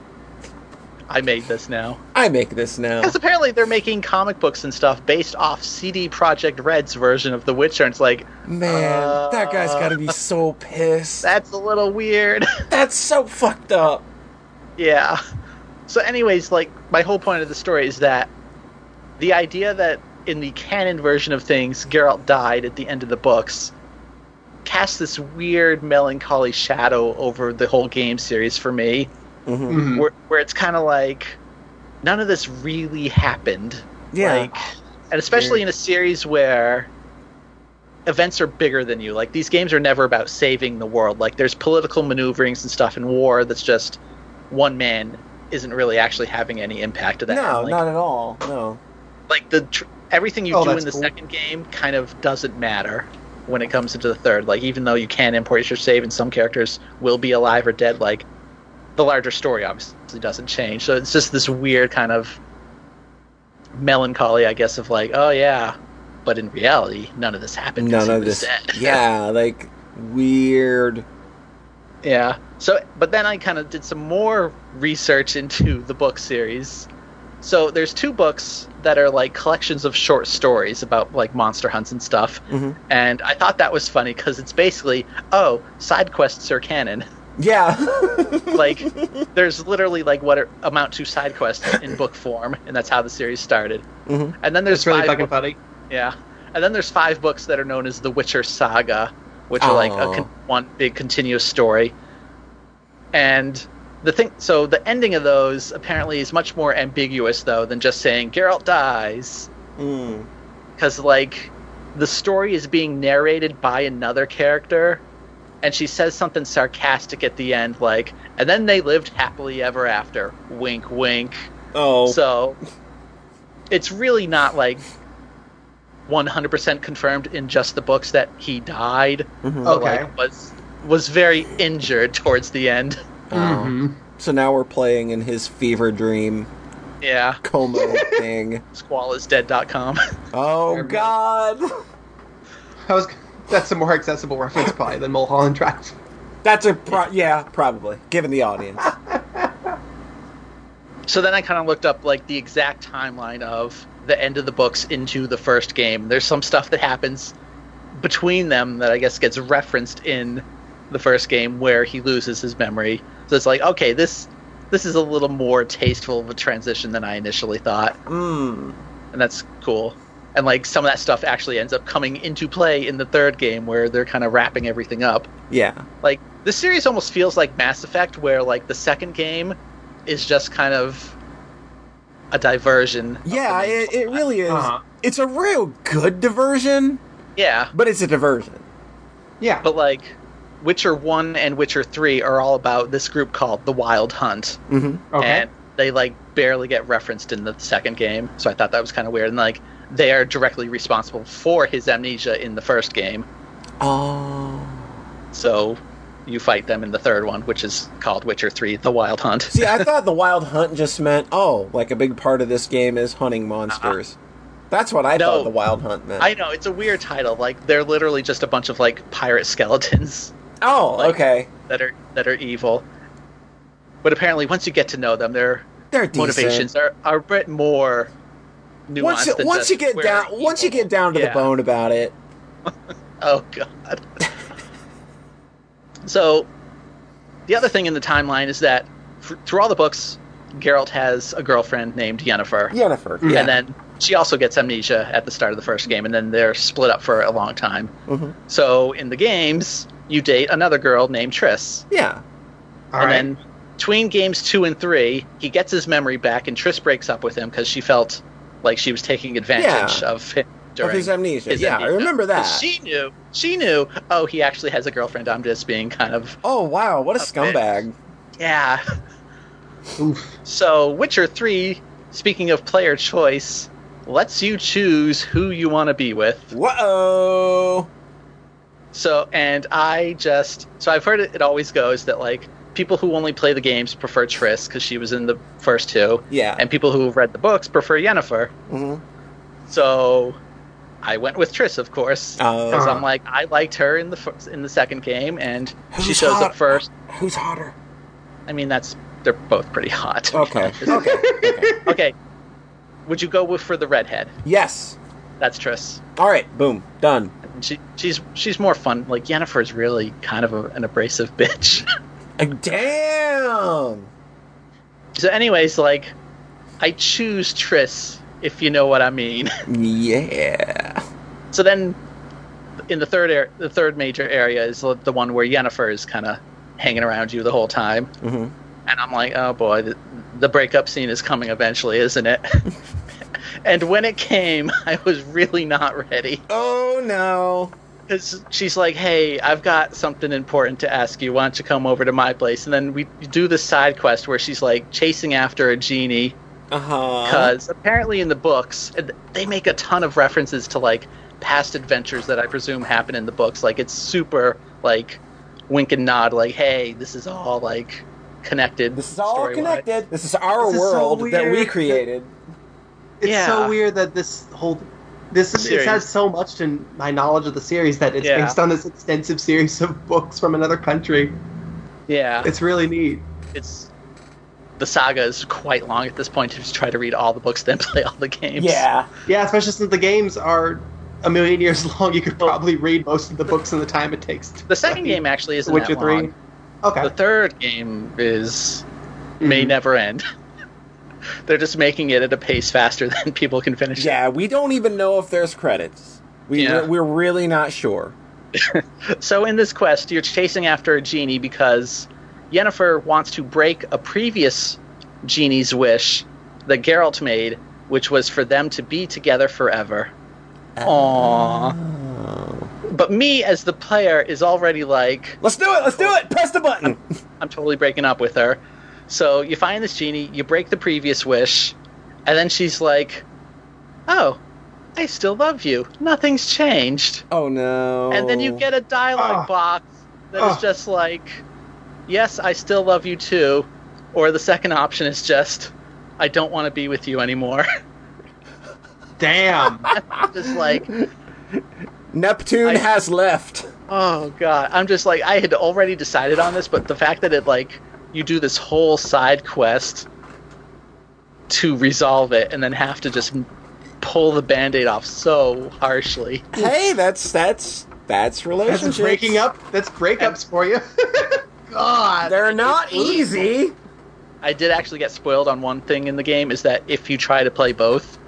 [SPEAKER 1] I made this now.
[SPEAKER 3] I make this now.
[SPEAKER 1] Because apparently they're making comic books and stuff based off CD Projekt Red's version of The Witcher. And it's like,
[SPEAKER 3] Man,
[SPEAKER 1] Uh.
[SPEAKER 3] that guy's got to be so pissed.
[SPEAKER 1] that's a little weird.
[SPEAKER 3] That's so fucked up.
[SPEAKER 1] yeah. So, anyways, like, my whole point of the story is that the idea that in the canon version of things, Geralt died at the end of the books casts this weird, melancholy shadow over the whole game series for me,
[SPEAKER 4] Mhm.
[SPEAKER 1] where, where it's kind of like, none of this really happened.
[SPEAKER 3] Yeah.
[SPEAKER 1] Like, and especially in a series where events are bigger than you. Like, these games are never about saving the world. Like, there's political maneuverings and stuff in war that's just one man isn't really actually having any impact to that.
[SPEAKER 3] no,
[SPEAKER 1] like,
[SPEAKER 3] not at all. No.
[SPEAKER 1] like the tr- everything you
[SPEAKER 4] Oh,
[SPEAKER 1] do in
[SPEAKER 4] that's
[SPEAKER 1] the
[SPEAKER 4] cool.
[SPEAKER 1] second game kind of doesn't matter when it comes into the third. Like, even though you can import your save and some characters will be alive or dead, like, the larger story obviously doesn't change. So it's just this weird kind of melancholy, I guess, of like, oh yeah, but in reality, none of this happened. 'cause
[SPEAKER 3] None
[SPEAKER 1] he
[SPEAKER 3] of
[SPEAKER 1] was
[SPEAKER 3] this.
[SPEAKER 1] dead.
[SPEAKER 3] yeah, like weird.
[SPEAKER 1] yeah. So, but then I kind of did some more research into the book series. So there's two books that are like collections of short stories about like monster hunts and stuff.
[SPEAKER 4] Mm-hmm.
[SPEAKER 1] And I thought that was funny because it's basically, oh, side quests are canon.
[SPEAKER 3] Yeah.
[SPEAKER 1] like there's literally like what are, amount to side quests in book form, and that's how the series started.
[SPEAKER 3] Mhm.
[SPEAKER 1] And then there's
[SPEAKER 4] It's Mm-hmm. really
[SPEAKER 1] five
[SPEAKER 4] fucking
[SPEAKER 1] books-
[SPEAKER 4] funny.
[SPEAKER 1] yeah, and then there's five books that are known as the Witcher Saga, which are like
[SPEAKER 3] Oh.
[SPEAKER 1] a con- one big continuous story. And the thing, so the ending of those apparently is much more ambiguous though than just saying Geralt dies, Hmm.
[SPEAKER 3] Mm.
[SPEAKER 1] because like the story is being narrated by another character, and she says something sarcastic at the end, like, "And then they lived happily ever after." Wink, wink.
[SPEAKER 3] Oh.
[SPEAKER 1] So it's really not like 100% confirmed in just the books that he died.
[SPEAKER 3] Mhm.
[SPEAKER 1] but,
[SPEAKER 4] Okay.
[SPEAKER 1] like, was was very injured towards the end.
[SPEAKER 3] Oh.
[SPEAKER 4] Mm-hmm.
[SPEAKER 3] So now we're playing in his fever dream
[SPEAKER 1] Yeah.
[SPEAKER 3] coma thing.
[SPEAKER 1] Squallisdead.com.
[SPEAKER 3] Oh
[SPEAKER 4] Everybody-
[SPEAKER 3] God.
[SPEAKER 4] I was, that's a more accessible reference probably than Mulholland Drive.
[SPEAKER 3] That's a pro- yeah, probably given the audience.
[SPEAKER 1] so then I kind of looked up like the exact timeline of the end of the books into the first game. There's some stuff that happens between them that I guess gets referenced in the first game where he loses his memory. So it's like, okay, this this is a little more tasteful of a transition than I initially thought.
[SPEAKER 3] Mm.
[SPEAKER 1] and that's cool. And like some of that stuff actually ends up coming into play in the third game where they're kind of wrapping everything up.
[SPEAKER 3] Yeah.
[SPEAKER 1] Like the series almost feels like Mass Effect where like the second game is just kind of a diversion. of the
[SPEAKER 3] Yeah.
[SPEAKER 1] main
[SPEAKER 3] It, it
[SPEAKER 1] plot.
[SPEAKER 3] really is.
[SPEAKER 4] Uh-huh.
[SPEAKER 3] It's a real good diversion,
[SPEAKER 1] Yeah,
[SPEAKER 3] but it's a diversion.
[SPEAKER 4] Yeah.
[SPEAKER 1] but like Witcher 1 and Witcher 3 are all about this group called the Wild Hunt.
[SPEAKER 3] Mm-hmm.
[SPEAKER 4] okay.
[SPEAKER 1] and they like barely get referenced in the second game so i thought that was kind of weird and like they are directly responsible for his amnesia in the first game
[SPEAKER 3] Oh.
[SPEAKER 1] so you fight them in the third one which is called witcher 3 the wild hunt
[SPEAKER 3] See, I thought the wild hunt just meant oh, like a big part of this game is hunting monsters. That's what I
[SPEAKER 1] Uh-huh. No.
[SPEAKER 3] thought the wild hunt meant.
[SPEAKER 1] i know it's a weird title like they're literally just a bunch of like pirate skeletons
[SPEAKER 3] oh,
[SPEAKER 1] like-
[SPEAKER 3] okay.
[SPEAKER 1] that are that are evil but apparently once you get to know them their
[SPEAKER 3] They're decent.
[SPEAKER 1] motivations are, are a bit more nuanced
[SPEAKER 3] Once,
[SPEAKER 1] than
[SPEAKER 3] once
[SPEAKER 1] just
[SPEAKER 3] you get
[SPEAKER 1] we're
[SPEAKER 3] down, once you
[SPEAKER 1] evil.
[SPEAKER 3] get down to the
[SPEAKER 1] Yeah.
[SPEAKER 3] bone about it,
[SPEAKER 1] Oh god. so, the other thing in the timeline is that f- through all the books, Geralt has a girlfriend named Yennefer,
[SPEAKER 3] Jennifer.
[SPEAKER 4] Mm.
[SPEAKER 3] Yeah.
[SPEAKER 1] and then she also gets amnesia at the start of the first game, and then they're split up for a long time.
[SPEAKER 3] Mhm.
[SPEAKER 1] So, in the games, you date another girl named Triss,
[SPEAKER 3] yeah.
[SPEAKER 4] All
[SPEAKER 1] and
[SPEAKER 4] right.
[SPEAKER 1] then between games two and three, he gets his memory back, and Triss breaks up with him because she felt like she was taking advantage
[SPEAKER 3] Yeah.
[SPEAKER 1] of him.
[SPEAKER 3] Of
[SPEAKER 1] During
[SPEAKER 3] his amnesia.
[SPEAKER 1] his
[SPEAKER 3] yeah,
[SPEAKER 1] amnesia.
[SPEAKER 3] I remember that.
[SPEAKER 1] 'Cause She knew. She knew. Oh, he actually has a girlfriend. I'm just being kind of.
[SPEAKER 3] oh wow, what a
[SPEAKER 1] bitch.
[SPEAKER 3] scumbag!
[SPEAKER 1] Yeah.
[SPEAKER 4] Oof.
[SPEAKER 1] So, Witcher 3, speaking of player choice, lets you choose who you want to be with.
[SPEAKER 3] Whoa!
[SPEAKER 1] So, and I just. So, I've heard it, it always goes that, like, people who only play the games prefer Triss because she was in the first two,
[SPEAKER 3] Yeah.
[SPEAKER 1] and people who have read the books prefer Yennefer.
[SPEAKER 3] Mhm.
[SPEAKER 1] So, I went with Triss, of course.
[SPEAKER 3] Uh,
[SPEAKER 1] because
[SPEAKER 4] Uh-huh.
[SPEAKER 1] I'm like I liked her in the first, in the second game, and she
[SPEAKER 3] Who's
[SPEAKER 1] shows
[SPEAKER 3] hot?
[SPEAKER 1] up first.
[SPEAKER 3] who's hotter?
[SPEAKER 1] I mean, that's they're both pretty hot.
[SPEAKER 3] Okay. okay. okay.
[SPEAKER 1] okay, would you go with for the redhead?
[SPEAKER 3] Yes.
[SPEAKER 1] That's Triss.
[SPEAKER 3] All right. Boom. Done.
[SPEAKER 1] She she's she's more fun. Like Yennefer's really kind of a, an abrasive bitch.
[SPEAKER 3] Uh, Damn.
[SPEAKER 1] so, anyways, like I choose Triss if you know what I mean.
[SPEAKER 3] Yeah.
[SPEAKER 1] so then, in the third air, the third major area is the the one where Yennefer is kind of hanging around you the whole time.
[SPEAKER 3] hmm
[SPEAKER 1] And I'm like, oh boy, the, the breakup scene is coming eventually, isn't it? and when it came, I was really not ready.
[SPEAKER 3] Oh no.
[SPEAKER 1] 'Cause she's like, hey, I've got something important to ask you. Why don't you come over to my place? And then we do the side quest where she's like chasing after a genie.
[SPEAKER 3] Uh huh.
[SPEAKER 1] Because apparently in the books, and they make a ton of references to like past adventures that I presume happen in the books. Like it's super like wink and nod, like, hey, this is all like connected.
[SPEAKER 3] This is all
[SPEAKER 1] story-wise.
[SPEAKER 3] connected. This is our
[SPEAKER 4] This is so
[SPEAKER 3] world that we
[SPEAKER 4] weird.
[SPEAKER 3] created.
[SPEAKER 4] It's
[SPEAKER 1] Yeah.
[SPEAKER 4] so weird that this whole this is, it
[SPEAKER 1] Series.
[SPEAKER 4] has so much to my knowledge of the series that it's
[SPEAKER 1] Yeah.
[SPEAKER 4] based on this extensive series of books from another country.
[SPEAKER 1] Yeah.
[SPEAKER 4] It's really neat.
[SPEAKER 1] it's the saga is quite long at this point to just try to read all the books then play all the games
[SPEAKER 3] Yeah.
[SPEAKER 4] Yeah, especially since the games are a million years long. You could probably read most of the books in the time it takes. To
[SPEAKER 1] the second
[SPEAKER 4] play
[SPEAKER 1] game actually isn't
[SPEAKER 4] Witcher
[SPEAKER 1] that
[SPEAKER 4] Three.
[SPEAKER 1] long.
[SPEAKER 4] Okay.
[SPEAKER 1] the third game is may
[SPEAKER 4] Mhm.
[SPEAKER 1] never end they're just making it at a pace faster than people can finish
[SPEAKER 3] Yeah. We don't even know if there's credits. We
[SPEAKER 1] Yeah.
[SPEAKER 3] we're, we're really not sure.
[SPEAKER 1] it so in this quest you're chasing after a genie because Yennefer wants to break a previous genie's wish that Geralt made which was for them to be together forever Aww. But me as the player is already like,
[SPEAKER 3] Let's do it. Let's do it. Press the button.
[SPEAKER 1] I'm totally breaking up with her. So you find this genie, you break the previous wish, and then she's like, Oh, I still love you. Nothing's changed.
[SPEAKER 3] Oh no.
[SPEAKER 1] And then you get a dialogue
[SPEAKER 4] Ah.
[SPEAKER 1] box that is
[SPEAKER 4] Ah.
[SPEAKER 1] just like, Yes, I still love you too. Or the second option is just, I don't want to be with you anymore.
[SPEAKER 4] Damn.
[SPEAKER 1] just like,
[SPEAKER 3] Neptune
[SPEAKER 1] I-
[SPEAKER 3] has left.
[SPEAKER 1] Oh god, I'm just like I had already decided on this, but the fact that it like you do this whole side quest to resolve it and then have to just pull the band-aid off so harshly.
[SPEAKER 3] hey, that's that's that's relationships.
[SPEAKER 4] That's breaking up. That's breakups for you. God.
[SPEAKER 3] They're not easy.
[SPEAKER 1] I did actually get spoiled on one thing in the game is that if you try to play both,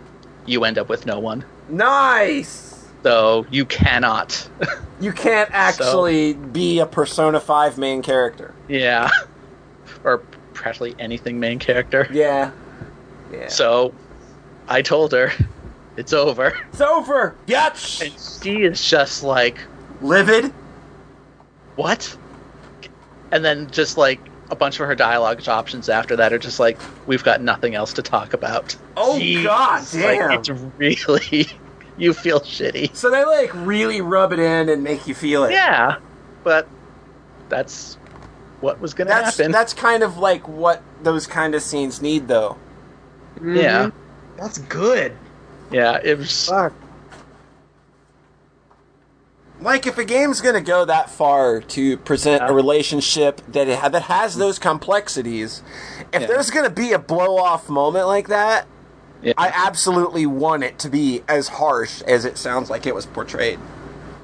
[SPEAKER 1] you end up with no one.
[SPEAKER 3] Nice.
[SPEAKER 1] So you cannot.
[SPEAKER 3] You can't actually be a Persona Five main character.
[SPEAKER 1] yeah. or practically anything main character.
[SPEAKER 3] Yeah. Yeah.
[SPEAKER 1] So I told her it's over.
[SPEAKER 3] it's over. Yep.
[SPEAKER 1] And she is just like
[SPEAKER 3] Livid.
[SPEAKER 1] what? And then just like a bunch of her dialogue options after that are just like, we've got nothing else to talk about.
[SPEAKER 3] Oh
[SPEAKER 1] Jeez.
[SPEAKER 3] god, damn.
[SPEAKER 1] Like, it's really, you feel shitty.
[SPEAKER 3] so they like really rub it in and make you feel it.
[SPEAKER 1] Yeah, but that's what was going to
[SPEAKER 3] That's
[SPEAKER 1] happen.
[SPEAKER 3] that's kind of like what those kind of scenes need, though.
[SPEAKER 1] yeah,
[SPEAKER 4] Mm-hmm. That's good.
[SPEAKER 1] yeah, it was.
[SPEAKER 4] Fuck.
[SPEAKER 3] Like, if a game's going to go that far to present a relationship that it ha- that has those complexities, if
[SPEAKER 1] Yeah.
[SPEAKER 3] there's going to be a blow off moment like that,
[SPEAKER 1] Yeah.
[SPEAKER 3] I absolutely want it to be as harsh as it sounds like it was portrayed.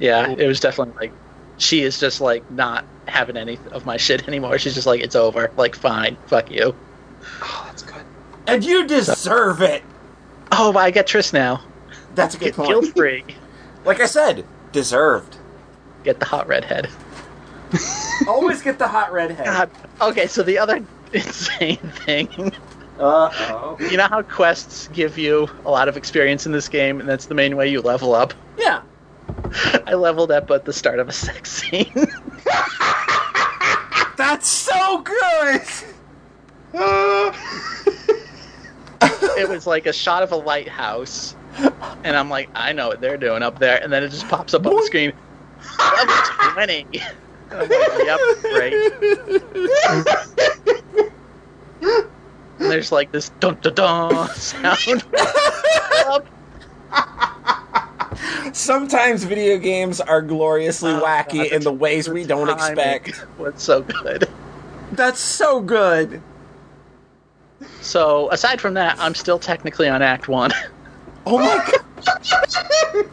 [SPEAKER 1] yeah, it was definitely like, she is just like not having any of my shit anymore. She's just like, it's over. Like, fine, fuck you.
[SPEAKER 4] Oh, that's good.
[SPEAKER 3] And you deserve it.
[SPEAKER 1] Oh, I get Triss now.
[SPEAKER 3] That's a good
[SPEAKER 1] Get guilt
[SPEAKER 3] point.
[SPEAKER 1] free.
[SPEAKER 3] Like I said, deserved.
[SPEAKER 1] Get the hot redhead.
[SPEAKER 3] Always get the hot redhead.
[SPEAKER 1] God. Okay, so the other insane thing.
[SPEAKER 3] Uh oh.
[SPEAKER 1] You know how quests give you a lot of experience in this game, and that's the main way you level up?
[SPEAKER 3] Yeah.
[SPEAKER 1] I leveled up at the start of a sex scene.
[SPEAKER 3] That's so
[SPEAKER 6] so good.
[SPEAKER 1] it was like a shot of a lighthouse, and I'm like, I know what they're doing up there, and then it just pops up on the screen. Level twenty. And I'm like, yep, great. And there's like this dun dun dun sound.
[SPEAKER 3] Sometimes video games are gloriously
[SPEAKER 1] Oh, God,
[SPEAKER 3] wacky in
[SPEAKER 1] that's
[SPEAKER 3] Uh, the ways we don't
[SPEAKER 1] Timing
[SPEAKER 3] expect.
[SPEAKER 1] was so good.
[SPEAKER 6] That's so good.
[SPEAKER 1] So aside from that, I'm still technically on Act One.
[SPEAKER 3] Oh my god.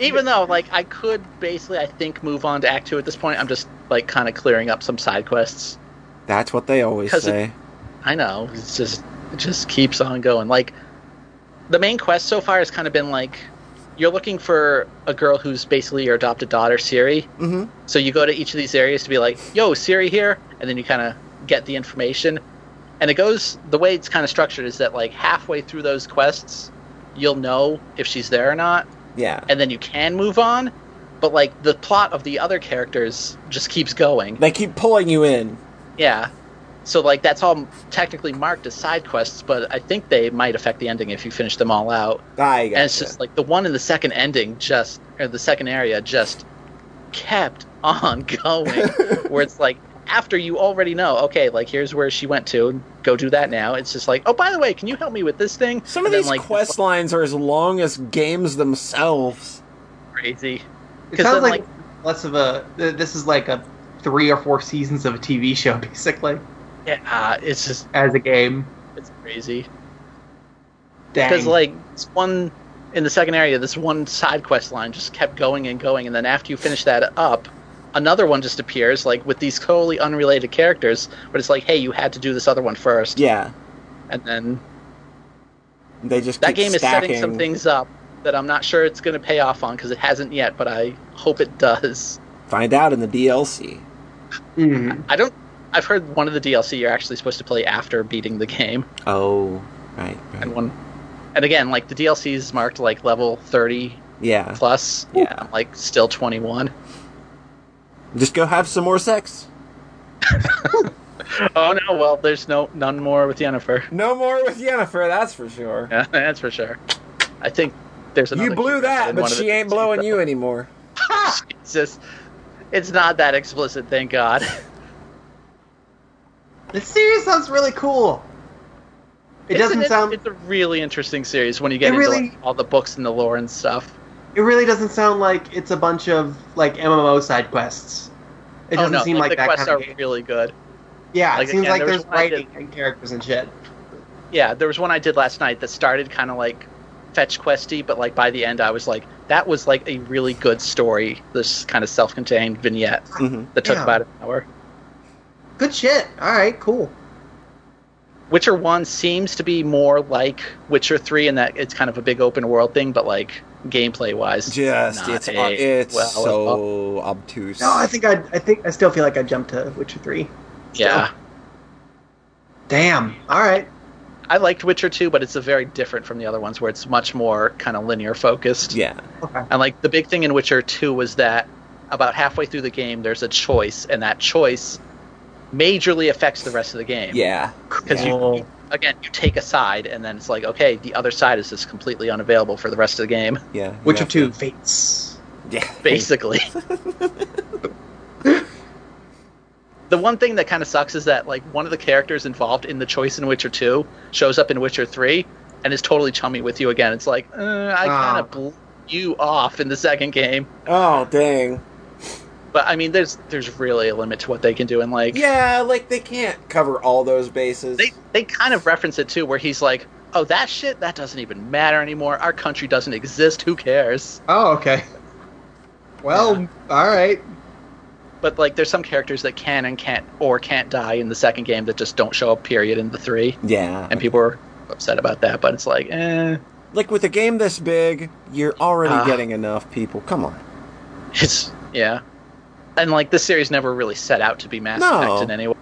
[SPEAKER 1] Even though, like, I could basically, I think, move on to Act Two at this point. I'm just like kind of clearing up some side quests.
[SPEAKER 3] That's what they always
[SPEAKER 1] 'Cause it-
[SPEAKER 3] say.
[SPEAKER 1] I know it's just it just keeps on going. Like, the main quest so far has kind of been like, you're looking for a girl who's basically your adopted daughter, Siri.
[SPEAKER 3] Mhm.
[SPEAKER 1] So you go to each of these areas to be like, "Yo, Siri here," and then you kind of get the information. And it goes the way it's kind of structured is that like halfway through those quests, you'll know if she's there or not.
[SPEAKER 3] Yeah.
[SPEAKER 1] and then you can move on. But like the plot of the other characters just keeps going.
[SPEAKER 3] They keep pulling you in.
[SPEAKER 1] Yeah. So like that's all technically marked as side quests, but I think they might affect the ending if you finish them all out.
[SPEAKER 3] I
[SPEAKER 1] And it's
[SPEAKER 3] gotcha.
[SPEAKER 1] just like the one in the second ending just or the second area just kept on going where it's like after you already know, okay, like here's where she went to, go do that now. It's just like, oh by the way, can you help me with this thing?
[SPEAKER 3] Some of
[SPEAKER 1] And then,
[SPEAKER 3] these
[SPEAKER 1] like,
[SPEAKER 3] quest lines are as long as games themselves.
[SPEAKER 1] crazy.
[SPEAKER 4] It
[SPEAKER 1] 'Cause
[SPEAKER 4] sounds
[SPEAKER 1] then,
[SPEAKER 4] like, less of a. th- This is like a three or four seasons of a TV show, basically,
[SPEAKER 1] Yeah, it's just
[SPEAKER 4] as a game.
[SPEAKER 1] it's crazy.
[SPEAKER 4] Dang.
[SPEAKER 1] Because like this one in the second area, this one side quest line just kept going and going, and then after you finish that up, another one just appears like with these totally unrelated characters. But it's like, hey, you had to do this other one first,
[SPEAKER 3] Yeah.
[SPEAKER 1] and then
[SPEAKER 3] They just
[SPEAKER 1] that
[SPEAKER 3] keep
[SPEAKER 1] game is
[SPEAKER 3] stacking.
[SPEAKER 1] setting some things up that I'm not sure it's going to pay off on because it hasn't yet, but I hope it does.
[SPEAKER 3] Find out in the DLC.
[SPEAKER 4] Mhm.
[SPEAKER 1] I don't. I've heard one of the DLC you're actually supposed to play after beating the game,
[SPEAKER 3] Oh, right. right.
[SPEAKER 1] and one, and again, like the DLC is marked like level thirty
[SPEAKER 3] Yeah.
[SPEAKER 1] plus.
[SPEAKER 3] Yeah.
[SPEAKER 1] I'm, like still twenty one.
[SPEAKER 3] Just go have some more sex.
[SPEAKER 1] Oh no! Well, there's no none more with Yennefer.
[SPEAKER 3] No more with Yennefer, that's for sure.
[SPEAKER 1] Yeah, that's for sure. I think there's another.
[SPEAKER 3] You blew
[SPEAKER 1] character
[SPEAKER 3] that,
[SPEAKER 1] in
[SPEAKER 3] but
[SPEAKER 1] one of
[SPEAKER 3] she
[SPEAKER 1] the-
[SPEAKER 3] ain't blowing you anymore.
[SPEAKER 1] It's just, it's not that explicit. Thank God.
[SPEAKER 4] The series sounds really cool. It
[SPEAKER 1] It's
[SPEAKER 4] doesn't
[SPEAKER 1] an-
[SPEAKER 4] sound.
[SPEAKER 1] It's a really interesting series when you get
[SPEAKER 4] It
[SPEAKER 1] into
[SPEAKER 4] really-
[SPEAKER 1] like, all the books and the lore and stuff.
[SPEAKER 4] It really doesn't sound like it's a bunch of like MMO side quests. It
[SPEAKER 1] oh
[SPEAKER 4] doesn't
[SPEAKER 1] no!
[SPEAKER 4] seem
[SPEAKER 1] like,
[SPEAKER 4] like,
[SPEAKER 1] the
[SPEAKER 4] that
[SPEAKER 1] quests
[SPEAKER 4] kind of
[SPEAKER 1] are
[SPEAKER 4] game.
[SPEAKER 1] really good.
[SPEAKER 4] Yeah,
[SPEAKER 1] like,
[SPEAKER 4] it seems
[SPEAKER 1] again,
[SPEAKER 4] like
[SPEAKER 1] there was
[SPEAKER 4] there's
[SPEAKER 1] one I
[SPEAKER 4] writing and characters and shit.
[SPEAKER 1] Yeah, there was one I did last night that started kind of like fetch questy, but like by the end I was like, that was like a really good story. This kind of self-contained vignette
[SPEAKER 3] Mhm.
[SPEAKER 1] that took
[SPEAKER 4] Yeah.
[SPEAKER 1] about an hour.
[SPEAKER 4] Good shit. All right, cool.
[SPEAKER 1] Witcher 1 seems to be more like Witcher 3 in that it's kind of a big open world thing, but like gameplay wise.
[SPEAKER 3] Just, it's, uh, it's so obtuse.
[SPEAKER 4] No, I think I I think I still feel like I jumped to Witcher three.
[SPEAKER 1] Yeah.
[SPEAKER 4] Damn. All right.
[SPEAKER 1] I liked Witcher 2, but it's a very different from the other ones where it's much more kind of linear focused.
[SPEAKER 3] yeah.
[SPEAKER 1] And like the big thing in Witcher 2 was that about halfway through the game, there's a choice, and that choice majorly affects the rest of the game.
[SPEAKER 3] Yeah.
[SPEAKER 1] Because you, again, you take a side, and then it's like, okay, the other side is just completely unavailable for the rest of the game,
[SPEAKER 3] Yeah. you
[SPEAKER 4] Witcher
[SPEAKER 3] have
[SPEAKER 4] two
[SPEAKER 3] to-
[SPEAKER 4] fates.
[SPEAKER 3] Yeah.
[SPEAKER 1] basically. the one thing that kind of sucks is that like one of the characters involved in the choice in Witcher 2 shows up in Witcher 3 and is totally chummy with you again. It's like, uh, I kind
[SPEAKER 4] Ah.
[SPEAKER 1] of blew you off in the second game.
[SPEAKER 3] Oh, dang.
[SPEAKER 1] But I mean, there's there's really a limit to what they can do, and like
[SPEAKER 3] Yeah, like they can't cover all those bases.
[SPEAKER 1] they they kind of reference it too, where he's like, "Oh, that shit, that doesn't even matter anymore. Our country doesn't exist. Who cares?"
[SPEAKER 4] Oh, okay. Well, all right.
[SPEAKER 1] But like, there's some characters that can and can't or can't die in the second game that just don't show up. Period in the three,
[SPEAKER 3] yeah.
[SPEAKER 1] and people are upset about that. But it's like, eh,
[SPEAKER 3] Like with a game this big, you're already
[SPEAKER 1] Ah.
[SPEAKER 3] getting enough people. Come on.
[SPEAKER 1] it's yeah. And like, this series never really set out to be Mass
[SPEAKER 3] No.
[SPEAKER 1] Effect in any way.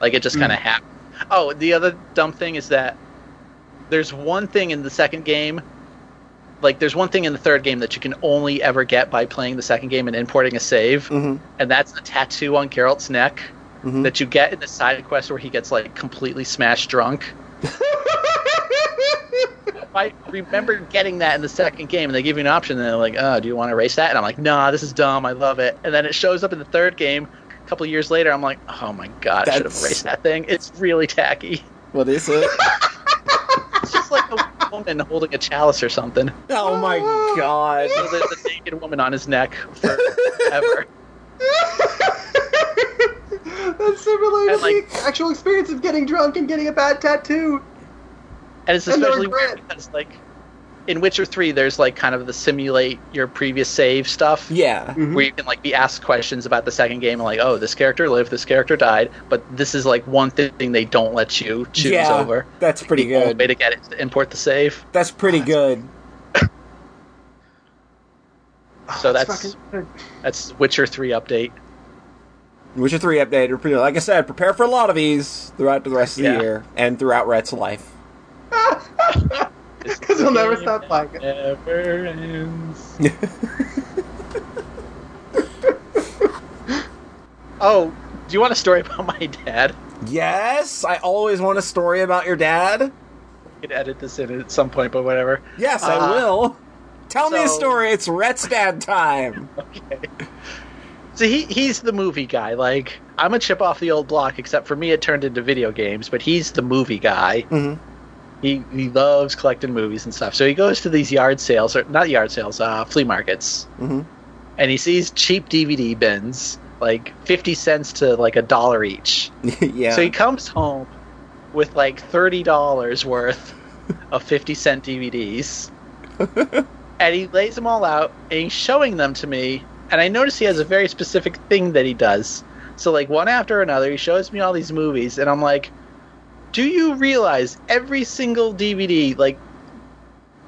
[SPEAKER 1] Like, it just kind of happened. Oh, the other dumb thing is that there's one thing in the second game like there's one thing in the third game that you can only ever get by playing the second game and importing a save
[SPEAKER 3] Mhm.
[SPEAKER 1] and that's a tattoo on Geralt's neck
[SPEAKER 4] Mm-hmm.
[SPEAKER 1] that you get in the side quest where he gets like completely smashed drunk. I remember getting that in the second game, and they give you an option, and they're like, "Oh, do you want to erase that?" And I'm like, "Nah, this is dumb. I love it." And then it shows up in the third game. A couple years later, I'm like, "Oh my god, I should have
[SPEAKER 3] That's-
[SPEAKER 1] erased that thing. It's really tacky.
[SPEAKER 3] What is it?
[SPEAKER 1] It's just like a woman holding a chalice or something.
[SPEAKER 3] oh my god.
[SPEAKER 1] So there's a naked woman on his neck forever."
[SPEAKER 4] That's so related
[SPEAKER 1] And, like-
[SPEAKER 4] to the actual experience of getting drunk and getting a bad tattoo.
[SPEAKER 1] And it's
[SPEAKER 4] And the
[SPEAKER 1] especially weird
[SPEAKER 4] regret.
[SPEAKER 1] because, like, in Witcher 3, there's, like, kind of the simulate your previous save stuff.
[SPEAKER 3] Yeah.
[SPEAKER 1] Where you can, like, be asked questions about the second game, like, oh, this character lived, this character died. But this is, like, one thing they don't let you choose
[SPEAKER 3] yeah.
[SPEAKER 1] over.
[SPEAKER 3] That's pretty
[SPEAKER 1] the only
[SPEAKER 3] good.
[SPEAKER 1] way to get it is to import the save.
[SPEAKER 3] That's pretty good. Oh,
[SPEAKER 1] So
[SPEAKER 4] That's
[SPEAKER 1] that's
[SPEAKER 4] fucking good.
[SPEAKER 1] that's Witcher 3 update.
[SPEAKER 3] Witcher 3 update. or pretty- Like I said, prepare for a lot of these throughout the rest of
[SPEAKER 1] Yeah.
[SPEAKER 3] the year and throughout Rhett's life.
[SPEAKER 4] Because he'll never stop playing it.
[SPEAKER 1] Never ends. oh, do you want a story about my dad?
[SPEAKER 3] Yes, I always want a story about your dad.
[SPEAKER 1] I could edit this in at some point, but whatever.
[SPEAKER 3] Yes, I
[SPEAKER 1] Uh,
[SPEAKER 3] will. Tell me a
[SPEAKER 1] so-
[SPEAKER 3] story. It's Rhett's dad time.
[SPEAKER 1] So he he's the movie guy. Like I'm a chip off the old block, except for me, it turned into video games. But he's the movie guy.
[SPEAKER 3] Mhm.
[SPEAKER 1] He he loves collecting movies and stuff. So he goes to these yard sales or not yard sales, uh, flea markets,
[SPEAKER 3] Mhm.
[SPEAKER 1] and he sees cheap DVD bins, like fifty cents to like a dollar each.
[SPEAKER 3] yeah.
[SPEAKER 1] So he comes home with like thirty dollars worth of fifty cent DVDs, and he lays them all out and he's showing them to me. And I notice he has a very specific thing that he does. So like one after another, he shows me all these movies, and I'm like, "Do you realize every single DVD, like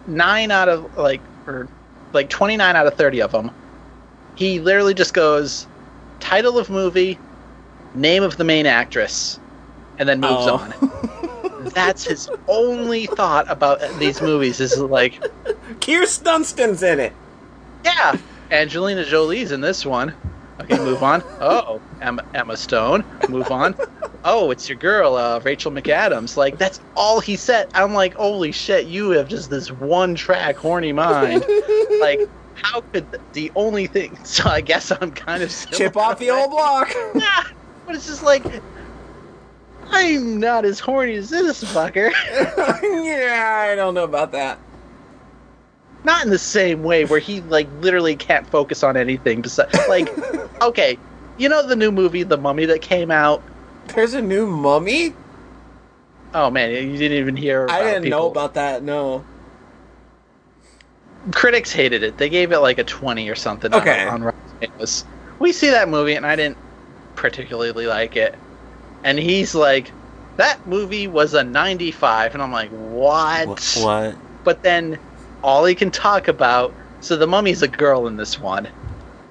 [SPEAKER 1] nine out of like or like twenty nine out of thirty of them, he literally just goes title of movie, name of the main actress, and then moves
[SPEAKER 3] Oh.
[SPEAKER 1] on. That's his only thought about these movies. Is like,
[SPEAKER 3] Kirsten Dunstan's in it.
[SPEAKER 1] yeah, Angelina Jolie's in this one. Okay, move on. Oh, Emma, Emma Stone. Move on. Oh, it's your girl, uh, Rachel McAdams. Like that's all he said. I'm like, holy shit, you have just this one track horny mind. like, how could th- the only thing? So I guess I'm kind of still
[SPEAKER 3] Chip off the old block.
[SPEAKER 1] Nah, but it's just like I'm not as horny as this fucker.
[SPEAKER 3] yeah, I don't know about that.
[SPEAKER 1] not in the same way where he like literally can't focus on anything besides like okay, you know the new movie The Mummy that came out.
[SPEAKER 3] There's a new mummy?
[SPEAKER 1] Oh man, you didn't even hear.
[SPEAKER 3] I
[SPEAKER 1] about
[SPEAKER 3] didn't
[SPEAKER 1] people.
[SPEAKER 3] know about that, no.
[SPEAKER 1] Critics hated it. They gave it like a twenty or something.
[SPEAKER 3] Okay.
[SPEAKER 1] On, on Rotten Tomatoes. We see that movie and I didn't particularly like it, and he's like, "That movie was a ninety-five," and I'm like, "What?"
[SPEAKER 3] What?
[SPEAKER 1] but then all he can talk about. So the mummy's a girl in this one, and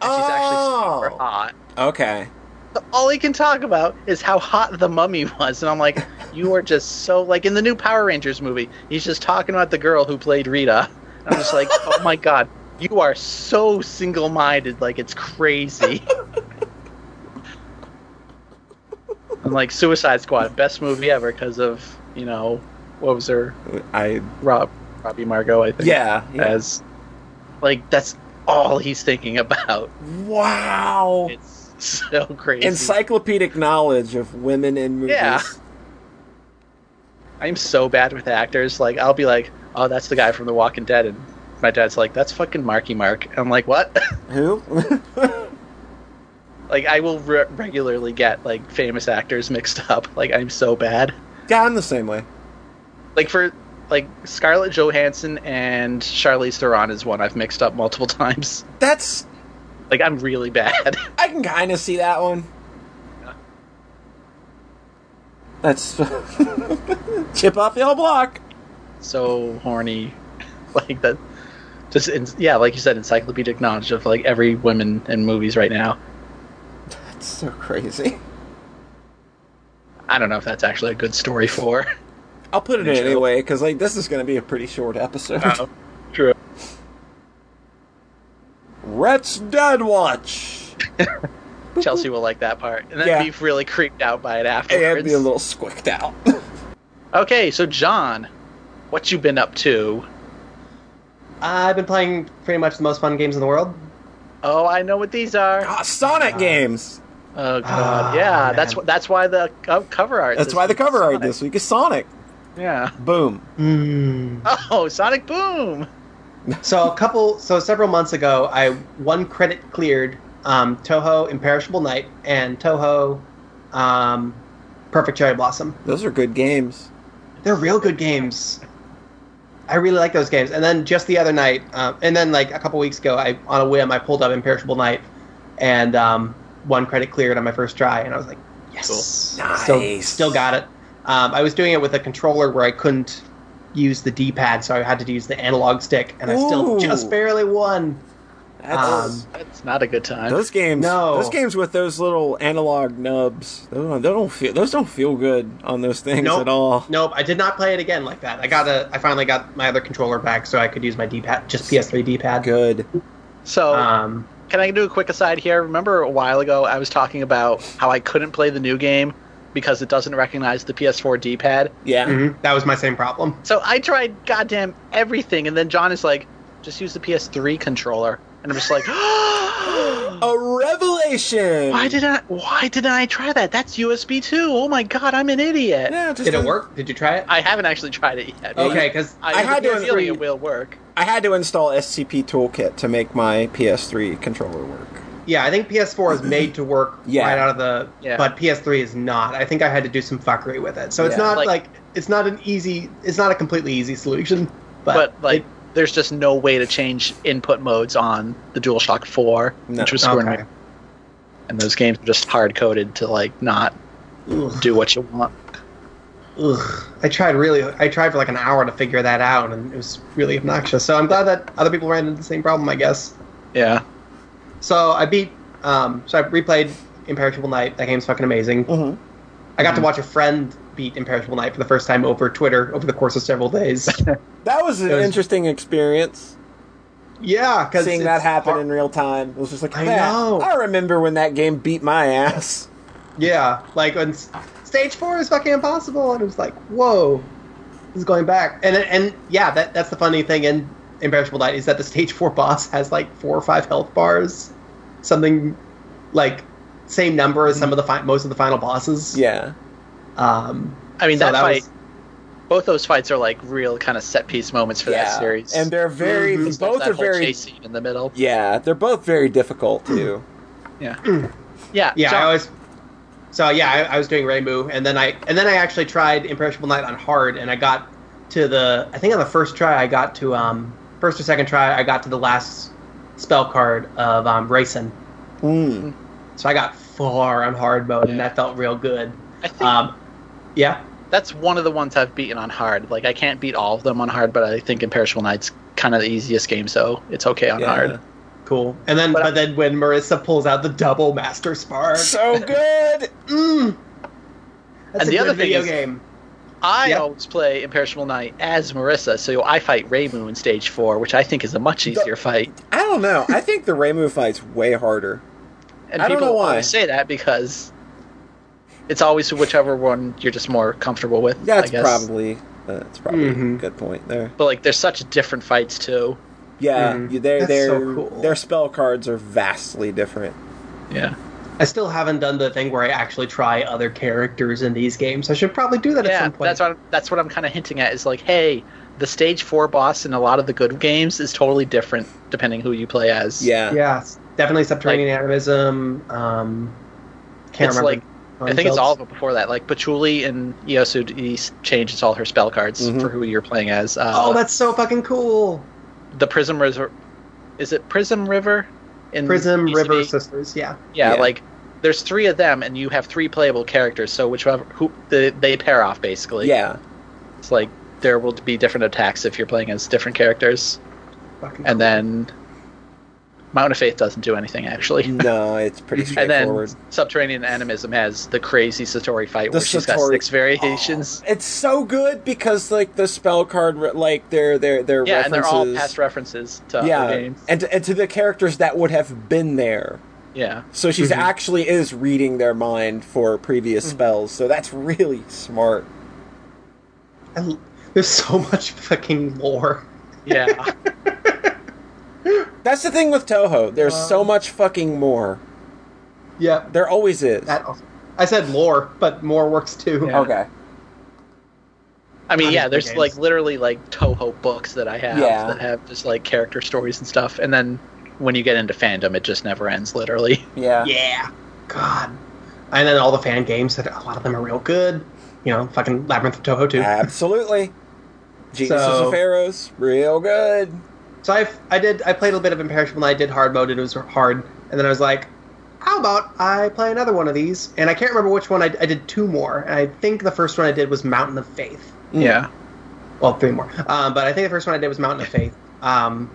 [SPEAKER 1] she's
[SPEAKER 3] Oh.
[SPEAKER 1] actually super hot.
[SPEAKER 3] Okay.
[SPEAKER 1] So all he can talk about is how hot the mummy was, and I'm like, you are just so like in the new Power Rangers movie. He's just talking about the girl who played Rita. And I'm just like, oh my god, you are so single-minded, like it's crazy. and like Suicide Squad, best movie ever because of you know what was her
[SPEAKER 3] I
[SPEAKER 1] Rob Robbie Margot, I think
[SPEAKER 3] yeah, yeah.
[SPEAKER 1] as like that's all he's thinking about.
[SPEAKER 3] Wow.
[SPEAKER 1] It's so crazy.
[SPEAKER 3] Encyclopedic knowledge of women in movies.
[SPEAKER 1] Yeah. I'm so bad with actors. Like I'll be like, "Oh, that's the guy from The Walking Dead," and my dad's like, "That's fucking Marky Mark." And I'm like, "What?"
[SPEAKER 3] Who?
[SPEAKER 1] like I will re- regularly get like famous actors mixed up. Like I'm so bad.
[SPEAKER 3] yeah, I'm the same way.
[SPEAKER 1] Like for like Scarlett Johansson and Charlize Theron is one I've mixed up multiple times.
[SPEAKER 3] That's
[SPEAKER 1] Like I'm really bad.
[SPEAKER 3] I can kind of see that one. That's chip off the old block.
[SPEAKER 1] so horny like that just in, yeah like you said encyclopedic knowledge of like every woman in movies right now
[SPEAKER 3] That's so crazy.
[SPEAKER 1] i don't know if that's actually a good story for
[SPEAKER 3] I'll put it in Uh-huh.
[SPEAKER 1] Intro.
[SPEAKER 3] anyway because like this is going to be a pretty short episode.
[SPEAKER 1] true
[SPEAKER 3] Rhett's Dad Watch.
[SPEAKER 1] Chelsea will like that part, and then
[SPEAKER 3] Yeah.
[SPEAKER 1] be really creeped out by
[SPEAKER 3] And
[SPEAKER 1] it afterwards.
[SPEAKER 3] be a little squicked out.
[SPEAKER 1] Okay, so John, what you been up to?
[SPEAKER 4] I've been playing pretty much the most fun games in the world.
[SPEAKER 1] Oh, I know what these are.
[SPEAKER 3] Ah, Sonic
[SPEAKER 4] Uh,
[SPEAKER 3] games.
[SPEAKER 1] Oh God,
[SPEAKER 4] Ah,
[SPEAKER 1] yeah,
[SPEAKER 4] man.
[SPEAKER 1] that's wh- that's why the co- cover art.
[SPEAKER 3] That's
[SPEAKER 1] this
[SPEAKER 3] why the
[SPEAKER 1] week is
[SPEAKER 3] cover art
[SPEAKER 1] Sonic.
[SPEAKER 3] this week is Sonic.
[SPEAKER 1] Yeah.
[SPEAKER 3] Boom.
[SPEAKER 4] Hmm.
[SPEAKER 1] Oh, Sonic Boom.
[SPEAKER 4] So a couple, so several months ago, I one credit cleared um, Toho Imperishable Night and Toho um, Perfect Cherry Blossom.
[SPEAKER 3] Those are good games.
[SPEAKER 4] They're real good games. I really like those games. And then just the other night, um, and then like a couple weeks ago, I on a whim I pulled up Imperishable Night, and um, one credit cleared on my first try, and I was like, yes,
[SPEAKER 3] Cool.
[SPEAKER 4] still,
[SPEAKER 3] Nice.
[SPEAKER 4] still got it. Um, I was doing it with a controller where I couldn't use the D-pad, so I had to use the analog stick, and I still
[SPEAKER 3] Ooh.
[SPEAKER 4] just barely won.
[SPEAKER 3] That's-
[SPEAKER 4] Um, uh,
[SPEAKER 1] That's not a good time.
[SPEAKER 3] those games.
[SPEAKER 4] no.
[SPEAKER 3] Those games with those little analog nubs. Those don't, they don't feel. Those don't feel good on those things
[SPEAKER 4] Nope.
[SPEAKER 3] at all.
[SPEAKER 4] Nope, I did not play it again like that. I got a, I finally got my other controller back, so I could use my D-pad, just PS3 D-pad.
[SPEAKER 3] Good.
[SPEAKER 1] so,
[SPEAKER 4] Um,
[SPEAKER 1] can I do a quick aside here? Remember a while ago I was talking about how I couldn't play the new game because it doesn't recognize the PS4 D-pad.
[SPEAKER 3] Yeah.
[SPEAKER 4] mhm, that was my same problem.
[SPEAKER 1] So I tried goddamn everything, and then John is like, "Just use the PS3 controller," and I'm just like,
[SPEAKER 3] A revelation.
[SPEAKER 1] "Why did I? Why didn't I try that? That's USB too. Oh my god, I'm an idiot."
[SPEAKER 3] Yeah, just
[SPEAKER 4] Did it
[SPEAKER 3] a-
[SPEAKER 4] work? Did you try it?
[SPEAKER 1] I haven't actually tried it yet.
[SPEAKER 4] okay, because
[SPEAKER 1] I,
[SPEAKER 3] I had
[SPEAKER 1] had a
[SPEAKER 3] to
[SPEAKER 1] feeling
[SPEAKER 3] agree.
[SPEAKER 1] it will work.
[SPEAKER 3] I had to install SCP Toolkit to make my PS3 controller work.
[SPEAKER 4] yeah, I think PS4 is made to work
[SPEAKER 3] Yeah.
[SPEAKER 4] right out of the,
[SPEAKER 1] Yeah.
[SPEAKER 4] but PS3 is not. I think I had to do some fuckery with it, so it's
[SPEAKER 3] Yeah.
[SPEAKER 4] not
[SPEAKER 1] Like-
[SPEAKER 4] like, it's not an easy, it's not a completely easy solution. But,
[SPEAKER 1] But, like,
[SPEAKER 4] it-
[SPEAKER 1] there's just no way to change input modes on the DualShock 4,
[SPEAKER 3] No.
[SPEAKER 1] which was screwing
[SPEAKER 4] okay.
[SPEAKER 1] me. And those games are just hard coded to like not
[SPEAKER 4] Ugh,
[SPEAKER 1] do what you want.
[SPEAKER 4] ugh. I tried really, I tried for like an hour to figure that out, and it was really obnoxious. So I'm glad that other people ran into the same problem, I guess.
[SPEAKER 1] Yeah.
[SPEAKER 4] So I beat. Um, so I replayed Imperishable Night. That game's fucking amazing.
[SPEAKER 3] Mhm.
[SPEAKER 4] I got to watch a friend beat Imperishable Night for the first time over Twitter over the course of several days.
[SPEAKER 3] That was an
[SPEAKER 4] It was-
[SPEAKER 3] interesting experience.
[SPEAKER 4] yeah, because
[SPEAKER 3] Seeing that happen in real time, it was just like,
[SPEAKER 4] I
[SPEAKER 3] "Man,
[SPEAKER 4] know."
[SPEAKER 3] I remember when that game beat my ass.
[SPEAKER 4] yeah, like when s- stage four is fucking impossible, and it was like, whoa, this is going back. And and yeah, that that's the funny thing in Imperishable Night is that the stage four boss has like four or five health bars, something like same number as some of the fi- most of the final bosses.
[SPEAKER 3] Mm-hmm. Yeah.
[SPEAKER 4] Um,
[SPEAKER 1] I mean
[SPEAKER 4] so
[SPEAKER 1] that,
[SPEAKER 4] that
[SPEAKER 1] fight
[SPEAKER 4] was-
[SPEAKER 1] both those fights are like real kind of set piece moments for that series.
[SPEAKER 3] And they're very
[SPEAKER 4] Mhm.
[SPEAKER 1] There's
[SPEAKER 3] both
[SPEAKER 1] Mm-hmm. that
[SPEAKER 3] are
[SPEAKER 1] whole
[SPEAKER 3] very
[SPEAKER 1] chase scene in the middle.
[SPEAKER 3] Yeah, they're both very difficult too.
[SPEAKER 1] Yeah.
[SPEAKER 4] Yeah,
[SPEAKER 1] John-
[SPEAKER 4] I always. So yeah, I, I was doing Raymu, and then I and then I actually tried Imperishable Night on hard, and I got to the I think on the first try I got to um first or second try I got to the last spell card of um Racing,
[SPEAKER 3] Mm.
[SPEAKER 4] so I got far on hard mode, and
[SPEAKER 1] Yeah.
[SPEAKER 4] that felt real good.
[SPEAKER 1] I think
[SPEAKER 4] Um, yeah,
[SPEAKER 1] that's one of the ones I've beaten on hard. Like I can't beat all of them on hard, but I think Imperishable Night's kind of the easiest game, so it's okay on
[SPEAKER 3] Yeah.
[SPEAKER 1] hard.
[SPEAKER 4] cool. And then
[SPEAKER 1] But
[SPEAKER 4] but,
[SPEAKER 1] I-
[SPEAKER 4] then when Marissa pulls out the double Master Spark,
[SPEAKER 3] So good.
[SPEAKER 4] mm,
[SPEAKER 1] And
[SPEAKER 4] that's a
[SPEAKER 1] the
[SPEAKER 4] good
[SPEAKER 1] other thing
[SPEAKER 4] video
[SPEAKER 1] is-
[SPEAKER 4] game.
[SPEAKER 1] I
[SPEAKER 4] Yeah.
[SPEAKER 1] always play Imperishable Knight as Marissa, so I fight Raymu in stage four, which I think is a much easier fight.
[SPEAKER 3] I don't know. I think the Raymu fight's way harder.
[SPEAKER 1] And
[SPEAKER 3] I don't
[SPEAKER 1] people
[SPEAKER 3] know why.
[SPEAKER 1] always say that because it's always whichever one you're just more comfortable with.
[SPEAKER 3] That's
[SPEAKER 1] I guess. Mm-hmm.
[SPEAKER 3] probably that's probably a
[SPEAKER 4] Mhm.
[SPEAKER 3] good point there.
[SPEAKER 1] But like, there's such different fights too.
[SPEAKER 3] Yeah,
[SPEAKER 1] Mm-hmm.
[SPEAKER 4] Mhm.
[SPEAKER 3] you- their
[SPEAKER 4] That's
[SPEAKER 3] their
[SPEAKER 4] so cool.
[SPEAKER 3] their spell cards are vastly different.
[SPEAKER 1] Yeah.
[SPEAKER 4] I still haven't done the thing where I actually try other characters in these games. I should probably do that at
[SPEAKER 1] Yeah,
[SPEAKER 4] some point.
[SPEAKER 1] that's what I'm, that's what I'm kind of hinting at. Is like, hey, the stage four boss in a lot of the good games is totally different depending who you play as.
[SPEAKER 3] Yeah.
[SPEAKER 4] Yeah, it's definitely subterranean animism. Um, can't
[SPEAKER 1] It's
[SPEAKER 4] remember.
[SPEAKER 1] like- I think it's all of
[SPEAKER 4] concepts.
[SPEAKER 1] them before that. Like Patchouli and Yosu changes all her spell cards
[SPEAKER 3] Mhm.
[SPEAKER 1] for who you're playing as. Uh,
[SPEAKER 4] Mm-hmm. Oh, that's so fucking cool!
[SPEAKER 1] the Prism River. Is it Prism River? In
[SPEAKER 4] Prism
[SPEAKER 1] ECD?
[SPEAKER 4] River Sisters. Yeah,
[SPEAKER 1] Yeah,
[SPEAKER 3] Yeah.
[SPEAKER 1] like there's three of them, and you have three playable characters. So whichever who they, they pair off basically.
[SPEAKER 3] Yeah.
[SPEAKER 1] it's like there will be different attacks if you're playing as different characters,
[SPEAKER 4] fucking.
[SPEAKER 1] and then Mountain of Faith doesn't do anything actually.
[SPEAKER 3] No, it's pretty
[SPEAKER 1] And
[SPEAKER 3] straightforward.
[SPEAKER 1] then Subterranean Animism has the crazy Satori fight
[SPEAKER 3] The
[SPEAKER 1] where she's got
[SPEAKER 3] Satori-
[SPEAKER 1] six variations.
[SPEAKER 3] It's so good because like the spell card, re- like their their their
[SPEAKER 1] yeah, and they're
[SPEAKER 3] references.
[SPEAKER 1] all past references to
[SPEAKER 3] yeah,
[SPEAKER 1] other uh, games.
[SPEAKER 3] and to, and to the characters that would have been there.
[SPEAKER 1] Yeah.
[SPEAKER 3] So she's
[SPEAKER 1] Mm-hmm.
[SPEAKER 3] actually is reading their mind for previous spells. So that's really smart.
[SPEAKER 4] I l- there's so much fucking lore.
[SPEAKER 1] Yeah.
[SPEAKER 3] That's the thing with Toho. There's so much fucking more.
[SPEAKER 4] Yeah,
[SPEAKER 3] There always is.
[SPEAKER 4] that also. I said lore, but more works too.
[SPEAKER 1] Yeah.
[SPEAKER 3] okay.
[SPEAKER 1] I mean,
[SPEAKER 4] Honestly,
[SPEAKER 1] yeah, there's
[SPEAKER 4] games.
[SPEAKER 1] like literally like Toho books that I have
[SPEAKER 3] Yeah.
[SPEAKER 1] that have just like character stories and stuff. And then when you get into fandom, it just never ends, literally.
[SPEAKER 3] Yeah.
[SPEAKER 4] Yeah. God. And then all the fan games that a lot of them are real good. You know, fucking Labyrinth of Toho too.
[SPEAKER 3] Absolutely. Jesus
[SPEAKER 4] So-
[SPEAKER 3] of Pharaohs, real good.
[SPEAKER 4] So I, I did I played a bit of Imperishable and I did hard mode and it was hard. And then I was like, how about I play another one of these? And I can't remember which one I, I did two more. And I think the first one I did was Mountain of Faith.
[SPEAKER 3] Mm.
[SPEAKER 1] Yeah.
[SPEAKER 4] Well, three more. Um, but I think the first one I did was Mountain of Faith. Um,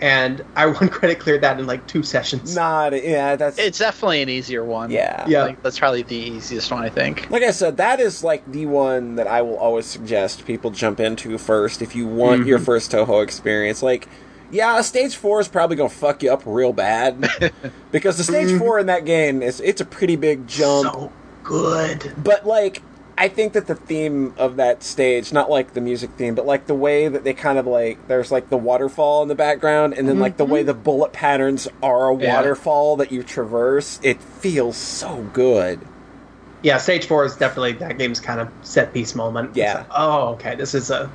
[SPEAKER 4] and I one credit cleared that in like two sessions.
[SPEAKER 3] Not yeah, that's
[SPEAKER 1] It's definitely an easier one.
[SPEAKER 3] yeah.
[SPEAKER 4] Yeah.
[SPEAKER 1] Like, that's probably the easiest one, I think.
[SPEAKER 3] Like I said, that is like the one that I will always suggest people jump into first if you want
[SPEAKER 4] Mm-hmm.
[SPEAKER 3] your first Toho experience. Like, yeah, stage four is probably gonna fuck you up real bad because the stage four in that game is it's a pretty big jump.
[SPEAKER 4] Mm-hmm. So good.
[SPEAKER 3] but like i think that the theme of that stage not like the music theme but like the way that they kind of like there's like the waterfall in the background and then like the
[SPEAKER 4] Mm-hmm.
[SPEAKER 3] way the bullet patterns are a
[SPEAKER 1] Yeah.
[SPEAKER 3] waterfall that you traverse it feels so good
[SPEAKER 4] Yeah, stage four is definitely that game's kind of set piece moment. It's
[SPEAKER 3] Yeah.
[SPEAKER 4] like, oh, okay. This is a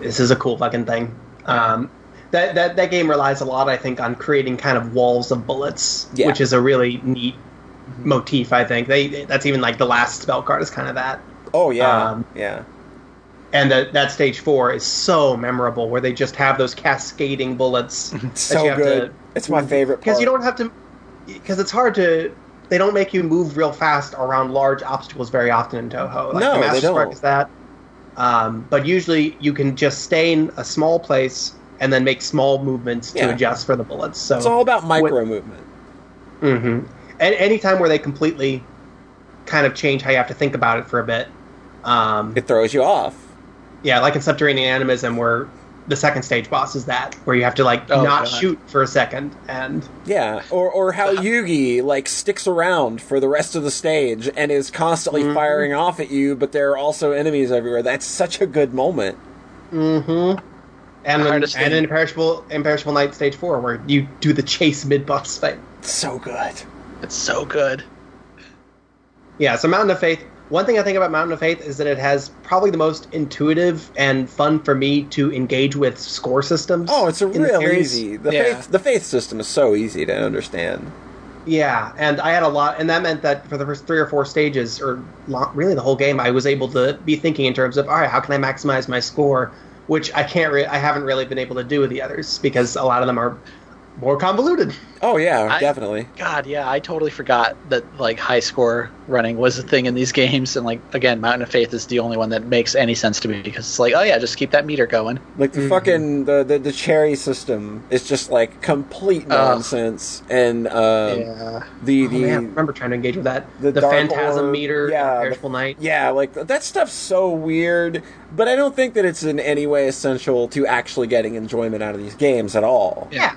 [SPEAKER 4] this is a cool fucking thing. Um, that that that game relies a lot, I think, on creating kind of walls of bullets,
[SPEAKER 3] Yeah.
[SPEAKER 4] which is a really neat motif. I think they that's even like the last spell card is kind of that.
[SPEAKER 3] oh yeah
[SPEAKER 4] Um,
[SPEAKER 3] yeah
[SPEAKER 4] And that that stage four is so memorable, where they just have those cascading bullets. that you
[SPEAKER 3] so
[SPEAKER 4] have to-
[SPEAKER 3] good it's my favorite part
[SPEAKER 4] because you don't have to because it's hard to they don't make you move real fast around large obstacles very often in toho like
[SPEAKER 3] No,
[SPEAKER 4] the
[SPEAKER 3] they
[SPEAKER 4] master
[SPEAKER 3] don't.
[SPEAKER 4] spark is that um, but usually you can just stay in a small place and then make small movements
[SPEAKER 3] Yeah.
[SPEAKER 4] to adjust for the bullets so
[SPEAKER 3] it's all about micro movement
[SPEAKER 4] mm-hmm. and any time where they completely kind of change how you have to think about it for a bit um,
[SPEAKER 3] it throws you off
[SPEAKER 4] yeah like in subterranean animism where the second stage boss is that where you have to like
[SPEAKER 1] Oh,
[SPEAKER 4] not
[SPEAKER 1] God.
[SPEAKER 4] shoot for a second and
[SPEAKER 3] yeah or or how yugi like sticks around for the rest of the stage and is constantly
[SPEAKER 4] Mm-hmm.
[SPEAKER 3] firing off at you but there are also enemies everywhere that's such a good moment
[SPEAKER 4] Mm-hmm. And when,
[SPEAKER 1] hardest
[SPEAKER 4] and
[SPEAKER 1] thing-
[SPEAKER 4] imperishable imperishable night stage four where you do the chase mid boss fight.
[SPEAKER 3] so good.
[SPEAKER 1] It's so good.
[SPEAKER 4] Yeah, so Mountain of Faith. One thing I think about Mountain of Faith is that it has probably the most intuitive and fun for me to engage with score systems.
[SPEAKER 3] Oh, it's a
[SPEAKER 4] in the
[SPEAKER 3] real
[SPEAKER 4] series.
[SPEAKER 3] easy. The
[SPEAKER 1] Yeah.
[SPEAKER 3] faith the faith system is so easy to understand.
[SPEAKER 4] Yeah, and I had a lot, and that meant that for the first three or four stages, or lo- really the whole game, I was able to be thinking in terms of, all right, how can I maximize my score? Which I can't, re- I haven't really been able to do with the others because a lot of them are more convoluted.
[SPEAKER 3] Oh yeah,
[SPEAKER 1] I-
[SPEAKER 3] definitely.
[SPEAKER 1] God, yeah, I totally forgot that like high score running was a thing in these games, and like again, Mountain of Faith is the only one that makes any sense to me because it's like, oh yeah, just keep that meter going.
[SPEAKER 3] Like
[SPEAKER 4] Mm-hmm.
[SPEAKER 3] the fucking the, the the cherry system is just like complete nonsense, and um,
[SPEAKER 1] yeah,
[SPEAKER 3] the
[SPEAKER 4] Oh,
[SPEAKER 3] the
[SPEAKER 4] man, I remember trying to engage with that.
[SPEAKER 3] the
[SPEAKER 4] The,
[SPEAKER 3] dark
[SPEAKER 4] phantasm
[SPEAKER 3] orb,
[SPEAKER 4] meter,
[SPEAKER 3] yeah,
[SPEAKER 4] yeah, Perishable Night.
[SPEAKER 3] yeah, like that stuff's so weird. But I don't think that it's in any way essential to actually getting enjoyment out of these games at all.
[SPEAKER 1] Yeah.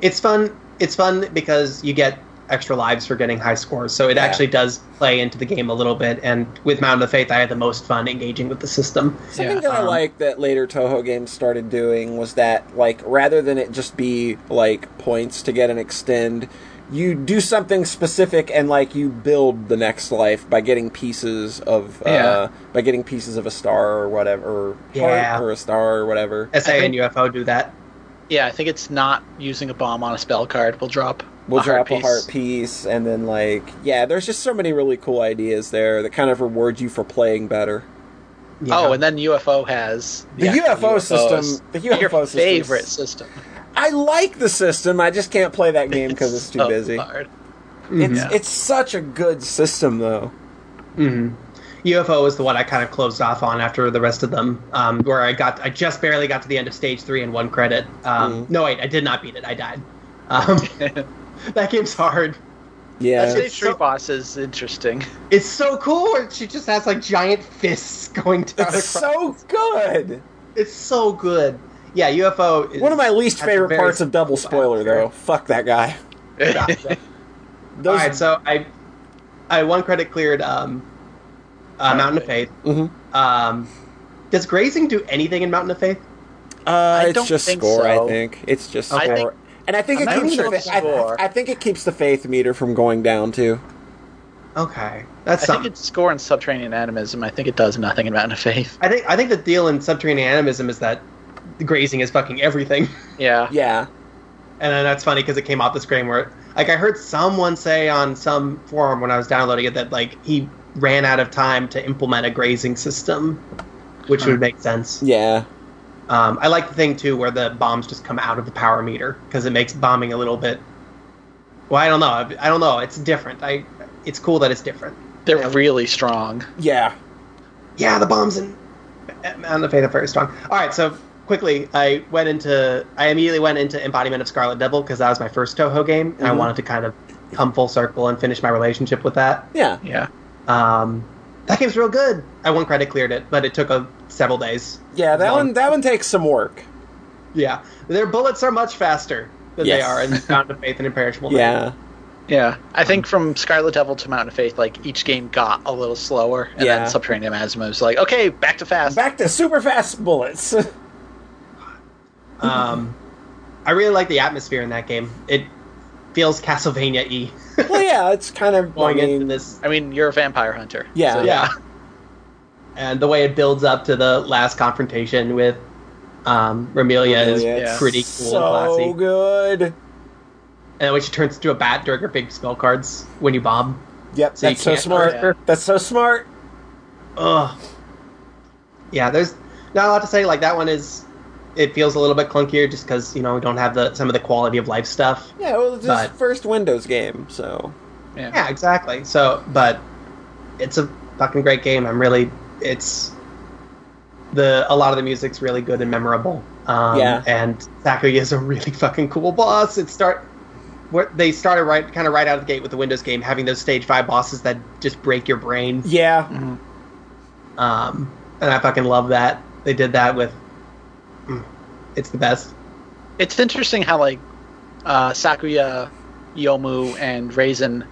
[SPEAKER 4] It's fun. It's fun because you get extra lives for getting high scores, so it
[SPEAKER 3] Yeah.
[SPEAKER 4] actually does play into the game a little bit. And with Mountain of Faith, I had the most fun engaging with the system.
[SPEAKER 3] Something
[SPEAKER 1] Yeah,
[SPEAKER 3] that I
[SPEAKER 4] um,
[SPEAKER 3] like that later Toho games started doing was that, like, rather than it just be like points to get an extend, you do something specific and like you build the next life by getting pieces of, uh,
[SPEAKER 1] Yeah.
[SPEAKER 3] by getting pieces of a star or whatever, or heart
[SPEAKER 4] Yeah.
[SPEAKER 3] or a star or whatever.
[SPEAKER 4] SA
[SPEAKER 1] I
[SPEAKER 4] and UFO do that.
[SPEAKER 1] yeah. I think it's not using a bomb on a spell card will drop.
[SPEAKER 3] We'll
[SPEAKER 1] a
[SPEAKER 3] drop
[SPEAKER 1] heart
[SPEAKER 3] a heart piece, and then like, yeah, there's just so many really cool ideas there that kind of reward you for playing better.
[SPEAKER 4] Yeah.
[SPEAKER 1] Oh, and then UFO has
[SPEAKER 3] The
[SPEAKER 1] actual
[SPEAKER 3] UFO
[SPEAKER 1] UFOs.
[SPEAKER 3] system- the
[SPEAKER 1] Your
[SPEAKER 3] UFO system is
[SPEAKER 1] favorite system.
[SPEAKER 3] I like the system, I just can't play that game because it's, too
[SPEAKER 1] so
[SPEAKER 3] busy.
[SPEAKER 1] hard.
[SPEAKER 4] Mm-hmm.
[SPEAKER 3] It's
[SPEAKER 1] Yeah.
[SPEAKER 3] it's such a good system though.
[SPEAKER 4] Mm-hmm. UFO is the one I kind of closed off on after the rest of them, um, where I got, I just barely got to the end of stage three in one credit. Um,
[SPEAKER 3] Mm.
[SPEAKER 4] No, wait, I did not beat it. I died. Um, that game's hard.
[SPEAKER 3] Yeah.
[SPEAKER 1] That stage
[SPEAKER 4] It's
[SPEAKER 1] three
[SPEAKER 4] so-
[SPEAKER 1] boss is interesting.
[SPEAKER 4] It's so cool. where She just has like giant fists going down.
[SPEAKER 3] It's
[SPEAKER 4] across-
[SPEAKER 3] so good.
[SPEAKER 4] it's so good. Yeah, UFO. Is
[SPEAKER 3] One of my least
[SPEAKER 4] that's a
[SPEAKER 3] favorite
[SPEAKER 4] very-
[SPEAKER 3] parts of Double Spoiler, though. Fuck that guy.
[SPEAKER 4] Stop. All right, so I, I one credit cleared. Um, uh, Mountain of Faith.
[SPEAKER 3] Mhm.
[SPEAKER 4] Um, does grazing do anything in Mountain of Faith?
[SPEAKER 3] Uh, it's
[SPEAKER 1] don't
[SPEAKER 3] just
[SPEAKER 1] think
[SPEAKER 3] score.
[SPEAKER 1] so.
[SPEAKER 3] I think it's just
[SPEAKER 1] I
[SPEAKER 3] score.
[SPEAKER 1] think-
[SPEAKER 3] and I think it
[SPEAKER 1] I'm not
[SPEAKER 3] keeps
[SPEAKER 1] sure
[SPEAKER 3] the
[SPEAKER 1] it's
[SPEAKER 3] fa- I,
[SPEAKER 1] score.
[SPEAKER 3] I think it keeps the faith meter from going down too.
[SPEAKER 4] Okay, that's
[SPEAKER 1] I think
[SPEAKER 4] something.
[SPEAKER 1] it's score in subterranean animism. I think it does nothing in Mountain of Faith.
[SPEAKER 4] I think I think the deal in subterranean animism is that grazing is fucking everything,
[SPEAKER 1] Yeah.
[SPEAKER 3] Yeah,
[SPEAKER 4] and then that's funny because it came off the screen where, like, I heard someone say on some forum when I was downloading it that like he ran out of time to implement a grazing system, which would make sense.
[SPEAKER 3] yeah.
[SPEAKER 4] Um, I like the thing too where the bombs just come out of the power meter because it makes bombing a little bit. Well, I don't know. I don't know. It's different. I. It's cool that it's different.
[SPEAKER 1] They're really strong.
[SPEAKER 3] Yeah.
[SPEAKER 4] yeah, the bombs and Mountain of Faith are very strong. All right, so quickly, I went into, I immediately went into Embodiment of Scarlet Devil because that was my first Toho game, and I wanted to kind of come full circle and finish my relationship with that.
[SPEAKER 3] Yeah.
[SPEAKER 1] Yeah.
[SPEAKER 4] Um, that game's real good. I one credit cleared it, but it took a, several days.
[SPEAKER 3] Yeah, that
[SPEAKER 4] Long-
[SPEAKER 3] one that one takes some work.
[SPEAKER 4] Yeah, their bullets are much faster than they
[SPEAKER 3] Yes.
[SPEAKER 4] are in Mountain of Faith and Imperishable. Knight.
[SPEAKER 3] Yeah.
[SPEAKER 1] Yeah. I think from Scarlet Devil to Mountain of Faith, like each game got a little slower, and
[SPEAKER 3] Yeah.
[SPEAKER 1] then subterranean animism was like, okay, back to fast.
[SPEAKER 3] Back to super fast bullets.
[SPEAKER 4] Um, I really like the atmosphere in that game. It feels Castlevania-y
[SPEAKER 3] well, yeah, it's kind of
[SPEAKER 4] going
[SPEAKER 3] I mean,
[SPEAKER 4] into this
[SPEAKER 1] I mean, you're a vampire hunter.
[SPEAKER 3] Yeah.
[SPEAKER 1] so-
[SPEAKER 4] yeah. And the way it builds up to the last confrontation with um, Remelia is
[SPEAKER 3] Remelia,
[SPEAKER 1] yeah.
[SPEAKER 4] pretty cool
[SPEAKER 3] so
[SPEAKER 4] and classy.
[SPEAKER 3] good.
[SPEAKER 4] And when she turns into a bat during her big spell cards when you bomb.
[SPEAKER 3] Yep,
[SPEAKER 4] So you
[SPEAKER 3] that's so
[SPEAKER 4] can't-
[SPEAKER 3] smart.
[SPEAKER 1] yeah.
[SPEAKER 3] That's so smart.
[SPEAKER 4] Ugh. Yeah, there's not a lot to say. Like that one is, it feels a little bit clunkier just because you know we don't have the some of the quality of life stuff.
[SPEAKER 3] Yeah, well, it's his
[SPEAKER 4] But-
[SPEAKER 3] first Windows game, so
[SPEAKER 1] Yeah.
[SPEAKER 4] Yeah, exactly. So, but it's a fucking great game. I'm really, it's the a lot of the music's really good and memorable. Um,
[SPEAKER 3] Yeah.
[SPEAKER 4] and Sakuya is a really fucking cool boss. It start what they started right kind of right out of the gate with the Windows game, having those stage five bosses that just break your brain.
[SPEAKER 3] yeah,
[SPEAKER 4] Um, and I fucking love that they did that with. mm, It's the best.
[SPEAKER 1] It's interesting how like uh, Sakuya, Yomu, and Raisin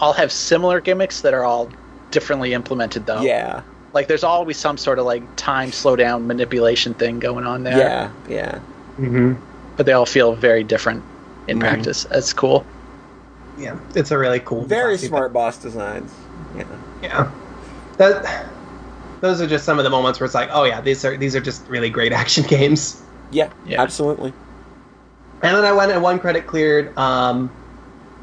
[SPEAKER 1] all have similar gimmicks that are all differently implemented though.
[SPEAKER 3] yeah,
[SPEAKER 1] Like there's always some sort of like time slowdown manipulation thing going on there.
[SPEAKER 3] yeah, yeah.
[SPEAKER 4] Mm-hmm.
[SPEAKER 1] But they all feel very different in
[SPEAKER 4] Mhm.
[SPEAKER 1] practice. That's cool.
[SPEAKER 4] Yeah, it's a really cool,
[SPEAKER 3] Very
[SPEAKER 4] classy
[SPEAKER 3] smart boss designs. Yeah,
[SPEAKER 4] Yeah, that those are just some of the moments where it's like, oh yeah, these are these are just really great action games.
[SPEAKER 3] yeah,
[SPEAKER 1] Yeah.
[SPEAKER 3] absolutely.
[SPEAKER 4] And then I went and one credit cleared, um,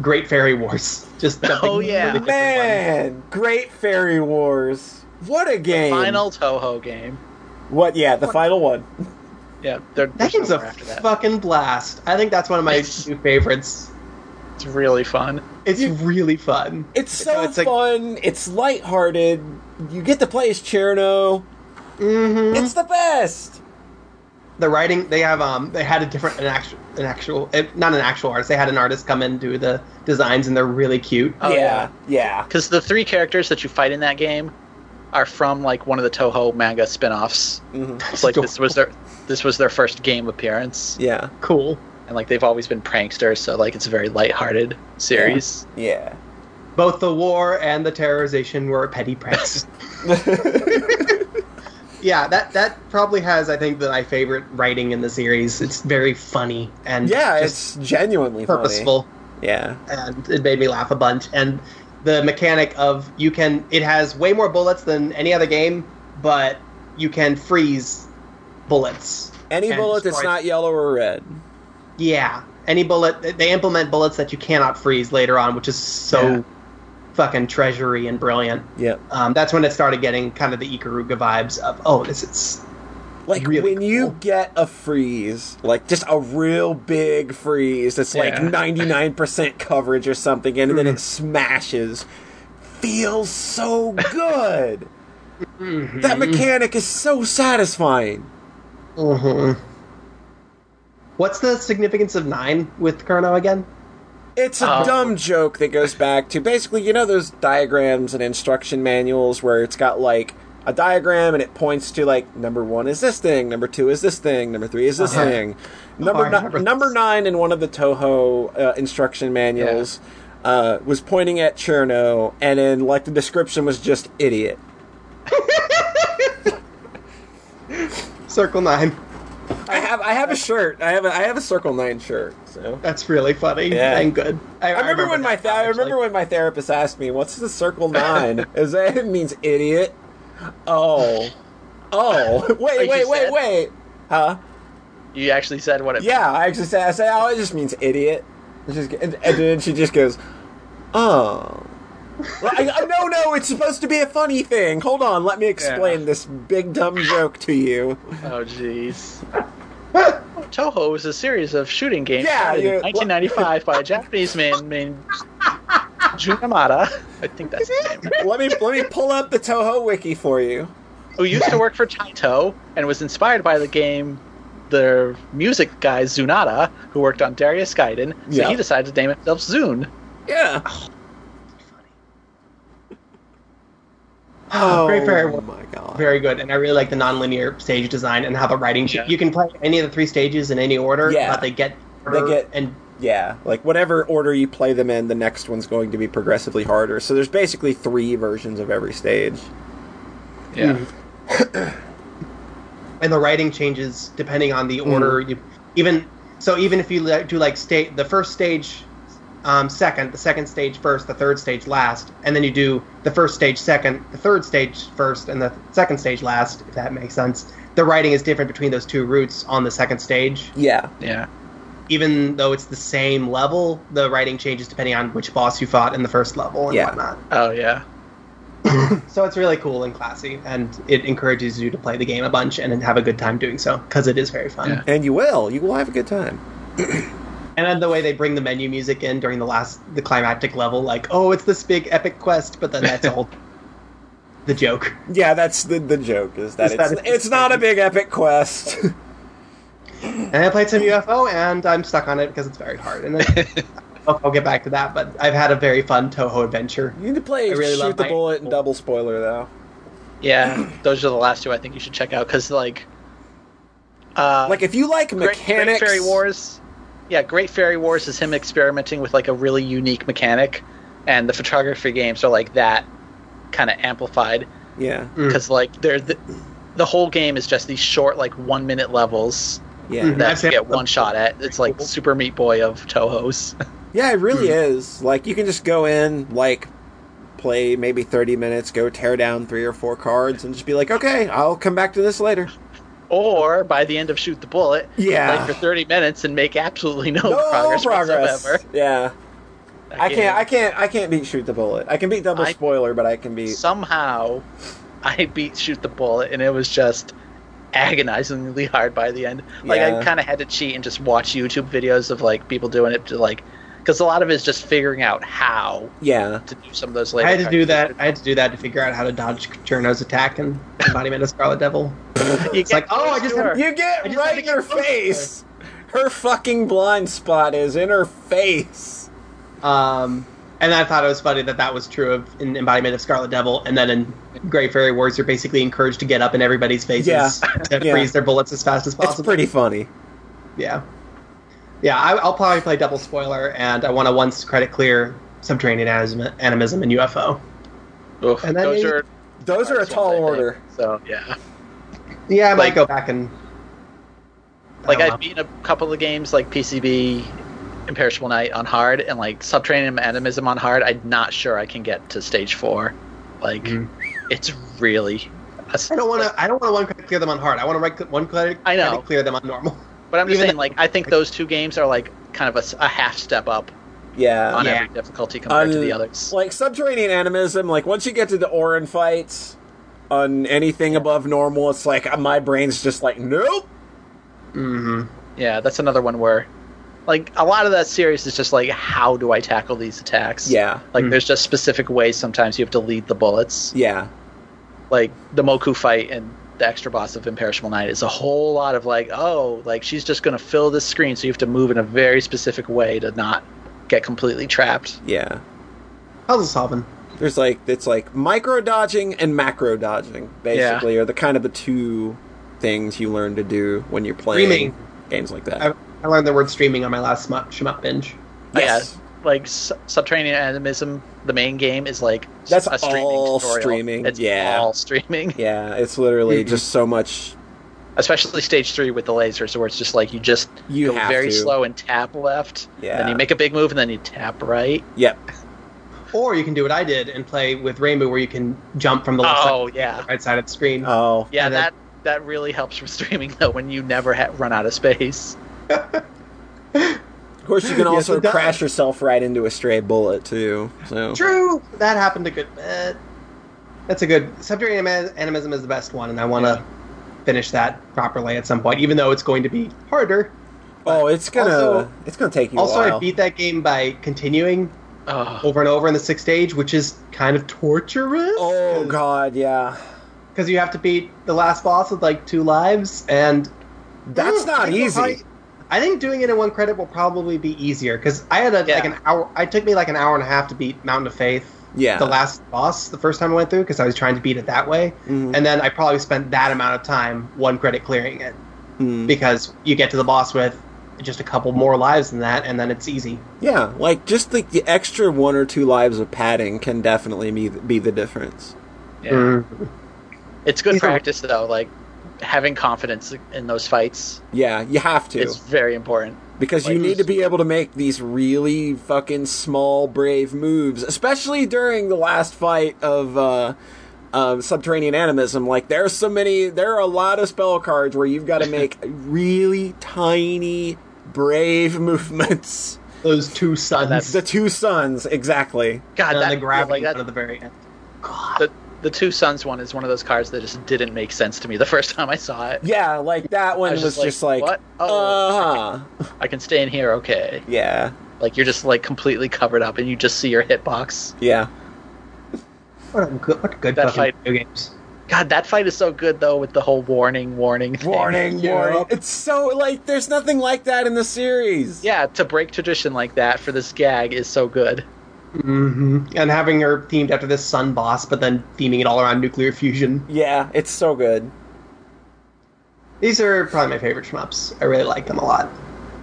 [SPEAKER 4] Great Fairy Wars. Just jumping
[SPEAKER 1] Oh, yeah.
[SPEAKER 4] really different ones.
[SPEAKER 3] Man, great Fairy Wars. What a game!
[SPEAKER 1] Final Toho game.
[SPEAKER 3] What? Yeah, the final one.
[SPEAKER 1] Yeah, there-
[SPEAKER 4] that
[SPEAKER 1] there's
[SPEAKER 4] game's
[SPEAKER 1] no
[SPEAKER 4] a
[SPEAKER 1] more after that.
[SPEAKER 4] fucking blast. I think that's one of my
[SPEAKER 1] It's-
[SPEAKER 4] new favorites.
[SPEAKER 1] It's really fun.
[SPEAKER 4] It's really fun.
[SPEAKER 3] It's so
[SPEAKER 4] it's like-
[SPEAKER 3] fun. it's lighthearted. You get to play as Cherno.
[SPEAKER 4] hmm
[SPEAKER 3] It's the best.
[SPEAKER 4] the writing they have um they had a different an actual an actual eh, not an actual artist they had an artist come and do the designs and they're really cute.
[SPEAKER 1] Oh,
[SPEAKER 3] yeah, yeah,
[SPEAKER 1] Because the three characters that you fight in that game are from like one of the Toho manga spin-offs.
[SPEAKER 3] Mhm.
[SPEAKER 1] It's like this was their this was their first game appearance,
[SPEAKER 3] yeah,
[SPEAKER 4] Cool.
[SPEAKER 1] and like they've always been pranksters, so like it's a very lighthearted series.
[SPEAKER 3] yeah.
[SPEAKER 4] Both the war and the terrorization were petty pranks. yeah, that that probably has I think the, my favorite writing in the series. It's very funny and
[SPEAKER 3] yeah,
[SPEAKER 4] just
[SPEAKER 3] it's genuinely funny.
[SPEAKER 4] purposeful.
[SPEAKER 3] Yeah,
[SPEAKER 4] and it made me laugh a bunch. And the mechanic of you can it has way more bullets than any other game, but you can freeze bullets.
[SPEAKER 3] any
[SPEAKER 4] And
[SPEAKER 3] bullet that's
[SPEAKER 4] destroy-
[SPEAKER 3] not yellow or red.
[SPEAKER 4] yeah, any bullet they implement bullets that you cannot freeze later on, which is so
[SPEAKER 1] Yeah.
[SPEAKER 4] fucking treasury and brilliant.
[SPEAKER 3] Yep.
[SPEAKER 4] Um, that's when it started getting kind of the Ikaruga vibes of oh this is
[SPEAKER 3] Like
[SPEAKER 4] Really
[SPEAKER 3] when you
[SPEAKER 4] cool.
[SPEAKER 3] get a freeze, like just a real big freeze that's like
[SPEAKER 1] Yeah.
[SPEAKER 3] ninety nine percent coverage or something, and then it smashes. Feels so good. That mechanic is so satisfying.
[SPEAKER 4] Mhm. what's the significance of nine with Kerno again?
[SPEAKER 3] It's a
[SPEAKER 4] Um,
[SPEAKER 1] Oh.
[SPEAKER 3] dumb joke that goes back to basically, you know, those diagrams and instruction manuals where it's got like a diagram and it points to like number one is this thing, number two is this thing, number three is this
[SPEAKER 4] Uh-huh.
[SPEAKER 3] thing, number
[SPEAKER 4] I
[SPEAKER 3] ni-
[SPEAKER 4] remember
[SPEAKER 3] number
[SPEAKER 4] this.
[SPEAKER 3] nine in one of the Toho uh, instruction manuals uh, was pointing at Cherno, and then like the description was just idiot.
[SPEAKER 4] Circle nine.
[SPEAKER 3] I have I have a shirt. I have a, I have a Circle Nine shirt. So
[SPEAKER 4] That's really funny
[SPEAKER 3] Yeah.
[SPEAKER 4] and good.
[SPEAKER 3] I remember, when my
[SPEAKER 4] that,
[SPEAKER 3] th- I remember
[SPEAKER 4] actually.
[SPEAKER 3] when my therapist asked me, "What's the Circle Nine? is that it means idiot? Oh, oh,
[SPEAKER 1] Like
[SPEAKER 3] wait,
[SPEAKER 1] you
[SPEAKER 3] wait, wait,
[SPEAKER 1] said?
[SPEAKER 3] wait, huh?
[SPEAKER 1] You actually said what it
[SPEAKER 3] Yeah, I actually said, I said, oh, it just means idiot. And, she's, and, and then she just goes, oh. Well, I, I- no, no, it's supposed to be a funny thing. Hold on, let me explain
[SPEAKER 1] Yeah.
[SPEAKER 3] this big dumb joke to you.
[SPEAKER 1] Oh, jeez. Toho was a series of shooting games
[SPEAKER 3] Yeah,
[SPEAKER 1] started
[SPEAKER 3] you-
[SPEAKER 1] in 1995 by a Japanese man named Jun Yamada. I think that's his name.
[SPEAKER 3] Let me let me pull up the Toho wiki for you.
[SPEAKER 1] Who used to work for Taito and was inspired by the game, the music guy Zunada, who worked on Darius Gaiden. So
[SPEAKER 3] Yeah.
[SPEAKER 1] he decided to name himself Zune.
[SPEAKER 3] Yeah.
[SPEAKER 4] Oh, Great Fairy
[SPEAKER 3] Oh
[SPEAKER 4] War.
[SPEAKER 3] my god.
[SPEAKER 4] Very good, and I really like the non-linear stage design and how the writing. sh
[SPEAKER 1] Yeah.
[SPEAKER 4] You can play any of the three stages in any order,
[SPEAKER 3] Yeah.
[SPEAKER 4] but they get
[SPEAKER 3] They get-
[SPEAKER 4] and
[SPEAKER 3] Yeah, like whatever order you play them in, the next one's going to be progressively harder. So there's basically three versions of every stage.
[SPEAKER 1] Yeah.
[SPEAKER 4] and the writing changes depending on the order you even so even if you like, do like state the first stage um, second the second stage first the third stage last and then you do the first stage second the third stage first and the second stage last if that makes sense the writing is different between those two routes on the second stage
[SPEAKER 3] Yeah.
[SPEAKER 1] Yeah.
[SPEAKER 4] even though it's the same level the writing changes depending on which boss you fought in the first level and
[SPEAKER 3] Yeah.
[SPEAKER 4] whatnot
[SPEAKER 1] Oh, yeah.
[SPEAKER 4] so it's really cool and classy and it encourages you to play the game a bunch and have a good time doing so because it is very fun
[SPEAKER 1] Yeah.
[SPEAKER 3] And you will. You will have a good time.
[SPEAKER 4] And then the way they bring the menu music in during the last, the climactic level, like, oh, it's this big epic quest, but then that's all the joke.
[SPEAKER 3] Yeah, that's the the joke is that
[SPEAKER 4] Is
[SPEAKER 3] it's,
[SPEAKER 4] that it's-
[SPEAKER 3] it's not a big epic quest.
[SPEAKER 4] And I played some UFO, and I'm stuck on it because it's very hard. And then, I'll, I'll get back to that, but I've had a very fun Toho adventure.
[SPEAKER 3] you need to play
[SPEAKER 4] I really
[SPEAKER 3] shoot
[SPEAKER 4] love
[SPEAKER 3] the
[SPEAKER 4] my-
[SPEAKER 3] bullet and double spoiler though.
[SPEAKER 1] Yeah. Those are the last two I think you should check out because, like, uh,
[SPEAKER 3] Like if you like
[SPEAKER 1] Great, Great
[SPEAKER 3] mechanics,
[SPEAKER 1] Fairy Wars. Yeah, Great Fairy Wars is him experimenting with like a really unique mechanic, and the photography games are like that, kind of amplified
[SPEAKER 3] Yeah,
[SPEAKER 4] Mm.
[SPEAKER 1] because like they're the, the whole game is just these short like one minute levels
[SPEAKER 3] yeah,
[SPEAKER 4] Mhm.
[SPEAKER 1] that
[SPEAKER 4] I've
[SPEAKER 1] you
[SPEAKER 4] seen
[SPEAKER 1] get
[SPEAKER 4] them.
[SPEAKER 1] one shot at. It's like
[SPEAKER 4] Cool.
[SPEAKER 1] Super Meat Boy of Toho's.
[SPEAKER 3] yeah. It really
[SPEAKER 1] Mm-hmm.
[SPEAKER 3] is. Like you can just go in, like play maybe thirty minutes, go tear down three or four cards, and just be like, okay, I'll come back to this later.
[SPEAKER 1] or by the end of Shoot the Bullet,
[SPEAKER 3] Yeah.
[SPEAKER 1] like for thirty minutes and make absolutely no,
[SPEAKER 3] No
[SPEAKER 1] progress,
[SPEAKER 3] progress.
[SPEAKER 1] whatsoever.
[SPEAKER 3] Yeah,
[SPEAKER 1] That
[SPEAKER 3] I can't. I
[SPEAKER 1] game-
[SPEAKER 3] can't. I can't beat shoot the bullet. I can beat double
[SPEAKER 1] I-
[SPEAKER 3] spoiler, but I can beat.
[SPEAKER 1] somehow I beat shoot the bullet and it was just agonizingly hard by the end. Like
[SPEAKER 3] Yeah.
[SPEAKER 1] I kind of had to cheat and just watch YouTube videos of like people doing it to like cuz a lot of it is just figuring out how
[SPEAKER 3] Yeah,
[SPEAKER 1] to do some of those
[SPEAKER 4] I
[SPEAKER 1] later.
[SPEAKER 4] had to do that.
[SPEAKER 1] cards.
[SPEAKER 4] I had to do that to figure out how to dodge Cherno's attack and embodiment of Scarlet Devil.
[SPEAKER 1] You
[SPEAKER 4] It's like,
[SPEAKER 1] get
[SPEAKER 4] oh, I
[SPEAKER 1] close
[SPEAKER 4] just
[SPEAKER 1] to
[SPEAKER 4] have-
[SPEAKER 1] her.
[SPEAKER 3] you
[SPEAKER 4] I
[SPEAKER 3] get
[SPEAKER 4] just
[SPEAKER 3] right
[SPEAKER 4] had
[SPEAKER 3] in
[SPEAKER 4] to
[SPEAKER 3] her
[SPEAKER 4] get close to
[SPEAKER 3] face. Her fucking blind spot is in her face.
[SPEAKER 4] Um, and I thought it was funny that that was true of in embodiment of Scarlet Devil, and then in Great Fairy Wars, you're basically encouraged to get up in everybody's faces
[SPEAKER 3] Yeah.
[SPEAKER 4] to
[SPEAKER 3] Yeah.
[SPEAKER 4] freeze their bullets as fast as possible.
[SPEAKER 3] It's pretty funny.
[SPEAKER 4] Yeah. Yeah, I, I'll probably play double spoiler, and I want to once credit clear subterranean animism, animism and UFO.
[SPEAKER 1] Oof,
[SPEAKER 4] And then
[SPEAKER 1] those
[SPEAKER 4] you-
[SPEAKER 1] are
[SPEAKER 3] Those are a
[SPEAKER 1] cards
[SPEAKER 3] tall
[SPEAKER 1] ones, I think.
[SPEAKER 3] order.
[SPEAKER 1] So, yeah.
[SPEAKER 4] Yeah, I
[SPEAKER 1] Like-
[SPEAKER 4] might go back and
[SPEAKER 1] Like
[SPEAKER 4] I
[SPEAKER 1] I
[SPEAKER 4] don't know.
[SPEAKER 1] beat a couple of games like PCB Imperishable Knight on hard and like Subterranean Animism on hard. I'm not sure I can get to stage 4. Like
[SPEAKER 4] Mhm.
[SPEAKER 1] it's really
[SPEAKER 4] I don't want to. I don't want to one credit clear them on hard. I want to right one credit,
[SPEAKER 1] I know.
[SPEAKER 4] credit clear them on normal.
[SPEAKER 1] But I'm just
[SPEAKER 4] Even
[SPEAKER 1] saying, like, I think those two games are like kind of a s- a, half step up
[SPEAKER 3] Yeah.
[SPEAKER 1] on
[SPEAKER 4] Yeah.
[SPEAKER 1] every difficulty compared to
[SPEAKER 3] Un-
[SPEAKER 4] Uh,
[SPEAKER 1] the others.
[SPEAKER 3] Like subterranean animism, like once you get to the Orin fights on anything above normal, it's like uh, my brain's just like, nope.
[SPEAKER 4] hmm
[SPEAKER 1] Yeah, that's another one where, like, a lot of that series is just like, how do I tackle these attacks?
[SPEAKER 3] Yeah.
[SPEAKER 1] Like,
[SPEAKER 4] Mm.
[SPEAKER 1] there's just specific ways. Sometimes you have to lead the bullets.
[SPEAKER 3] Yeah.
[SPEAKER 1] Like the Moku fight and the extra boss of Imperishable Knight is a whole lot of like, oh, like she's just going to fill this screen, so you have to move in a very specific way to not get completely trapped.
[SPEAKER 3] Yeah.
[SPEAKER 4] Puzzle solving.
[SPEAKER 3] There's like it's like micro dodging and macro dodging basically are the kind of the two things you learn to do when you're playing
[SPEAKER 4] Streaming.
[SPEAKER 3] games like that.
[SPEAKER 4] I, I learned the word streaming on my last shmup, shmup binge.
[SPEAKER 3] Yes.
[SPEAKER 1] Yeah, like S- Subterranean Animism, the main game is like s-
[SPEAKER 3] That's
[SPEAKER 1] a streaming
[SPEAKER 3] all
[SPEAKER 1] tutorial.
[SPEAKER 3] streaming,
[SPEAKER 1] It's
[SPEAKER 3] yeah.
[SPEAKER 1] all streaming,
[SPEAKER 3] Yeah, it's literally
[SPEAKER 4] Mhm.
[SPEAKER 3] just so much
[SPEAKER 1] especially stage three with the lasers, where it's just like you just
[SPEAKER 3] You
[SPEAKER 1] go
[SPEAKER 3] have
[SPEAKER 1] very
[SPEAKER 3] to.
[SPEAKER 1] slow and tap left,
[SPEAKER 3] Yeah.
[SPEAKER 1] then you make a big move and then you tap right.
[SPEAKER 3] Yep.
[SPEAKER 4] Or you can do what I did and play with Rainbow, where you can jump from the left side
[SPEAKER 1] Oh
[SPEAKER 4] to
[SPEAKER 1] yeah,
[SPEAKER 4] the right side of the screen.
[SPEAKER 3] Oh.
[SPEAKER 1] yeah.
[SPEAKER 4] and then-
[SPEAKER 1] That that really helps with streaming though when you never ha- run out of space.
[SPEAKER 3] Of course you can
[SPEAKER 4] Yes,
[SPEAKER 3] also
[SPEAKER 4] it does.
[SPEAKER 3] crash yourself right into a stray bullet too. So
[SPEAKER 4] True, that happened a good. Uh, that's a good. Subterranean anima- animism is the best one, and I want to finish that properly at some point, even though it's going to be harder.
[SPEAKER 3] Oh, it's gonna
[SPEAKER 4] Also-
[SPEAKER 3] it's gonna take you
[SPEAKER 4] also,
[SPEAKER 3] a while.
[SPEAKER 4] I beat that game by continuing
[SPEAKER 1] Oh,
[SPEAKER 4] over and over in the sixth stage, which is kind of torturous.
[SPEAKER 3] oh god, yeah.
[SPEAKER 4] Because you have to beat the last boss with like two lives, and
[SPEAKER 3] That's
[SPEAKER 4] Mm, I
[SPEAKER 3] not
[SPEAKER 4] think we'll
[SPEAKER 3] easy.
[SPEAKER 4] probably- I think doing it in one credit will probably be easier because I had a, like
[SPEAKER 1] Yeah.
[SPEAKER 4] an hour. I took me like an hour and a half to beat Mountain of Faith,
[SPEAKER 3] Yeah.
[SPEAKER 4] the last boss, the first time I went through because I was trying to beat it that way,
[SPEAKER 1] Mm-hmm.
[SPEAKER 3] Mhm.
[SPEAKER 4] and then I probably spent that amount of time one credit clearing it
[SPEAKER 3] Mm.
[SPEAKER 4] because you get to the boss with just a couple more lives than that, and then it's easy.
[SPEAKER 3] Yeah, like just like the extra one or two lives of padding can definitely be, be the difference.
[SPEAKER 1] yeah.
[SPEAKER 4] Mm.
[SPEAKER 1] It's good
[SPEAKER 4] These are-
[SPEAKER 1] practice though, like having confidence in those fights
[SPEAKER 3] Yeah, you have to
[SPEAKER 1] is very important.
[SPEAKER 3] because you
[SPEAKER 1] like-
[SPEAKER 3] need to be able to make these really fucking small brave moves, especially during the last fight of uh, uh, Subterranean Animism. Like there's so many, there are a lot of spell cards where you've got to make really tiny brave movements.
[SPEAKER 4] Those two suns
[SPEAKER 3] The two suns, exactly.
[SPEAKER 1] God,
[SPEAKER 4] and
[SPEAKER 1] that
[SPEAKER 4] the
[SPEAKER 1] like
[SPEAKER 4] gravity
[SPEAKER 1] that,
[SPEAKER 4] out of the very end.
[SPEAKER 1] the the two sons one is one of those cards that just didn't make sense to me the first time I saw it.
[SPEAKER 3] Yeah, like that one
[SPEAKER 1] I
[SPEAKER 3] was,
[SPEAKER 1] was
[SPEAKER 3] just,
[SPEAKER 1] just like,
[SPEAKER 3] like,
[SPEAKER 1] what? Oh,
[SPEAKER 3] uh-huh.
[SPEAKER 1] I can stay in here, okay.
[SPEAKER 3] yeah,
[SPEAKER 1] Like you're just like completely covered up, and you just see your hitbox.
[SPEAKER 3] yeah.
[SPEAKER 4] What a good, what a good
[SPEAKER 1] That
[SPEAKER 4] fucking
[SPEAKER 1] fight-
[SPEAKER 4] video games.
[SPEAKER 1] God, that fight is so good though, with the whole warning, warning, thing.
[SPEAKER 3] Warning,
[SPEAKER 4] Yeah.
[SPEAKER 3] warning. It's so like there's nothing like that in the series.
[SPEAKER 1] Yeah, to break tradition like that for this gag is so good.
[SPEAKER 4] hmm And having her themed after this sun boss, but then theming it all around nuclear fusion.
[SPEAKER 3] Yeah, it's so good.
[SPEAKER 4] These are probably my favorite shmups. I really like them a lot.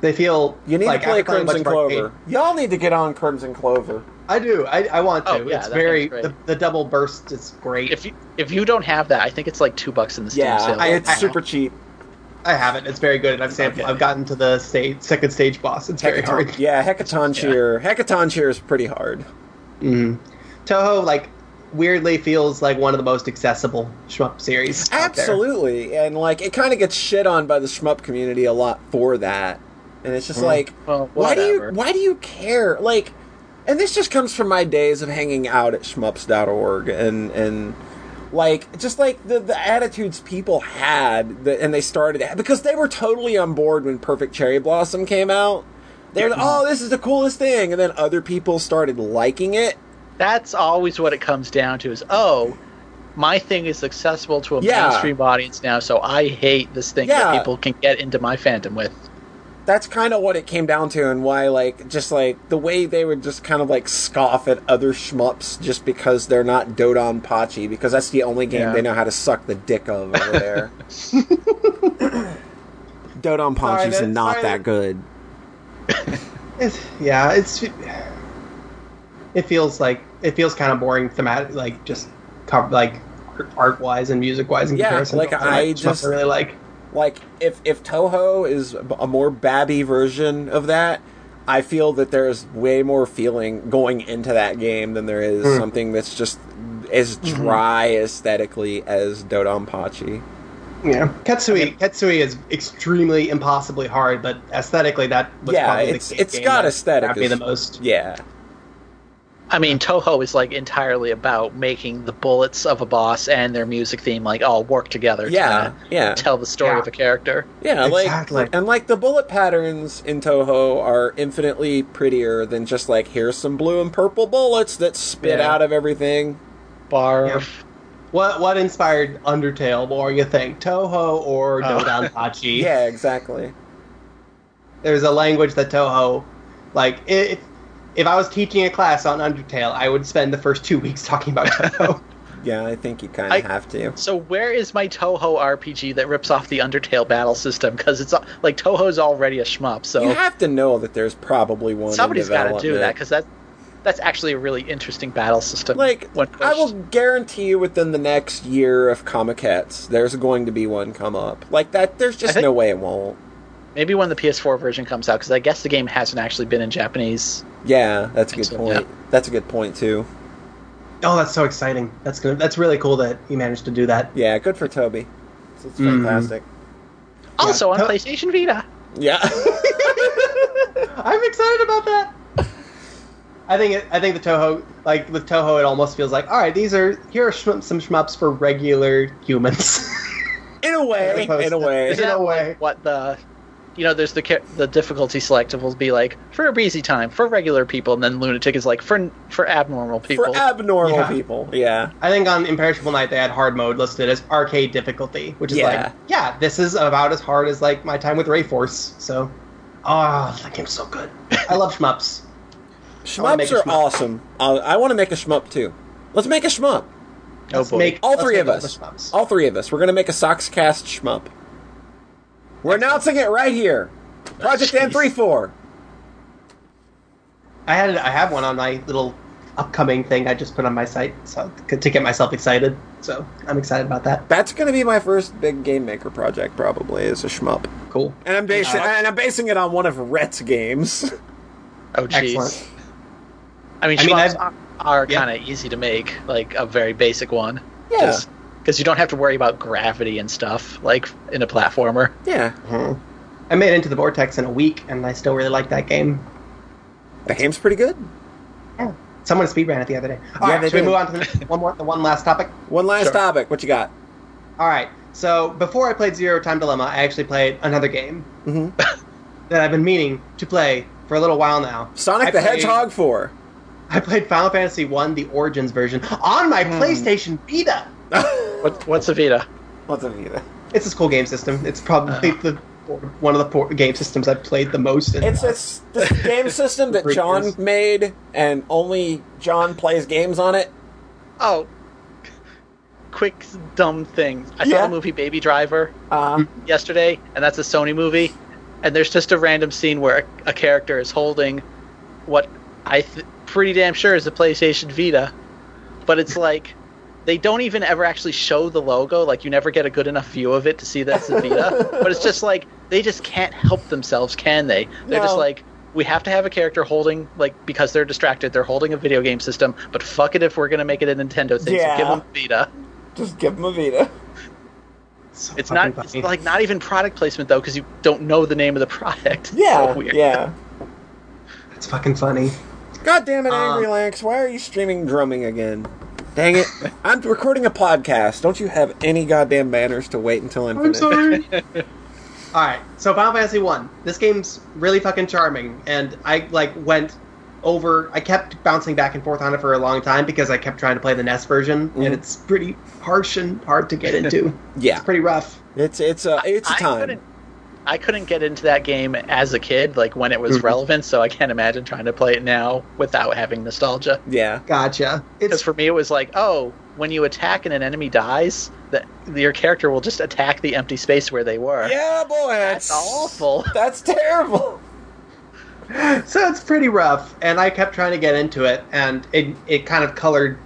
[SPEAKER 4] They feel
[SPEAKER 3] You need
[SPEAKER 4] like
[SPEAKER 3] to play
[SPEAKER 4] I've played a bunch
[SPEAKER 3] Crimson
[SPEAKER 4] of arcade-
[SPEAKER 3] Clover. Y'all need to get on Crimson Clover.
[SPEAKER 4] I do. I, I want to.
[SPEAKER 1] Oh, yeah,
[SPEAKER 4] it's
[SPEAKER 1] that
[SPEAKER 4] very
[SPEAKER 1] game's
[SPEAKER 4] the,
[SPEAKER 1] great.
[SPEAKER 4] the double burst is great.
[SPEAKER 1] If you if you don't have that, I think it's like two bucks in the Steam
[SPEAKER 3] Yeah,
[SPEAKER 1] sale.
[SPEAKER 4] I-
[SPEAKER 3] it's
[SPEAKER 4] I-
[SPEAKER 3] super cheap.
[SPEAKER 4] I have it. It's very good, and I've sampled.
[SPEAKER 1] Okay.
[SPEAKER 4] I've gotten to the stage, second stage boss. It's very hard.
[SPEAKER 3] Hecaton- yeah, Hecaton Cheer. Hecaton Cheer is pretty hard.
[SPEAKER 4] Mhm. Toho like weirdly feels like one of the most accessible shmup series. out there.
[SPEAKER 3] Absolutely, and like it kind of gets shit on by the shmup community a lot for that, and it's just like,
[SPEAKER 1] Well,
[SPEAKER 3] why do you
[SPEAKER 1] whatever.
[SPEAKER 3] why do you care? Like, and this just comes from my days of hanging out at shmups.org and and like just like the the attitudes people had that, and they started because they were totally on board when Perfect Cherry Blossom came out. They were, oh, this is the coolest thing, and then other people started liking it.
[SPEAKER 1] That's always what it comes down to is oh, my thing is accessible to a
[SPEAKER 3] Yeah.
[SPEAKER 1] mainstream audience now, so I hate this thing
[SPEAKER 3] Yeah.
[SPEAKER 1] that people can get into my fandom with.
[SPEAKER 3] that's kind of what it came down to and why like just like the way they would just kind of like scoff at other shmups just because they're not Dodon Pachi because that's the only game
[SPEAKER 1] Yeah.
[SPEAKER 3] they know how to suck the dick of over there. Dodon
[SPEAKER 4] Sorry,
[SPEAKER 3] Pachi's
[SPEAKER 4] that-
[SPEAKER 3] not
[SPEAKER 4] sorry,
[SPEAKER 3] that
[SPEAKER 4] that-
[SPEAKER 3] good.
[SPEAKER 4] It's, yeah, it's it feels like it feels kind of boring thematic, like just cover, like art wise and music wise in
[SPEAKER 3] Yeah,
[SPEAKER 4] comparison.
[SPEAKER 3] like,
[SPEAKER 4] to what
[SPEAKER 3] I
[SPEAKER 4] shmups
[SPEAKER 3] just-
[SPEAKER 4] really like.
[SPEAKER 3] Like if if Toho is a more babby version of that, I feel that there's way more feeling going into that game than there is
[SPEAKER 4] Hmm.
[SPEAKER 3] something that's just as
[SPEAKER 4] Mm-hmm.
[SPEAKER 3] dry aesthetically as Dodon Pachi.
[SPEAKER 4] Yeah, Ketsui Ketsui is extremely impossibly hard, but aesthetically that was
[SPEAKER 3] Yeah,
[SPEAKER 4] probably
[SPEAKER 3] it's-
[SPEAKER 4] the
[SPEAKER 3] it's
[SPEAKER 4] game
[SPEAKER 3] got
[SPEAKER 4] that
[SPEAKER 3] aesthetic
[SPEAKER 4] grabbed me
[SPEAKER 3] is-
[SPEAKER 4] the most.
[SPEAKER 3] Yeah.
[SPEAKER 1] I mean, Toho is like entirely about making the bullets of a boss and their music theme like all work together.
[SPEAKER 3] Yeah,
[SPEAKER 1] to kinda
[SPEAKER 3] yeah.
[SPEAKER 1] Tell the story
[SPEAKER 4] Yeah.
[SPEAKER 1] of a character.
[SPEAKER 3] Yeah,
[SPEAKER 4] Exactly.
[SPEAKER 3] like and like the bullet patterns in Toho are infinitely prettier than just like here's some blue and purple bullets that spit
[SPEAKER 1] Yeah.
[SPEAKER 3] out of everything.
[SPEAKER 1] Barf.
[SPEAKER 4] What what inspired Undertale more? You think Toho or Dodonpachi?
[SPEAKER 3] Uh, Yeah, exactly.
[SPEAKER 4] there's a language that Toho, like it, if I was teaching a class on Undertale, I would spend the first two weeks talking about Toho.
[SPEAKER 3] Yeah, I think you kind
[SPEAKER 1] I-
[SPEAKER 3] of have to.
[SPEAKER 1] So where is my Toho RPG that rips off the Undertale battle system? Because it's like Toho's already a shmup, so
[SPEAKER 3] You have to know that there's probably one. in
[SPEAKER 1] somebody's got to do
[SPEAKER 3] development.
[SPEAKER 1] that because that that's actually a really interesting battle system.
[SPEAKER 3] Like,
[SPEAKER 1] when
[SPEAKER 3] I will
[SPEAKER 1] pushed.
[SPEAKER 3] guarantee you within the next year of Comic Cats, there's going to be one come up. Like that, there's just
[SPEAKER 1] think-
[SPEAKER 3] no way it won't.
[SPEAKER 1] maybe when the PS4 version comes out because I guess the game hasn't actually been in Japanese.
[SPEAKER 3] Yeah, that's a good
[SPEAKER 1] so,
[SPEAKER 3] point. That's a good point too.
[SPEAKER 4] oh, that's so exciting. That's gonna. That's really cool that he managed to do that.
[SPEAKER 3] Yeah, good for Toby. So it's
[SPEAKER 4] Mhm.
[SPEAKER 3] fantastic.
[SPEAKER 1] Also on
[SPEAKER 4] To-
[SPEAKER 1] PlayStation Vita.
[SPEAKER 3] Yeah.
[SPEAKER 4] I'm excited about that. I think it, I think the Toho like with Toho it almost feels like all right these are here are shmup, some shmups for regular humans.
[SPEAKER 3] in a
[SPEAKER 4] As
[SPEAKER 3] way,
[SPEAKER 4] opposed
[SPEAKER 3] in a
[SPEAKER 4] to-
[SPEAKER 3] way.
[SPEAKER 4] Is it-
[SPEAKER 1] that,
[SPEAKER 4] a
[SPEAKER 1] like,
[SPEAKER 4] way.
[SPEAKER 1] what the you know there's the ca- the difficulty selective will be like for a breezy time for regular people and then lunatic is like for for abnormal people
[SPEAKER 3] For abnormal
[SPEAKER 4] Yeah.
[SPEAKER 3] people. Yeah.
[SPEAKER 4] I think on Imperishable Night they had hard mode listed as arcade difficulty, which is
[SPEAKER 3] Yeah.
[SPEAKER 4] like yeah this is about as hard as like my time with Rayforce. So,
[SPEAKER 3] Ah,
[SPEAKER 4] oh that game's so good. I love shmups. wanna make
[SPEAKER 3] Shmups
[SPEAKER 4] a
[SPEAKER 3] are
[SPEAKER 4] shmup.
[SPEAKER 3] awesome. I'll, I want to make a shmup too. Let's make a shmup.
[SPEAKER 1] oh
[SPEAKER 4] Let's
[SPEAKER 1] boy
[SPEAKER 4] make-
[SPEAKER 3] All
[SPEAKER 4] let's
[SPEAKER 3] three
[SPEAKER 4] make
[SPEAKER 3] of
[SPEAKER 4] all the
[SPEAKER 3] us.
[SPEAKER 4] shmups.
[SPEAKER 3] All three of us. We're gonna make a Soxcast shmup. We're announcing it right here. Project
[SPEAKER 1] Jeez.
[SPEAKER 3] N 34 four.
[SPEAKER 4] I had I have one on my little upcoming thing I just put on my site so to get myself excited. So I'm excited about that.
[SPEAKER 3] That's gonna be my first big game maker project, probably, is a shmup.
[SPEAKER 4] Cool.
[SPEAKER 3] And I'm basing
[SPEAKER 4] Yeah.
[SPEAKER 3] and I'm basing it on one of Rhett's games.
[SPEAKER 1] oh jeez
[SPEAKER 4] Excellent.
[SPEAKER 1] i mean
[SPEAKER 4] I mean,
[SPEAKER 1] shmups
[SPEAKER 4] I've-
[SPEAKER 1] are, are
[SPEAKER 4] yeah.
[SPEAKER 1] kind of easy to make like a very basic one
[SPEAKER 3] Yeah.
[SPEAKER 1] because you don't have to worry about gravity and stuff like in a platformer
[SPEAKER 3] yeah.
[SPEAKER 4] I made Into the Vortex in a week, and I still really like that game.
[SPEAKER 3] The game's pretty good.
[SPEAKER 4] Someone speedran it the other day. All
[SPEAKER 3] Yeah,
[SPEAKER 4] right,
[SPEAKER 3] they
[SPEAKER 4] should we
[SPEAKER 3] did.
[SPEAKER 4] move on to the next- one more, the one last topic?
[SPEAKER 3] One last
[SPEAKER 1] Sure.
[SPEAKER 3] topic. What you got?
[SPEAKER 4] All right. So before I played Zero Time Dilemma, I actually played another game
[SPEAKER 3] Mhm.
[SPEAKER 4] Mm-hmm. that I've been meaning to play for a little while now.
[SPEAKER 3] Sonic
[SPEAKER 4] I
[SPEAKER 3] the
[SPEAKER 4] played-
[SPEAKER 3] Hedgehog 4.
[SPEAKER 4] I played Final Fantasy One, the Origins version, on
[SPEAKER 3] Hmm.
[SPEAKER 4] my PlayStation Vita.
[SPEAKER 1] what, what's a vita
[SPEAKER 3] What's a Vita?
[SPEAKER 4] It's this cool game system. It's probably
[SPEAKER 1] Uh-huh.
[SPEAKER 4] the one of the poor game systems I've played the most. In
[SPEAKER 3] It's it's this game system that John
[SPEAKER 4] Freakers.
[SPEAKER 3] made, and only John plays games on it.
[SPEAKER 1] oh quick dumb thing i
[SPEAKER 3] Yeah.
[SPEAKER 1] saw the movie baby driver
[SPEAKER 3] Uh,
[SPEAKER 1] yesterday, and that's a Sony movie. And there's just a random scene where a, a character is holding what I th- pretty damn sure is a PlayStation Vita, but it's like they don't even ever actually show the logo. Like you never get a good enough view of it to see that's the Vita. but it's just like they just can't help themselves, can they? They're just
[SPEAKER 3] No.
[SPEAKER 1] like. We have to have a character holding, like, because they're distracted, they're holding a video game system, but fuck it if we're going to make it a Nintendo thing,
[SPEAKER 3] Yeah.
[SPEAKER 1] so give them Vita.
[SPEAKER 3] just give him a Vita.
[SPEAKER 4] so
[SPEAKER 1] It's
[SPEAKER 4] fucking
[SPEAKER 1] not. It's
[SPEAKER 4] funny.
[SPEAKER 1] like not even product placement though, because you don't know the name of the product. It's
[SPEAKER 3] Yeah,
[SPEAKER 1] so weird.
[SPEAKER 3] yeah.
[SPEAKER 4] it's fucking funny.
[SPEAKER 3] God damn it, Angry
[SPEAKER 4] Um,
[SPEAKER 3] Lanx! Why are you streaming drumming again? Dang it! I'm recording a podcast. Don't you have any goddamn manners to wait until I'm finished?
[SPEAKER 4] All right, so Final Fantasy One. This game's really fucking charming, and I like went over. I kept bouncing back and forth on it for a long time because I kept trying to play the NES version,
[SPEAKER 3] Mhm.
[SPEAKER 1] Mm-hmm.
[SPEAKER 4] and it's pretty harsh and hard to get into.
[SPEAKER 3] Yeah,
[SPEAKER 4] it's pretty rough.
[SPEAKER 3] it's it's a it's a
[SPEAKER 1] I
[SPEAKER 3] time.
[SPEAKER 1] couldn't, I couldn't get into that game as a kid, like when it was
[SPEAKER 4] Mhm.
[SPEAKER 3] Mm-hmm.
[SPEAKER 1] relevant. So I can't imagine trying to play it now without having nostalgia.
[SPEAKER 3] Yeah,
[SPEAKER 4] Gotcha.
[SPEAKER 1] Because
[SPEAKER 4] It's
[SPEAKER 1] for me, it was like, oh, when you attack and an enemy dies, that your character will just attack the empty space where they were.
[SPEAKER 3] yeah, boy.
[SPEAKER 1] That's awful.
[SPEAKER 3] That's terrible.
[SPEAKER 4] so it's pretty rough, and I kept trying to get into it, and it it kind of colored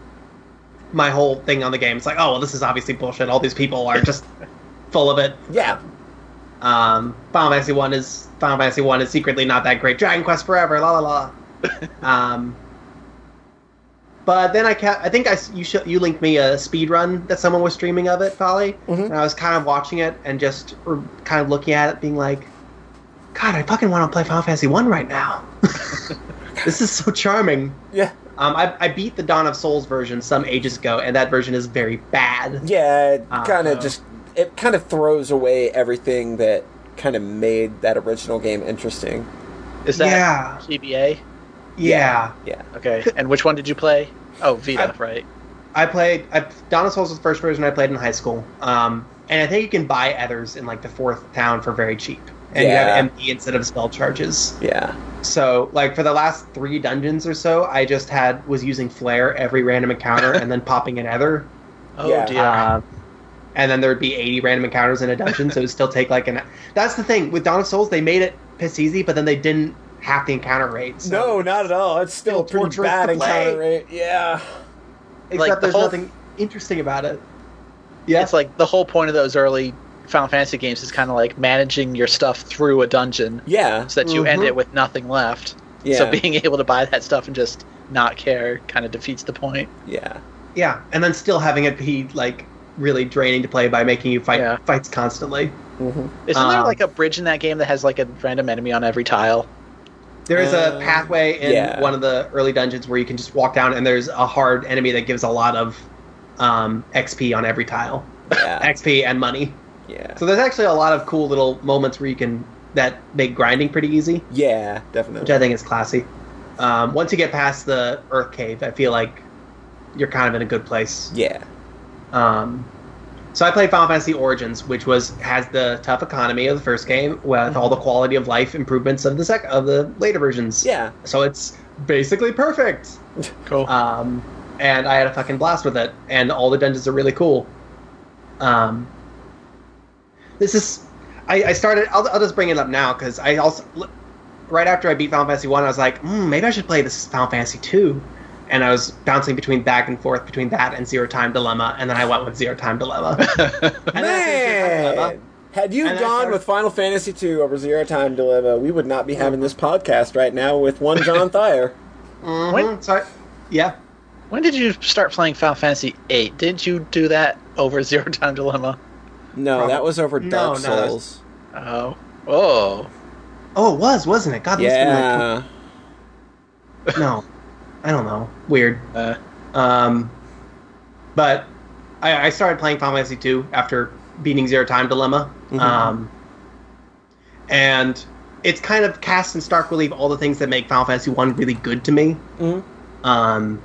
[SPEAKER 4] my whole thing on the game. It's like, oh well, this is obviously bullshit. All these people are just full of it.
[SPEAKER 3] Yeah,
[SPEAKER 4] Um, Final Fantasy One is Final Fantasy One is secretly not that great. Dragon Quest Forever, la la la. um, but then I kept. I think I s- you sh- you linked me a speed run that someone was streaming of it, Polly,
[SPEAKER 3] Mhm.
[SPEAKER 4] and I was kind of watching it and just r- kind of looking at it, being like, God, I fucking want to play Final Fantasy One right now. this is so charming.
[SPEAKER 3] yeah,
[SPEAKER 4] Um, I, I beat the Dawn of Souls version some ages ago, and that version is very bad.
[SPEAKER 3] yeah. It
[SPEAKER 4] Uh,
[SPEAKER 3] kind
[SPEAKER 4] uh.
[SPEAKER 3] of just it kind of throws away everything that kind of made that original game interesting.
[SPEAKER 1] Is that
[SPEAKER 4] Yeah.
[SPEAKER 1] GBA?
[SPEAKER 4] yeah.
[SPEAKER 3] Yeah.
[SPEAKER 1] Okay. And which one did you play? Oh, Vita,
[SPEAKER 4] I-
[SPEAKER 1] right?
[SPEAKER 4] I played. I, Dawn of Souls was the first version I played in high school. Um, and I think you can buy Ethers in like the fourth town for very cheap, and
[SPEAKER 3] Yeah.
[SPEAKER 4] you have MP instead of spell charges.
[SPEAKER 3] Yeah.
[SPEAKER 4] So like for the last three dungeons or so, I just had was using Flare every random encounter and then popping an Ether.
[SPEAKER 1] Oh
[SPEAKER 3] Yeah.
[SPEAKER 1] dear.
[SPEAKER 4] Uh, and then there would be 80 random encounters in a dungeon, so it would still take like an. That's the thing with Dawn of Souls, they made it piss easy, but then they didn't half the encounter rate. So.
[SPEAKER 3] No, not at all. It's still a
[SPEAKER 4] Still
[SPEAKER 3] pretty
[SPEAKER 4] torturous
[SPEAKER 3] bad
[SPEAKER 4] to play.
[SPEAKER 3] encounter rate. Yeah.
[SPEAKER 4] except
[SPEAKER 1] Like, the
[SPEAKER 4] there's
[SPEAKER 1] whole-
[SPEAKER 4] nothing interesting about it. Yeah,
[SPEAKER 1] It's like the whole point of those early Final Fantasy games is kind of like managing your stuff through a dungeon
[SPEAKER 3] Yeah.
[SPEAKER 1] so that you end
[SPEAKER 4] Mhm.
[SPEAKER 1] it with nothing left.
[SPEAKER 3] Yeah.
[SPEAKER 1] So being able to buy that stuff and just not care kind of defeats the point.
[SPEAKER 3] yeah.
[SPEAKER 4] yeah, and then still having it be like really draining to play by making you fight
[SPEAKER 1] Yeah.
[SPEAKER 4] fights constantly.
[SPEAKER 1] Isn't there
[SPEAKER 4] Um,
[SPEAKER 1] like a bridge in that game that has like a random enemy on every tile?
[SPEAKER 4] There is a
[SPEAKER 3] Uh,
[SPEAKER 4] pathway in
[SPEAKER 3] yeah.
[SPEAKER 4] one of the early dungeons where you can just walk down, and there's a hard enemy that gives a lot of um, XP on every tile,
[SPEAKER 3] Yeah.
[SPEAKER 4] XP and money.
[SPEAKER 3] yeah.
[SPEAKER 4] So there's actually a lot of cool little moments where you can that make grinding pretty easy,
[SPEAKER 3] Yeah,
[SPEAKER 4] which
[SPEAKER 3] definitely.
[SPEAKER 4] I think is classy. Um, once you get past the Earth Cave, I feel like you're kind of in a good place.
[SPEAKER 3] Yeah.
[SPEAKER 4] Um, so I played Final Fantasy Origins, which was has the tough economy of the first game with all the quality of life improvements of the sec of the later versions.
[SPEAKER 3] Yeah.
[SPEAKER 4] So it's basically perfect.
[SPEAKER 1] Cool.
[SPEAKER 4] Um, and I had a fucking blast with it, and all the dungeons are really cool. Um, this is, I, I started. I'll, I'll just bring it up now because I also, l- right after I beat Final Fantasy One, I, was like, mm, maybe I should play this Final Fantasy Two, and I was bouncing between back and forth between that and Zero Time Dilemma, and then I went with Zero Time Dilemma. And then I played Zero Time Dilemma.
[SPEAKER 3] Man, had you
[SPEAKER 4] And I
[SPEAKER 3] gone
[SPEAKER 4] started-
[SPEAKER 3] with Final Fantasy II over Zero Time Dilemma, we would not be having this podcast right now with one John Thayer.
[SPEAKER 4] Mhm,
[SPEAKER 1] When-
[SPEAKER 4] sorry. Yeah.
[SPEAKER 1] when did you start playing Final Fantasy VIII? Didn't you do that over Zero Time Dilemma?
[SPEAKER 3] No,
[SPEAKER 4] Probably-
[SPEAKER 3] that was over
[SPEAKER 4] No,
[SPEAKER 3] Dark
[SPEAKER 4] no, that was-
[SPEAKER 3] Souls.
[SPEAKER 1] Oh. Oh.
[SPEAKER 4] Oh, it was, wasn't it? God, those
[SPEAKER 3] yeah.
[SPEAKER 4] were like- no, I don't know. Weird.
[SPEAKER 1] Uh,
[SPEAKER 4] Um, but I, I started playing Final Fantasy two after beating Zero Time Dilemma. Um, and it's kind of cast in stark relief all the things that make Final Fantasy one really good to me.
[SPEAKER 3] Mhm.
[SPEAKER 4] Um,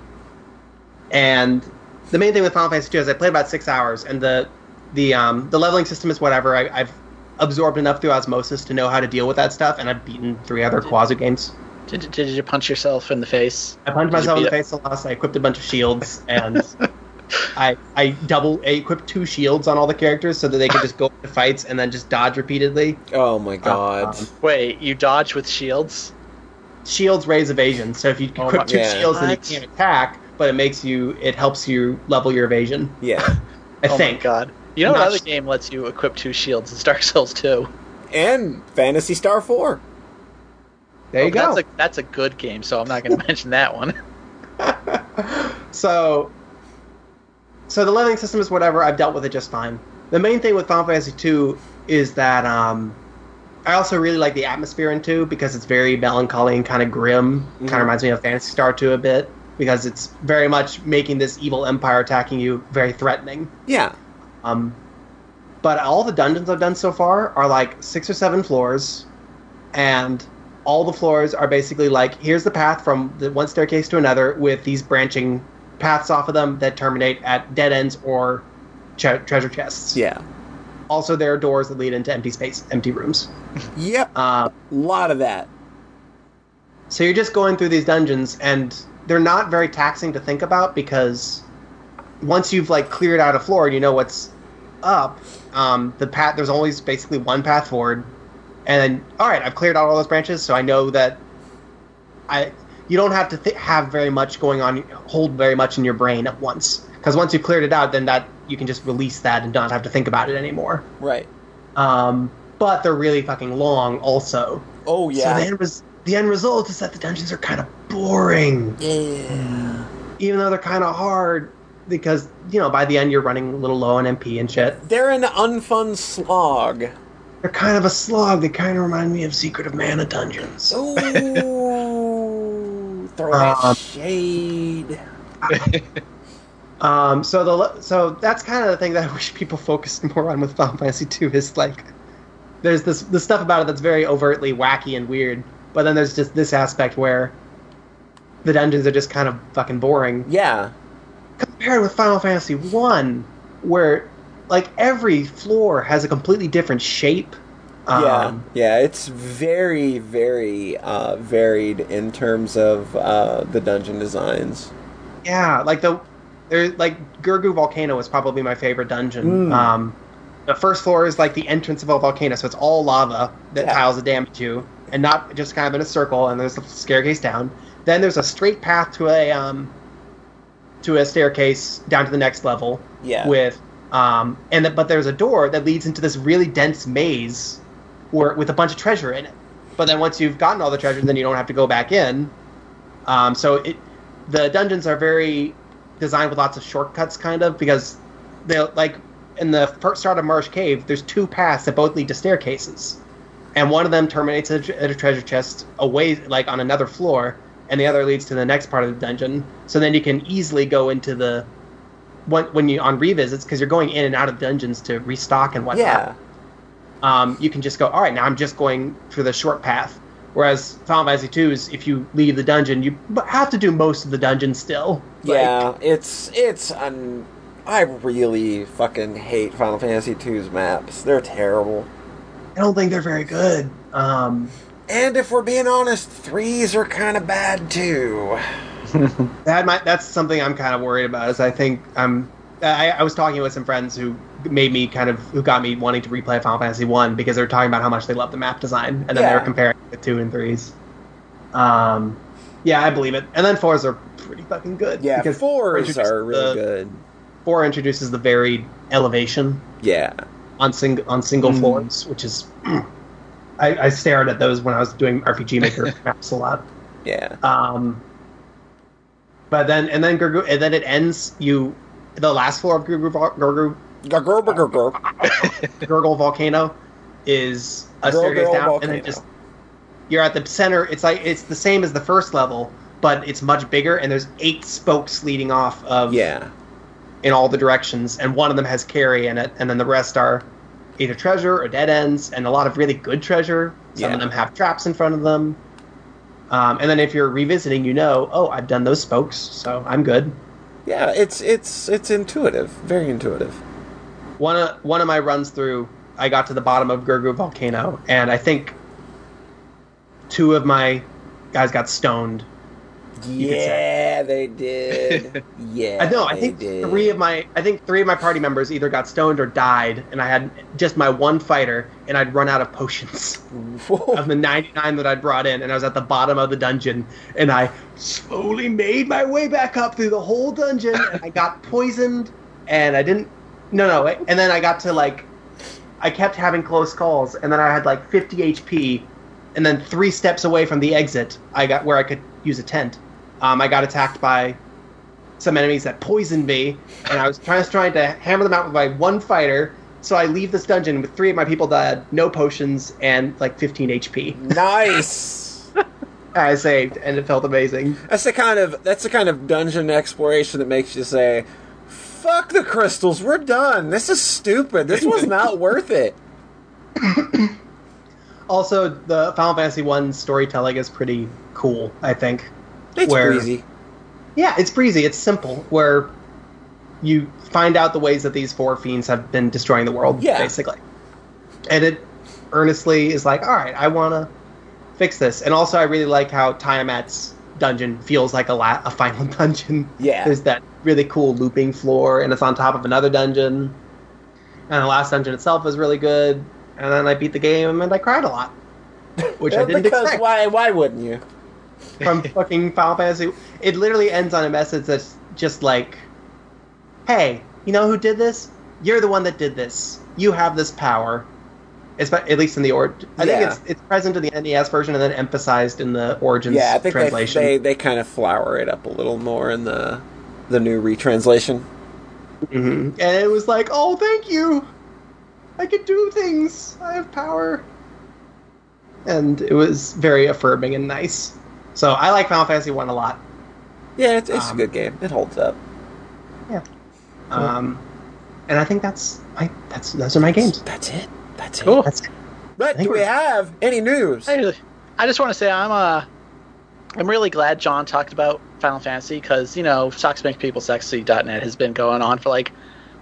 [SPEAKER 4] and the main thing with Final Fantasy two is I played about six hours, and the the um, the leveling system is whatever. I, I've absorbed enough through osmosis to know how to deal with that stuff, and I've beaten three other Quazu games.
[SPEAKER 1] did, did you punch yourself in the face?
[SPEAKER 4] I punched
[SPEAKER 1] Did you
[SPEAKER 4] myself in the
[SPEAKER 1] beat
[SPEAKER 4] face a lot. so I equipped a bunch of shields, and I I double I equipped two shields on all the characters so that they could just go to fights and then just dodge repeatedly.
[SPEAKER 3] Oh my god.
[SPEAKER 4] Um,
[SPEAKER 1] Wait, you dodge with shields?
[SPEAKER 4] Shields raise evasion, so if you
[SPEAKER 1] Oh
[SPEAKER 4] equip
[SPEAKER 1] my-
[SPEAKER 4] two
[SPEAKER 3] Yeah.
[SPEAKER 4] shields, then you
[SPEAKER 1] What?
[SPEAKER 4] can't attack, but it makes you it helps you level your evasion.
[SPEAKER 3] yeah.
[SPEAKER 4] I
[SPEAKER 1] oh
[SPEAKER 4] think.
[SPEAKER 1] my god. You know
[SPEAKER 4] Not
[SPEAKER 1] what other
[SPEAKER 4] just-
[SPEAKER 1] game lets you equip two shields? It's Dark Souls 2.
[SPEAKER 3] And Fantasy Star 4.
[SPEAKER 4] There you go.
[SPEAKER 1] That's a, that's a good game, so I'm not going to mention that one.
[SPEAKER 4] So, so the leveling system is whatever. I've dealt with it just fine. The main thing with Final Fantasy two is that um, I also really like the atmosphere in two because it's very melancholy and kind of grim. Kind of reminds me of Fantasy Star two a bit because it's very much making this evil empire attacking you very threatening.
[SPEAKER 3] Yeah.
[SPEAKER 4] Um, but all the dungeons I've done so far are like six or seven floors, and all the floors are basically like here's the path from the one staircase to another with these branching paths off of them that terminate at dead ends or tre- treasure chests.
[SPEAKER 3] Yeah.
[SPEAKER 4] Also, there are doors that lead into empty space, empty rooms.
[SPEAKER 3] Yep. A
[SPEAKER 4] Uh,
[SPEAKER 3] lot of that.
[SPEAKER 4] So you're just going through these dungeons, and they're not very taxing to think about because once you've like cleared out a floor and you know what's up, um, the path there's always basically one path forward, and then all right, I've cleared out all those branches, so I know that I you don't have to th- have very much going on, hold very much in your brain at once because once you've cleared it out, then that you can just release that and not have to think about it anymore.
[SPEAKER 3] Right.
[SPEAKER 4] Um, but they're really fucking long, also.
[SPEAKER 3] Oh yeah.
[SPEAKER 4] So the end, res- the end result is that the dungeons are kind of boring,
[SPEAKER 3] yeah.
[SPEAKER 4] even though they're kind of hard, because, you know, by the end you're running a little low on MP and shit.
[SPEAKER 3] They're an unfun slog.
[SPEAKER 4] They're kind of a slog. They kind of remind me of Secret of Mana dungeons.
[SPEAKER 3] Oh. Ooh. Throw that
[SPEAKER 4] Um,
[SPEAKER 3] shade.
[SPEAKER 4] Um, so the le- so that's kind of the thing that I wish people focused more on with Final Fantasy II is like there's this the stuff about it that's very overtly wacky and weird, but then there's just this aspect where the dungeons are just kind of fucking boring.
[SPEAKER 3] Yeah.
[SPEAKER 4] compared with Final Fantasy One, where like every floor has a completely different shape.
[SPEAKER 3] Yeah,
[SPEAKER 4] Um,
[SPEAKER 3] yeah, it's very, very uh, varied in terms of uh, the dungeon designs.
[SPEAKER 4] Yeah, like the there like Gurgu Volcano is probably my favorite dungeon.
[SPEAKER 3] Mm.
[SPEAKER 4] Um, the first floor is like the entrance of a volcano, so it's all lava that
[SPEAKER 3] Yeah.
[SPEAKER 4] tiles that damage you, and not just kind of in a circle. And there's a staircase down. Then there's a straight path to a um, to a staircase down to the next level
[SPEAKER 3] Yeah,
[SPEAKER 4] with um, and the, but there's a door that leads into this really dense maze where with a bunch of treasure in it. But then once you've gotten all the treasure, then you don't have to go back in. Um, so it the dungeons are very designed with lots of shortcuts, kind of because they are like in the first start of Marsh Cave. There's two paths that both lead to staircases, and one of them terminates at a, at a treasure chest away, like on another floor, and the other leads to the next part of the dungeon. So then you can easily go into the when, when you on revisits because you're going in and out of dungeons to restock and whatnot
[SPEAKER 3] yeah,
[SPEAKER 4] um, you can just go, all right, now I'm just going for the short path. Whereas Final Fantasy 2 is if you leave the dungeon, you b- have to do most of the dungeon still. Like,
[SPEAKER 3] yeah. It's it's un- I really fucking hate Final Fantasy II's maps. They're terrible.
[SPEAKER 4] I don't think they're very good. Um,
[SPEAKER 3] And if we're being honest, threes are kind of bad too.
[SPEAKER 4] that might, that's something I'm kind of worried about. Is I think I'm. I, I was talking with some friends who made me kind of who got me wanting to replay Final Fantasy One because they were talking about how much they love the map design, and then they
[SPEAKER 3] Yeah.
[SPEAKER 4] were comparing the two and threes. Um, yeah, I believe it. And then fours are pretty fucking good.
[SPEAKER 3] Yeah,
[SPEAKER 4] because
[SPEAKER 3] fours
[SPEAKER 4] introduces
[SPEAKER 3] are really
[SPEAKER 4] the-
[SPEAKER 3] good.
[SPEAKER 4] Four introduces the varied elevation
[SPEAKER 3] Yeah,
[SPEAKER 4] on sing- on single
[SPEAKER 3] Hmm.
[SPEAKER 4] floors, which is I, I stared at those when I was doing RPG Maker maps a lot.
[SPEAKER 3] yeah,
[SPEAKER 4] Um, but then and then Gurgu, and then it ends you the last floor of Gurgu, Vol- Gurgu
[SPEAKER 3] Gurgle, gurgle, gurgle.
[SPEAKER 4] Gurgle Volcano is a
[SPEAKER 3] Gurgle
[SPEAKER 4] staircase down, and
[SPEAKER 3] Volcano.
[SPEAKER 4] then just you're at the center. It's like it's the same as the first level, but it's much bigger, and there's eight spokes leading off of
[SPEAKER 3] yeah.
[SPEAKER 4] in all the directions, and one of them has carry in it, and then the rest are either treasure or dead ends, and a lot of really good treasure. Some
[SPEAKER 3] Yeah.
[SPEAKER 4] of them have traps in front of them. Um, and then if you're revisiting, you know, oh, I've done those spokes, so I'm good.
[SPEAKER 3] Yeah, it's it's it's intuitive, very intuitive.
[SPEAKER 4] One of, one of my runs through, I got to the bottom of Gurgu Volcano, and I think two of my guys got stoned. could
[SPEAKER 3] Yeah, they did. Yeah,
[SPEAKER 4] I know. I
[SPEAKER 3] they
[SPEAKER 4] think
[SPEAKER 3] did.
[SPEAKER 4] three of my I think three of my party members either got stoned or died, and I had just my one fighter, and I'd run out of potions. of
[SPEAKER 3] Whoa.
[SPEAKER 4] the 99 that I brought in, and I was at the bottom of the dungeon, and I slowly made my way back up through the whole dungeon, and I got poisoned, and I didn't. No, no, wait. And then I got to like, I kept having close calls, and then I had like 50 HP, and then three steps away from the exit, I got where I could use a tent. Um, I got attacked by some enemies that poisoned me, and I was trying, trying to hammer them out with my one fighter. So I leave this dungeon with three of my people that had no potions and like 15 HP.
[SPEAKER 3] nice.
[SPEAKER 4] I saved, and it felt amazing.
[SPEAKER 3] That's the kind of that's the kind of dungeon exploration that makes you say, "Fuck the crystals, we're done. This is stupid. This was not worth it."
[SPEAKER 4] Also, the Final Fantasy One storytelling is pretty cool. I think.
[SPEAKER 3] It's
[SPEAKER 4] Where-
[SPEAKER 3] breezy.
[SPEAKER 4] Yeah, it's breezy. It's simple. Where you find out the ways that these four fiends have been destroying the world,
[SPEAKER 3] Yeah.
[SPEAKER 4] basically. And it earnestly is like, all right, I want to fix this. And also, I really like how Tiamat's dungeon feels like a, la- a final dungeon.
[SPEAKER 3] Yeah.
[SPEAKER 4] There's that really cool looping floor, and it's on top of another dungeon. And the last dungeon itself is really good. And then I beat the game, and I cried a lot. Which I
[SPEAKER 3] Well,
[SPEAKER 4] didn't
[SPEAKER 3] because
[SPEAKER 4] expect
[SPEAKER 3] why why wouldn't you?
[SPEAKER 4] from fucking Final Fantasy. It literally ends on a message that's just like, "Hey, you know who did this? You're the one that did this. You have this power." It's but at least in the or I
[SPEAKER 3] Yeah.
[SPEAKER 4] think it's it's present in the NES version and then emphasized in the Origins
[SPEAKER 3] Yeah, I think they,
[SPEAKER 4] translation.
[SPEAKER 3] they they kind of flower it up a little more in the the new retranslation.
[SPEAKER 4] hmm And it was like, "Oh, thank you. I can do things. I have power." And it was very affirming and nice. So I like Final Fantasy One a lot.
[SPEAKER 3] Yeah, it's, it's a
[SPEAKER 4] Um,
[SPEAKER 3] good game. It holds up.
[SPEAKER 4] Um, and I think that's my that's those are my games.
[SPEAKER 3] That's it. That's it.
[SPEAKER 1] Cool.
[SPEAKER 4] That's it.
[SPEAKER 3] But do we have any news?
[SPEAKER 1] I, I just want to say I'm uh, I'm really glad John talked about Final Fantasy because you know SocksMakePeopleSexy.net has been going on for like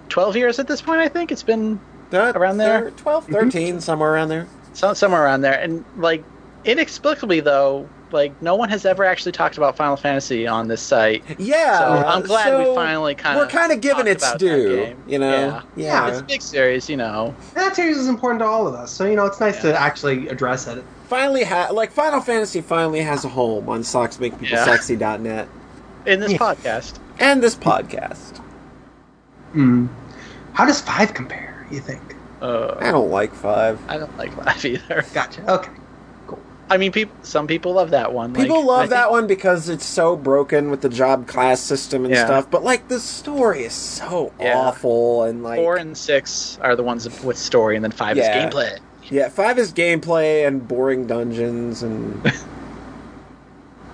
[SPEAKER 1] 12 years at this point, I think. It's been
[SPEAKER 3] Uh,
[SPEAKER 1] Around there?
[SPEAKER 3] thir- 12, 13, somewhere around there.
[SPEAKER 1] so- somewhere around there. And, like, inexplicably, though, like, no one has ever actually talked about Final Fantasy on this site.
[SPEAKER 3] Yeah.
[SPEAKER 1] So I'm glad
[SPEAKER 3] so
[SPEAKER 1] we finally kind of
[SPEAKER 3] We're kind of giving its due, you know?
[SPEAKER 1] Yeah.
[SPEAKER 3] Yeah.
[SPEAKER 1] It's a big series, you know.
[SPEAKER 4] That series is important to all of us, so you know it's nice to actually address it.
[SPEAKER 3] Finally, ha- like, Final Fantasy finally has a home on
[SPEAKER 1] Yeah.
[SPEAKER 3] socksmakepeoplesexy.net
[SPEAKER 1] In this podcast,
[SPEAKER 3] and this podcast.
[SPEAKER 4] Mm. How does five compare? You think?
[SPEAKER 1] uh,
[SPEAKER 3] I don't like five.
[SPEAKER 1] I don't like Laugh either.
[SPEAKER 4] Gotcha. Okay.
[SPEAKER 1] I mean, people. Some people love that one.
[SPEAKER 3] People
[SPEAKER 1] Like, I
[SPEAKER 3] love
[SPEAKER 1] think-
[SPEAKER 3] that one because it's so broken with the job class system and
[SPEAKER 1] Yeah.
[SPEAKER 3] stuff, but like the story is so
[SPEAKER 1] Yeah.
[SPEAKER 3] awful and like
[SPEAKER 1] Four and six are the ones with story, and then five is
[SPEAKER 3] Yeah.
[SPEAKER 1] gameplay.
[SPEAKER 3] yeah, five is gameplay and boring dungeons and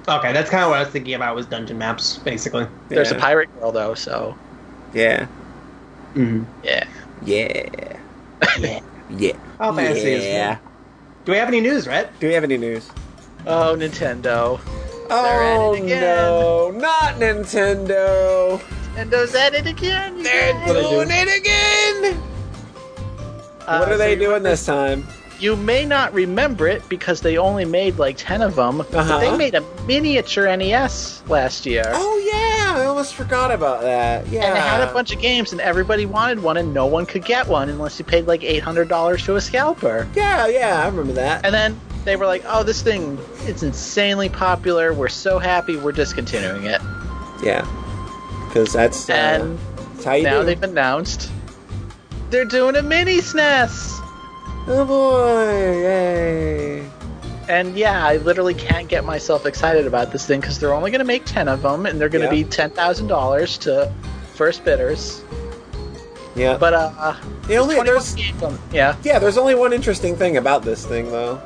[SPEAKER 4] Okay, that's kind of what I was thinking about was dungeon maps, basically.
[SPEAKER 1] There's a
[SPEAKER 3] Yeah.
[SPEAKER 1] pirate girl though, so
[SPEAKER 3] yeah,
[SPEAKER 4] Mm.
[SPEAKER 1] yeah.
[SPEAKER 3] yeah,
[SPEAKER 4] Yeah.
[SPEAKER 3] yeah.
[SPEAKER 4] Final Fantasy is
[SPEAKER 3] yeah.
[SPEAKER 4] Do we have any news, Rhett?
[SPEAKER 3] Do we have any news?
[SPEAKER 1] Oh, Nintendo. They're at it
[SPEAKER 3] oh
[SPEAKER 1] again.
[SPEAKER 3] no, not Nintendo!
[SPEAKER 1] Nintendo's at it again. you guys.
[SPEAKER 4] What do they do?
[SPEAKER 3] Doing it again!
[SPEAKER 1] Uh,
[SPEAKER 3] what are
[SPEAKER 1] so
[SPEAKER 3] they
[SPEAKER 1] you-
[SPEAKER 3] doing this time?
[SPEAKER 1] You may not remember it because they only made like ten of them.
[SPEAKER 3] Uh-huh.
[SPEAKER 1] But they made a miniature NES last year,
[SPEAKER 3] Oh yeah, I almost forgot about that. Yeah,
[SPEAKER 1] and it had a bunch of games, and everybody wanted one, and no one could get one unless you paid like eight hundred dollars to a scalper.
[SPEAKER 3] Yeah, yeah, I remember that.
[SPEAKER 1] And then they were like, "Oh, this thing it's insanely popular. We're so happy. We're discontinuing it."
[SPEAKER 3] Yeah, because that's, uh,
[SPEAKER 1] and
[SPEAKER 3] that's how you do.
[SPEAKER 1] now
[SPEAKER 3] it.
[SPEAKER 1] they've announced they're doing a mini SNES.
[SPEAKER 3] Oh boy! Yay!
[SPEAKER 1] And yeah, I literally can't get myself excited about this thing because they're only going to make ten of them, and they're going
[SPEAKER 3] Yeah.
[SPEAKER 1] to be ten thousand dollars to first bidders.
[SPEAKER 3] Yeah,
[SPEAKER 1] But uh,
[SPEAKER 3] the only
[SPEAKER 1] 21
[SPEAKER 3] there's
[SPEAKER 1] games on- yeah.
[SPEAKER 3] yeah, there's only one interesting thing about this thing though.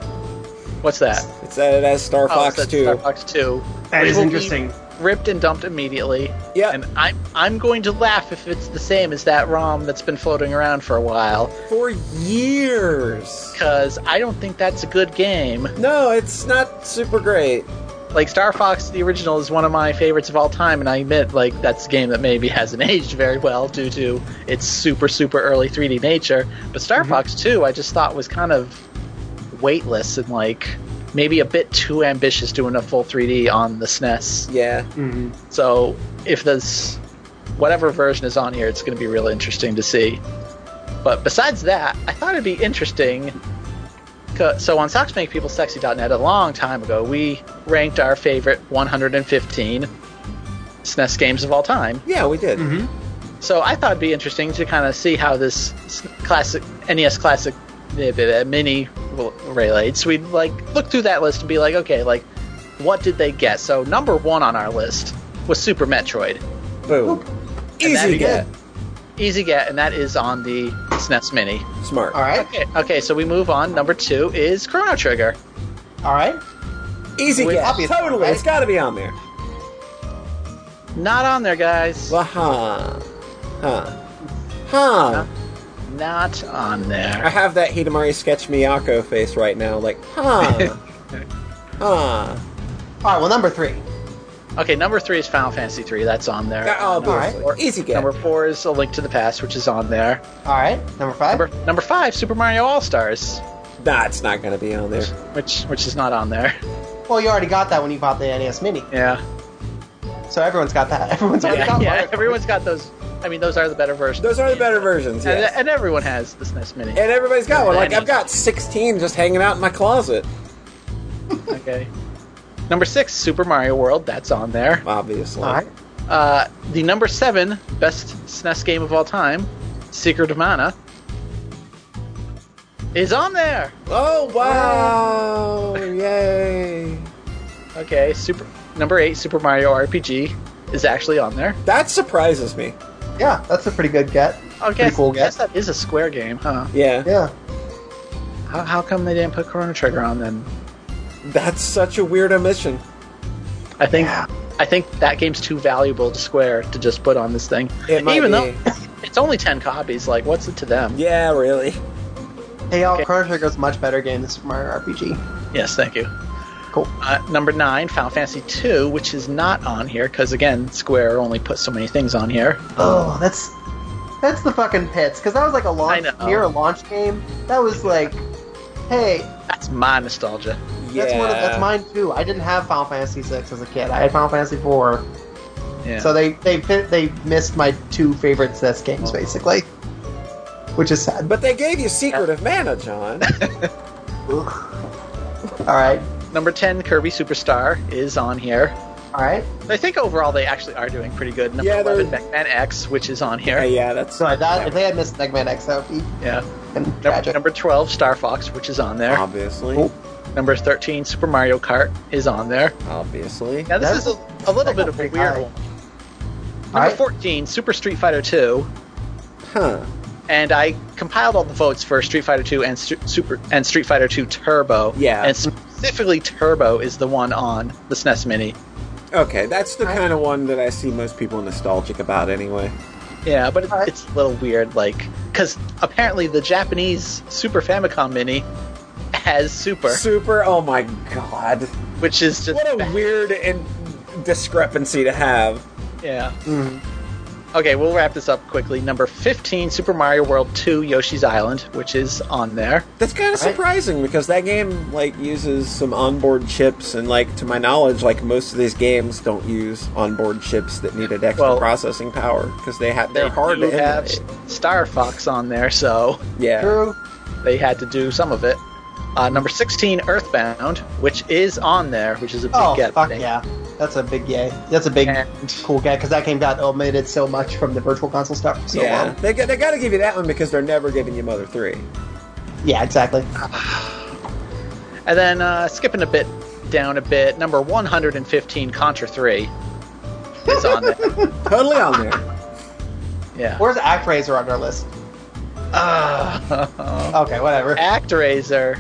[SPEAKER 1] What's that?
[SPEAKER 3] It's that it has Star
[SPEAKER 1] Oh,
[SPEAKER 3] Fox
[SPEAKER 1] it's
[SPEAKER 3] Two.
[SPEAKER 1] Star Fox Two.
[SPEAKER 4] That
[SPEAKER 1] Which
[SPEAKER 4] is
[SPEAKER 1] will be
[SPEAKER 4] interesting.
[SPEAKER 1] Ripped and dumped immediately.
[SPEAKER 3] Yeah.
[SPEAKER 1] And I'm I'm going to laugh if it's the same as that ROM that's been floating around for a while.
[SPEAKER 3] for years.
[SPEAKER 1] because I don't think that's a good game.
[SPEAKER 3] No, it's not super great.
[SPEAKER 1] Like Star Fox, the original is one of my favorites of all time, and I admit, like that's a game that maybe hasn't aged very well due to its super super early 3D nature. But Star
[SPEAKER 4] Mm-hmm.
[SPEAKER 1] Fox 2, I just thought was kind of weightless and like maybe a bit too ambitious doing a full 3D on the E SNES.
[SPEAKER 3] Yeah,
[SPEAKER 1] Mm-hmm.
[SPEAKER 4] Mhm.
[SPEAKER 1] So if this whatever version is on here, it's going to be really interesting to see. But besides that, I thought it'd be interesting. 'cause- So on SocksMakePeopleSexy.net a long time ago, we ranked our favorite 115 SNES E games of all time.
[SPEAKER 3] yeah, we did.
[SPEAKER 1] Mm-hmm. So I thought it'd be interesting to kind of see how this s- classic NES classic eh, eh, eh, mini rel- relates. We'd like look through that list and be like, okay, like what did they get? So number one on our list was Super Metroid.
[SPEAKER 3] Boom.
[SPEAKER 1] that'd
[SPEAKER 3] Easy
[SPEAKER 1] be
[SPEAKER 3] get.
[SPEAKER 1] Easy get, and that is on the SNES Mini.
[SPEAKER 3] Smart.
[SPEAKER 4] All right.
[SPEAKER 1] Okay, okay, so we move on. Number two is Chrono Trigger.
[SPEAKER 4] All right.
[SPEAKER 3] Easy
[SPEAKER 1] With-
[SPEAKER 3] get.
[SPEAKER 4] obvious,
[SPEAKER 3] Totally.
[SPEAKER 4] right?
[SPEAKER 3] It's got to be on there.
[SPEAKER 1] Not on there, guys.
[SPEAKER 3] Well, huh. Huh. Huh.
[SPEAKER 1] Not on
[SPEAKER 3] I
[SPEAKER 1] there.
[SPEAKER 3] have that Hidamari sketch Miyako face right now. Like, huh. huh.
[SPEAKER 4] All right. Well, number three.
[SPEAKER 1] Okay, number three is Final Fantasy three. That's on there.
[SPEAKER 3] Uh, obviously.
[SPEAKER 1] Number four-
[SPEAKER 3] Easy get.
[SPEAKER 1] Number four is A Link to the Past, which is on there.
[SPEAKER 4] All right. Number five.
[SPEAKER 1] Number, number five, Super Mario All Stars,
[SPEAKER 3] That's not going to be on there.
[SPEAKER 1] which which is not on there.
[SPEAKER 4] well, you already got that when you bought the NES Mini,
[SPEAKER 1] Yeah,
[SPEAKER 4] so everyone's got that. Everyone's already
[SPEAKER 1] yeah,
[SPEAKER 4] got
[SPEAKER 1] yeah,
[SPEAKER 4] Mario Kart.
[SPEAKER 1] Everyone's got those. I mean, those are the better versions.
[SPEAKER 3] Those are the better versions,
[SPEAKER 1] And,
[SPEAKER 3] yes.
[SPEAKER 1] and everyone has the SNES Mini.
[SPEAKER 3] And everybody's got one. Like,
[SPEAKER 1] And-
[SPEAKER 3] I've got 16 just hanging out in my closet.
[SPEAKER 1] Okay. Number six, Super Mario World. That's on there.
[SPEAKER 3] Obviously.
[SPEAKER 4] All right.
[SPEAKER 1] Uh, the number seven best SNES game of all time, Secret of Mana, is on there.
[SPEAKER 3] Oh, wow. Yay.
[SPEAKER 1] Okay, super. Number eight, Super Mario RPG, is actually on there.
[SPEAKER 3] That surprises me.
[SPEAKER 4] Yeah, that's a pretty good get.
[SPEAKER 1] Okay,
[SPEAKER 4] Pretty cool
[SPEAKER 1] I guess
[SPEAKER 4] guess.
[SPEAKER 1] that is a Square game, huh?
[SPEAKER 3] Yeah.
[SPEAKER 4] Yeah.
[SPEAKER 1] How, how come they didn't put Chrono Trigger on then?
[SPEAKER 3] That's such a weird omission.
[SPEAKER 1] I think
[SPEAKER 4] Yeah.
[SPEAKER 1] I think that game's too valuable to Square to just put on this thing.
[SPEAKER 3] It might
[SPEAKER 1] Even
[SPEAKER 3] be.
[SPEAKER 1] though it's only ten copies, like what's it to them?
[SPEAKER 3] Yeah, really.
[SPEAKER 4] Hey, y'all,
[SPEAKER 1] Okay.
[SPEAKER 4] Chrono Trigger's a much better game than Super Mario RPG.
[SPEAKER 1] Yes, thank you.
[SPEAKER 4] Cool.
[SPEAKER 1] Uh, number nine, Final Fantasy two, which is not on here because again, Square only put so many things on here.
[SPEAKER 4] Oh, that's That's the fucking pits. Because that was like a launch
[SPEAKER 1] I know.
[SPEAKER 4] near a launch game. That was like, hey,
[SPEAKER 1] That's my nostalgia.
[SPEAKER 4] that's one. Of, that's mine too. I didn't have Final Fantasy VI as a kid. I had Final Fantasy IV.
[SPEAKER 1] Yeah.
[SPEAKER 4] So they they fit- they missed my two favorite SNES games
[SPEAKER 1] Oh.
[SPEAKER 4] basically, which is sad.
[SPEAKER 3] But they gave you Secret of Mana, John.
[SPEAKER 4] All right,
[SPEAKER 1] Number 10, Kirby Superstar, is on here.
[SPEAKER 4] all right.
[SPEAKER 1] I think overall they actually are doing pretty good. Number
[SPEAKER 3] Yeah, they're-
[SPEAKER 1] 11, Mega X, which is on here.
[SPEAKER 3] yeah, yeah, that's
[SPEAKER 4] So I thought if they had missed Mega Man X, that would be
[SPEAKER 1] Yeah.
[SPEAKER 4] fucking
[SPEAKER 1] Number,
[SPEAKER 4] tragic.
[SPEAKER 1] number 12, Star Fox, which is on
[SPEAKER 4] Um,
[SPEAKER 1] there.
[SPEAKER 3] obviously,
[SPEAKER 4] Oh.
[SPEAKER 1] Number 13, Super Mario Kart, is on there.
[SPEAKER 3] obviously.
[SPEAKER 1] Now, this
[SPEAKER 4] That's-
[SPEAKER 1] is a, a little bit of a
[SPEAKER 4] pretty
[SPEAKER 1] weird
[SPEAKER 4] high.
[SPEAKER 1] one. Number
[SPEAKER 4] All right.
[SPEAKER 1] 14, Super Street Fighter 2.
[SPEAKER 3] Huh.
[SPEAKER 1] and I compiled all the votes for Street Fighter 2 and Stu- Super and Street Fighter 2 Turbo.
[SPEAKER 3] Yeah.
[SPEAKER 1] and specifically Turbo is the one on the SNES Mini.
[SPEAKER 3] Okay, that's the kind of one that I see most people nostalgic about anyway.
[SPEAKER 1] Yeah, but it,
[SPEAKER 4] Alright.
[SPEAKER 1] it's a little weird, like because apparently the Japanese Super Famicom Mini has Super,
[SPEAKER 3] Super, oh my god.
[SPEAKER 1] which is just
[SPEAKER 3] What a
[SPEAKER 1] bad.
[SPEAKER 3] weird in- discrepancy to have.
[SPEAKER 1] yeah. Okay, we'll wrap this up quickly. Number 15, Super Mario World 2 Yoshi's Island, which is on there.
[SPEAKER 3] That's kind of
[SPEAKER 4] Right.
[SPEAKER 3] surprising because that game like uses some onboard chips and like to my knowledge like most of these games don't use onboard chips that needed extra
[SPEAKER 1] Well-
[SPEAKER 3] processing power because they have they're
[SPEAKER 1] They
[SPEAKER 3] hard
[SPEAKER 1] do
[SPEAKER 3] to
[SPEAKER 1] have
[SPEAKER 3] emulate.
[SPEAKER 1] Star Fox on there, so
[SPEAKER 3] Yeah.
[SPEAKER 4] True.
[SPEAKER 1] they had to do some of it. Uh, number 16, Earthbound, which is on there, which is a big
[SPEAKER 4] Oh
[SPEAKER 1] get.
[SPEAKER 4] fuck
[SPEAKER 1] thing.
[SPEAKER 4] yeah, that's a big yay. That's a big
[SPEAKER 1] And-
[SPEAKER 4] cool guy because that game got omitted so much from the Virtual Console stuff. for So
[SPEAKER 3] yeah.
[SPEAKER 4] long.
[SPEAKER 3] They got they got to give you that one because they're never giving you Mother 3.
[SPEAKER 4] yeah, exactly.
[SPEAKER 1] And then uh, skipping a bit down a bit, number 115, Contra 3 is on there.
[SPEAKER 3] Totally on there.
[SPEAKER 1] yeah.
[SPEAKER 4] Where's ActRaiser on our list? Uh, okay, whatever.
[SPEAKER 1] ActRaiser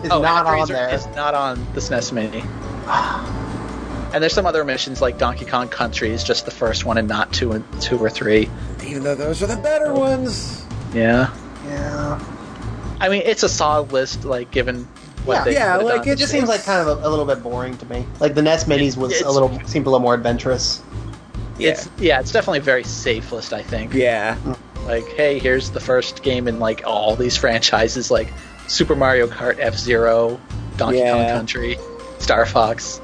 [SPEAKER 4] It's not on
[SPEAKER 1] oh, ActRaiser
[SPEAKER 4] there.
[SPEAKER 1] is not on the SNES Mini. and there's some other missions like Donkey Kong Country is just the first one and not two and two or three.
[SPEAKER 3] Even though those are the better ones.
[SPEAKER 1] Yeah.
[SPEAKER 4] yeah.
[SPEAKER 1] I mean, it's a solid list, like given what
[SPEAKER 4] Yeah.
[SPEAKER 1] they
[SPEAKER 3] Yeah,
[SPEAKER 1] could've
[SPEAKER 3] like,
[SPEAKER 1] done.
[SPEAKER 3] it
[SPEAKER 4] It just seems like kind of a, a little bit boring to me. Like the NES Minis was a
[SPEAKER 1] It's-
[SPEAKER 4] little seemed a little more adventurous.
[SPEAKER 3] Yeah.
[SPEAKER 1] It's yeah, it's definitely a very safe list, I think.
[SPEAKER 3] yeah.
[SPEAKER 1] Like, hey, here's the first game in like all these franchises, like Super Mario Kart, F Zero, Donkey
[SPEAKER 3] Yeah.
[SPEAKER 1] Kong Country, Star Fox.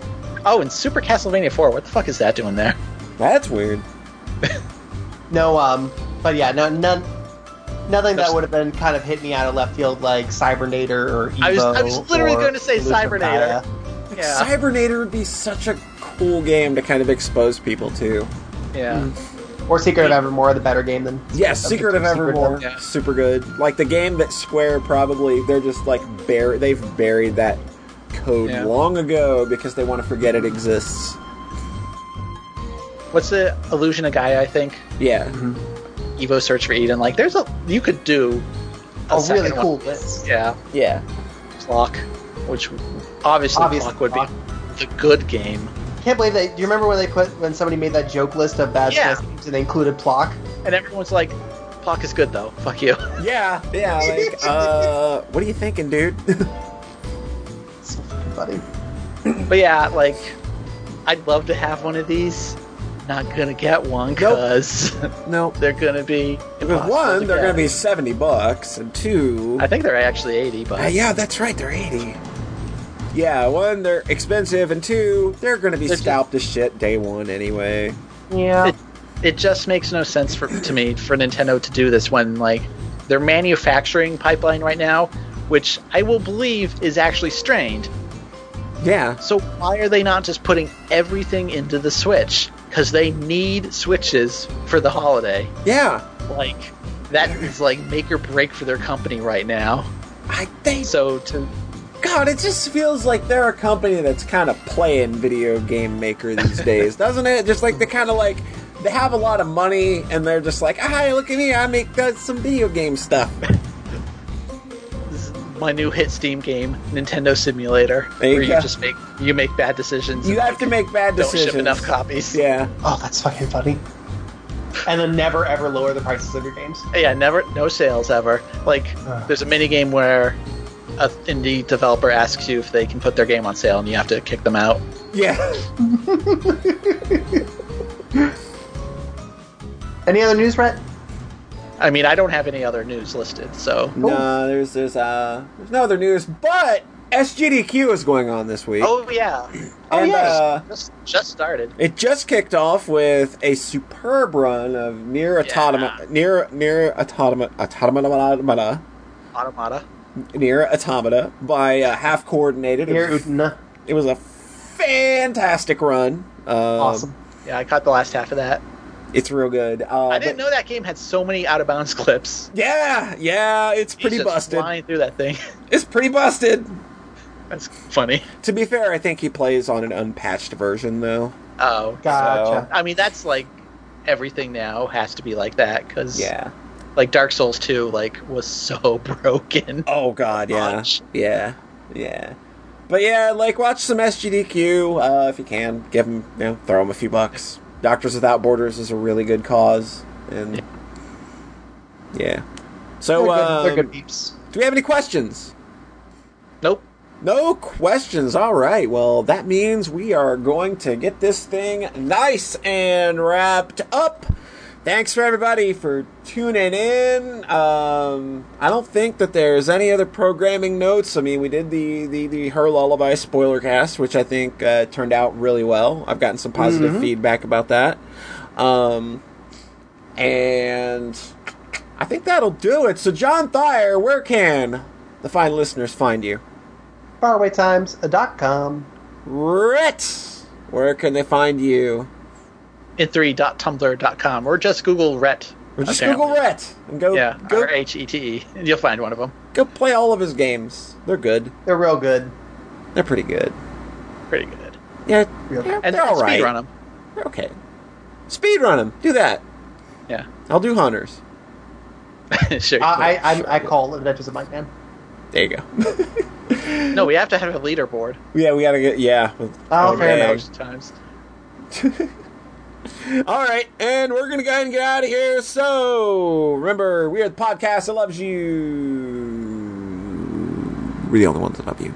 [SPEAKER 1] Oh, and Super Castlevania Four. What the fuck is that doing there?
[SPEAKER 3] That's weird.
[SPEAKER 4] No, um, but yeah, no, none, nothing
[SPEAKER 1] There's-
[SPEAKER 4] that would have been kind of hit me out of left field like Cybernator or Evo.
[SPEAKER 1] I was- I was literally
[SPEAKER 4] or
[SPEAKER 1] gonna say
[SPEAKER 4] Illusion of
[SPEAKER 1] Cybernator.
[SPEAKER 4] Gaia.
[SPEAKER 1] Yeah,
[SPEAKER 3] Cybernator would be such a cool game to kind of expose people to.
[SPEAKER 1] yeah.
[SPEAKER 4] or Secret of Evermore, the better game than
[SPEAKER 3] Yes, Secret of Evermore,
[SPEAKER 1] Evermore.
[SPEAKER 3] super good. Like the game that Square probably they're just like bur- they've buried that code
[SPEAKER 1] Yeah.
[SPEAKER 3] long ago because they want to forget it exists.
[SPEAKER 1] What's the Illusion of Gaia? I think
[SPEAKER 3] Yeah,
[SPEAKER 1] Mm-hmm. Evo Search for Eden. Like, there's a you could do
[SPEAKER 4] a Oh, really
[SPEAKER 1] second one.
[SPEAKER 4] cool list.
[SPEAKER 1] Yeah,
[SPEAKER 3] yeah.
[SPEAKER 1] Clock, which obviously,
[SPEAKER 4] Obviously,
[SPEAKER 1] Clock would be the good game,
[SPEAKER 4] Can't believe they. Do you remember when they put when somebody made that joke list of bad
[SPEAKER 1] Yeah.
[SPEAKER 4] yeah. games and they included Plock?
[SPEAKER 1] and everyone's like, Clock is good though. Fuck you.
[SPEAKER 3] Yeah, yeah. Like, uh, what are you thinking, dude?
[SPEAKER 4] It's Funny.
[SPEAKER 1] But yeah, like, I'd love to have one of these. Not gonna get one because
[SPEAKER 3] no,
[SPEAKER 1] they're gonna be.
[SPEAKER 3] with
[SPEAKER 1] impossible
[SPEAKER 3] one
[SPEAKER 1] to
[SPEAKER 3] they're
[SPEAKER 1] get.
[SPEAKER 3] gonna be seventy bucks, and two,
[SPEAKER 1] I think they're actually eighty, but
[SPEAKER 3] Uh, yeah, that's right, they're eighty. Yeah, one they're expensive, and two they're gonna be
[SPEAKER 1] They're just-
[SPEAKER 3] scalped as shit day one anyway.
[SPEAKER 4] Yeah.
[SPEAKER 1] it, it just makes no sense for to me for Nintendo to do this when like their manufacturing pipeline right now, which I will believe is actually strained.
[SPEAKER 3] Yeah,
[SPEAKER 1] So why are they not just putting everything into the Switch? Because they need Switches for the holiday.
[SPEAKER 3] yeah.
[SPEAKER 1] Like that is like make or break for their company right now.
[SPEAKER 3] I think
[SPEAKER 1] So to
[SPEAKER 3] God, it just feels like they're a company that's kind of playing video game maker these days, doesn't it? Just like they kind of like they have a lot of money and they're just like, "Hi, look at me, I make uh, some video game stuff."
[SPEAKER 1] This is my new hit Steam game, Nintendo Simulator,
[SPEAKER 3] There you
[SPEAKER 1] where you
[SPEAKER 3] go.
[SPEAKER 1] just make you make bad decisions.
[SPEAKER 3] You
[SPEAKER 1] and,
[SPEAKER 3] have
[SPEAKER 1] like,
[SPEAKER 3] to make bad
[SPEAKER 1] don't
[SPEAKER 3] decisions.
[SPEAKER 1] ship enough copies.
[SPEAKER 3] Yeah,
[SPEAKER 4] Oh, that's fucking funny. And then never ever lower the prices of your games.
[SPEAKER 1] Yeah, never, no sales ever. Like, there's a mini game where a indie developer asks you if they can put their game on sale, and you have to kick them out.
[SPEAKER 3] yeah.
[SPEAKER 4] Any other news, Brett?
[SPEAKER 1] I mean, I don't have any other news listed, so
[SPEAKER 3] No, there's there's uh there's no other news, but SGDQ is going on this week.
[SPEAKER 1] Oh yeah. Oh
[SPEAKER 3] And,
[SPEAKER 1] yeah.
[SPEAKER 3] uh,
[SPEAKER 1] just, just started.
[SPEAKER 3] It just kicked off with a superb run of near automata, near near automata, automata, automata,
[SPEAKER 1] Automata.
[SPEAKER 3] near automata by uh, half coordinated. It
[SPEAKER 4] Here,
[SPEAKER 3] was, it was a fantastic run. Um,
[SPEAKER 4] awesome.
[SPEAKER 1] Yeah, I caught the last half of that.
[SPEAKER 3] It's real good. Uh,
[SPEAKER 1] I didn't
[SPEAKER 3] but-
[SPEAKER 1] know that game had so many out of bounds clips.
[SPEAKER 3] Yeah, yeah, it's pretty
[SPEAKER 1] He's just
[SPEAKER 3] busted.
[SPEAKER 1] Flying through that thing.
[SPEAKER 3] It's pretty busted.
[SPEAKER 1] That's funny.
[SPEAKER 3] To be fair, I think he plays on an unpatched version though.
[SPEAKER 1] Oh,
[SPEAKER 4] Gotcha.
[SPEAKER 1] I mean, that's like everything now has to be like that because like Dark Souls Two like was so broken.
[SPEAKER 3] Oh God, yeah,
[SPEAKER 1] Much.
[SPEAKER 3] yeah, yeah. But yeah, like watch some SGDQ uh, if you can. Give them, you know, throw them a few bucks. Doctors Without Borders is a really good cause, and yeah. So,
[SPEAKER 4] They're, good, they're
[SPEAKER 3] um,
[SPEAKER 4] good peeps.
[SPEAKER 3] do we have any questions?
[SPEAKER 1] Nope.
[SPEAKER 3] No questions. All right. Well, that means we are going to get this thing nice and wrapped up. Thanks for everybody for tuning in. Um, I don't think that there's any other programming notes. I mean, we did the the, the Her Lullaby spoiler cast, which I think uh, turned out really well. I've gotten some positive feedback about that. Um, and I think that'll do it. So, John Thayer, where can the fine listeners find you?
[SPEAKER 4] uh, Farawaytimes.com.
[SPEAKER 3] Rhett, where can they find you?
[SPEAKER 1] In3.tumblr.com or just Google Ret.
[SPEAKER 3] Or just
[SPEAKER 1] apparently.
[SPEAKER 3] Google Rhett and go
[SPEAKER 1] Yeah,
[SPEAKER 3] go
[SPEAKER 1] R H E T E. You'll find one of them.
[SPEAKER 3] go play all of his games. They're good.
[SPEAKER 4] They're real good.
[SPEAKER 3] They're pretty good.
[SPEAKER 1] Pretty good.
[SPEAKER 3] Yeah,
[SPEAKER 4] Yeah.
[SPEAKER 3] yeah,
[SPEAKER 1] And
[SPEAKER 3] they're all right.
[SPEAKER 1] speedrun them.
[SPEAKER 3] They're okay. Speedrun them. Do that.
[SPEAKER 1] Yeah.
[SPEAKER 3] I'll do hunters.
[SPEAKER 1] sure.
[SPEAKER 3] Uh,
[SPEAKER 4] I, I, I, I call Adventures of Mike Man.
[SPEAKER 3] There you go.
[SPEAKER 1] no, we have to have a leaderboard.
[SPEAKER 3] yeah, we gotta get yeah.
[SPEAKER 4] Oh, fair
[SPEAKER 3] man.
[SPEAKER 4] enough.
[SPEAKER 1] Most times.
[SPEAKER 3] All right, and we're gonna go ahead and get out of here. So remember, we are the podcast that loves you. We're the only ones that love you.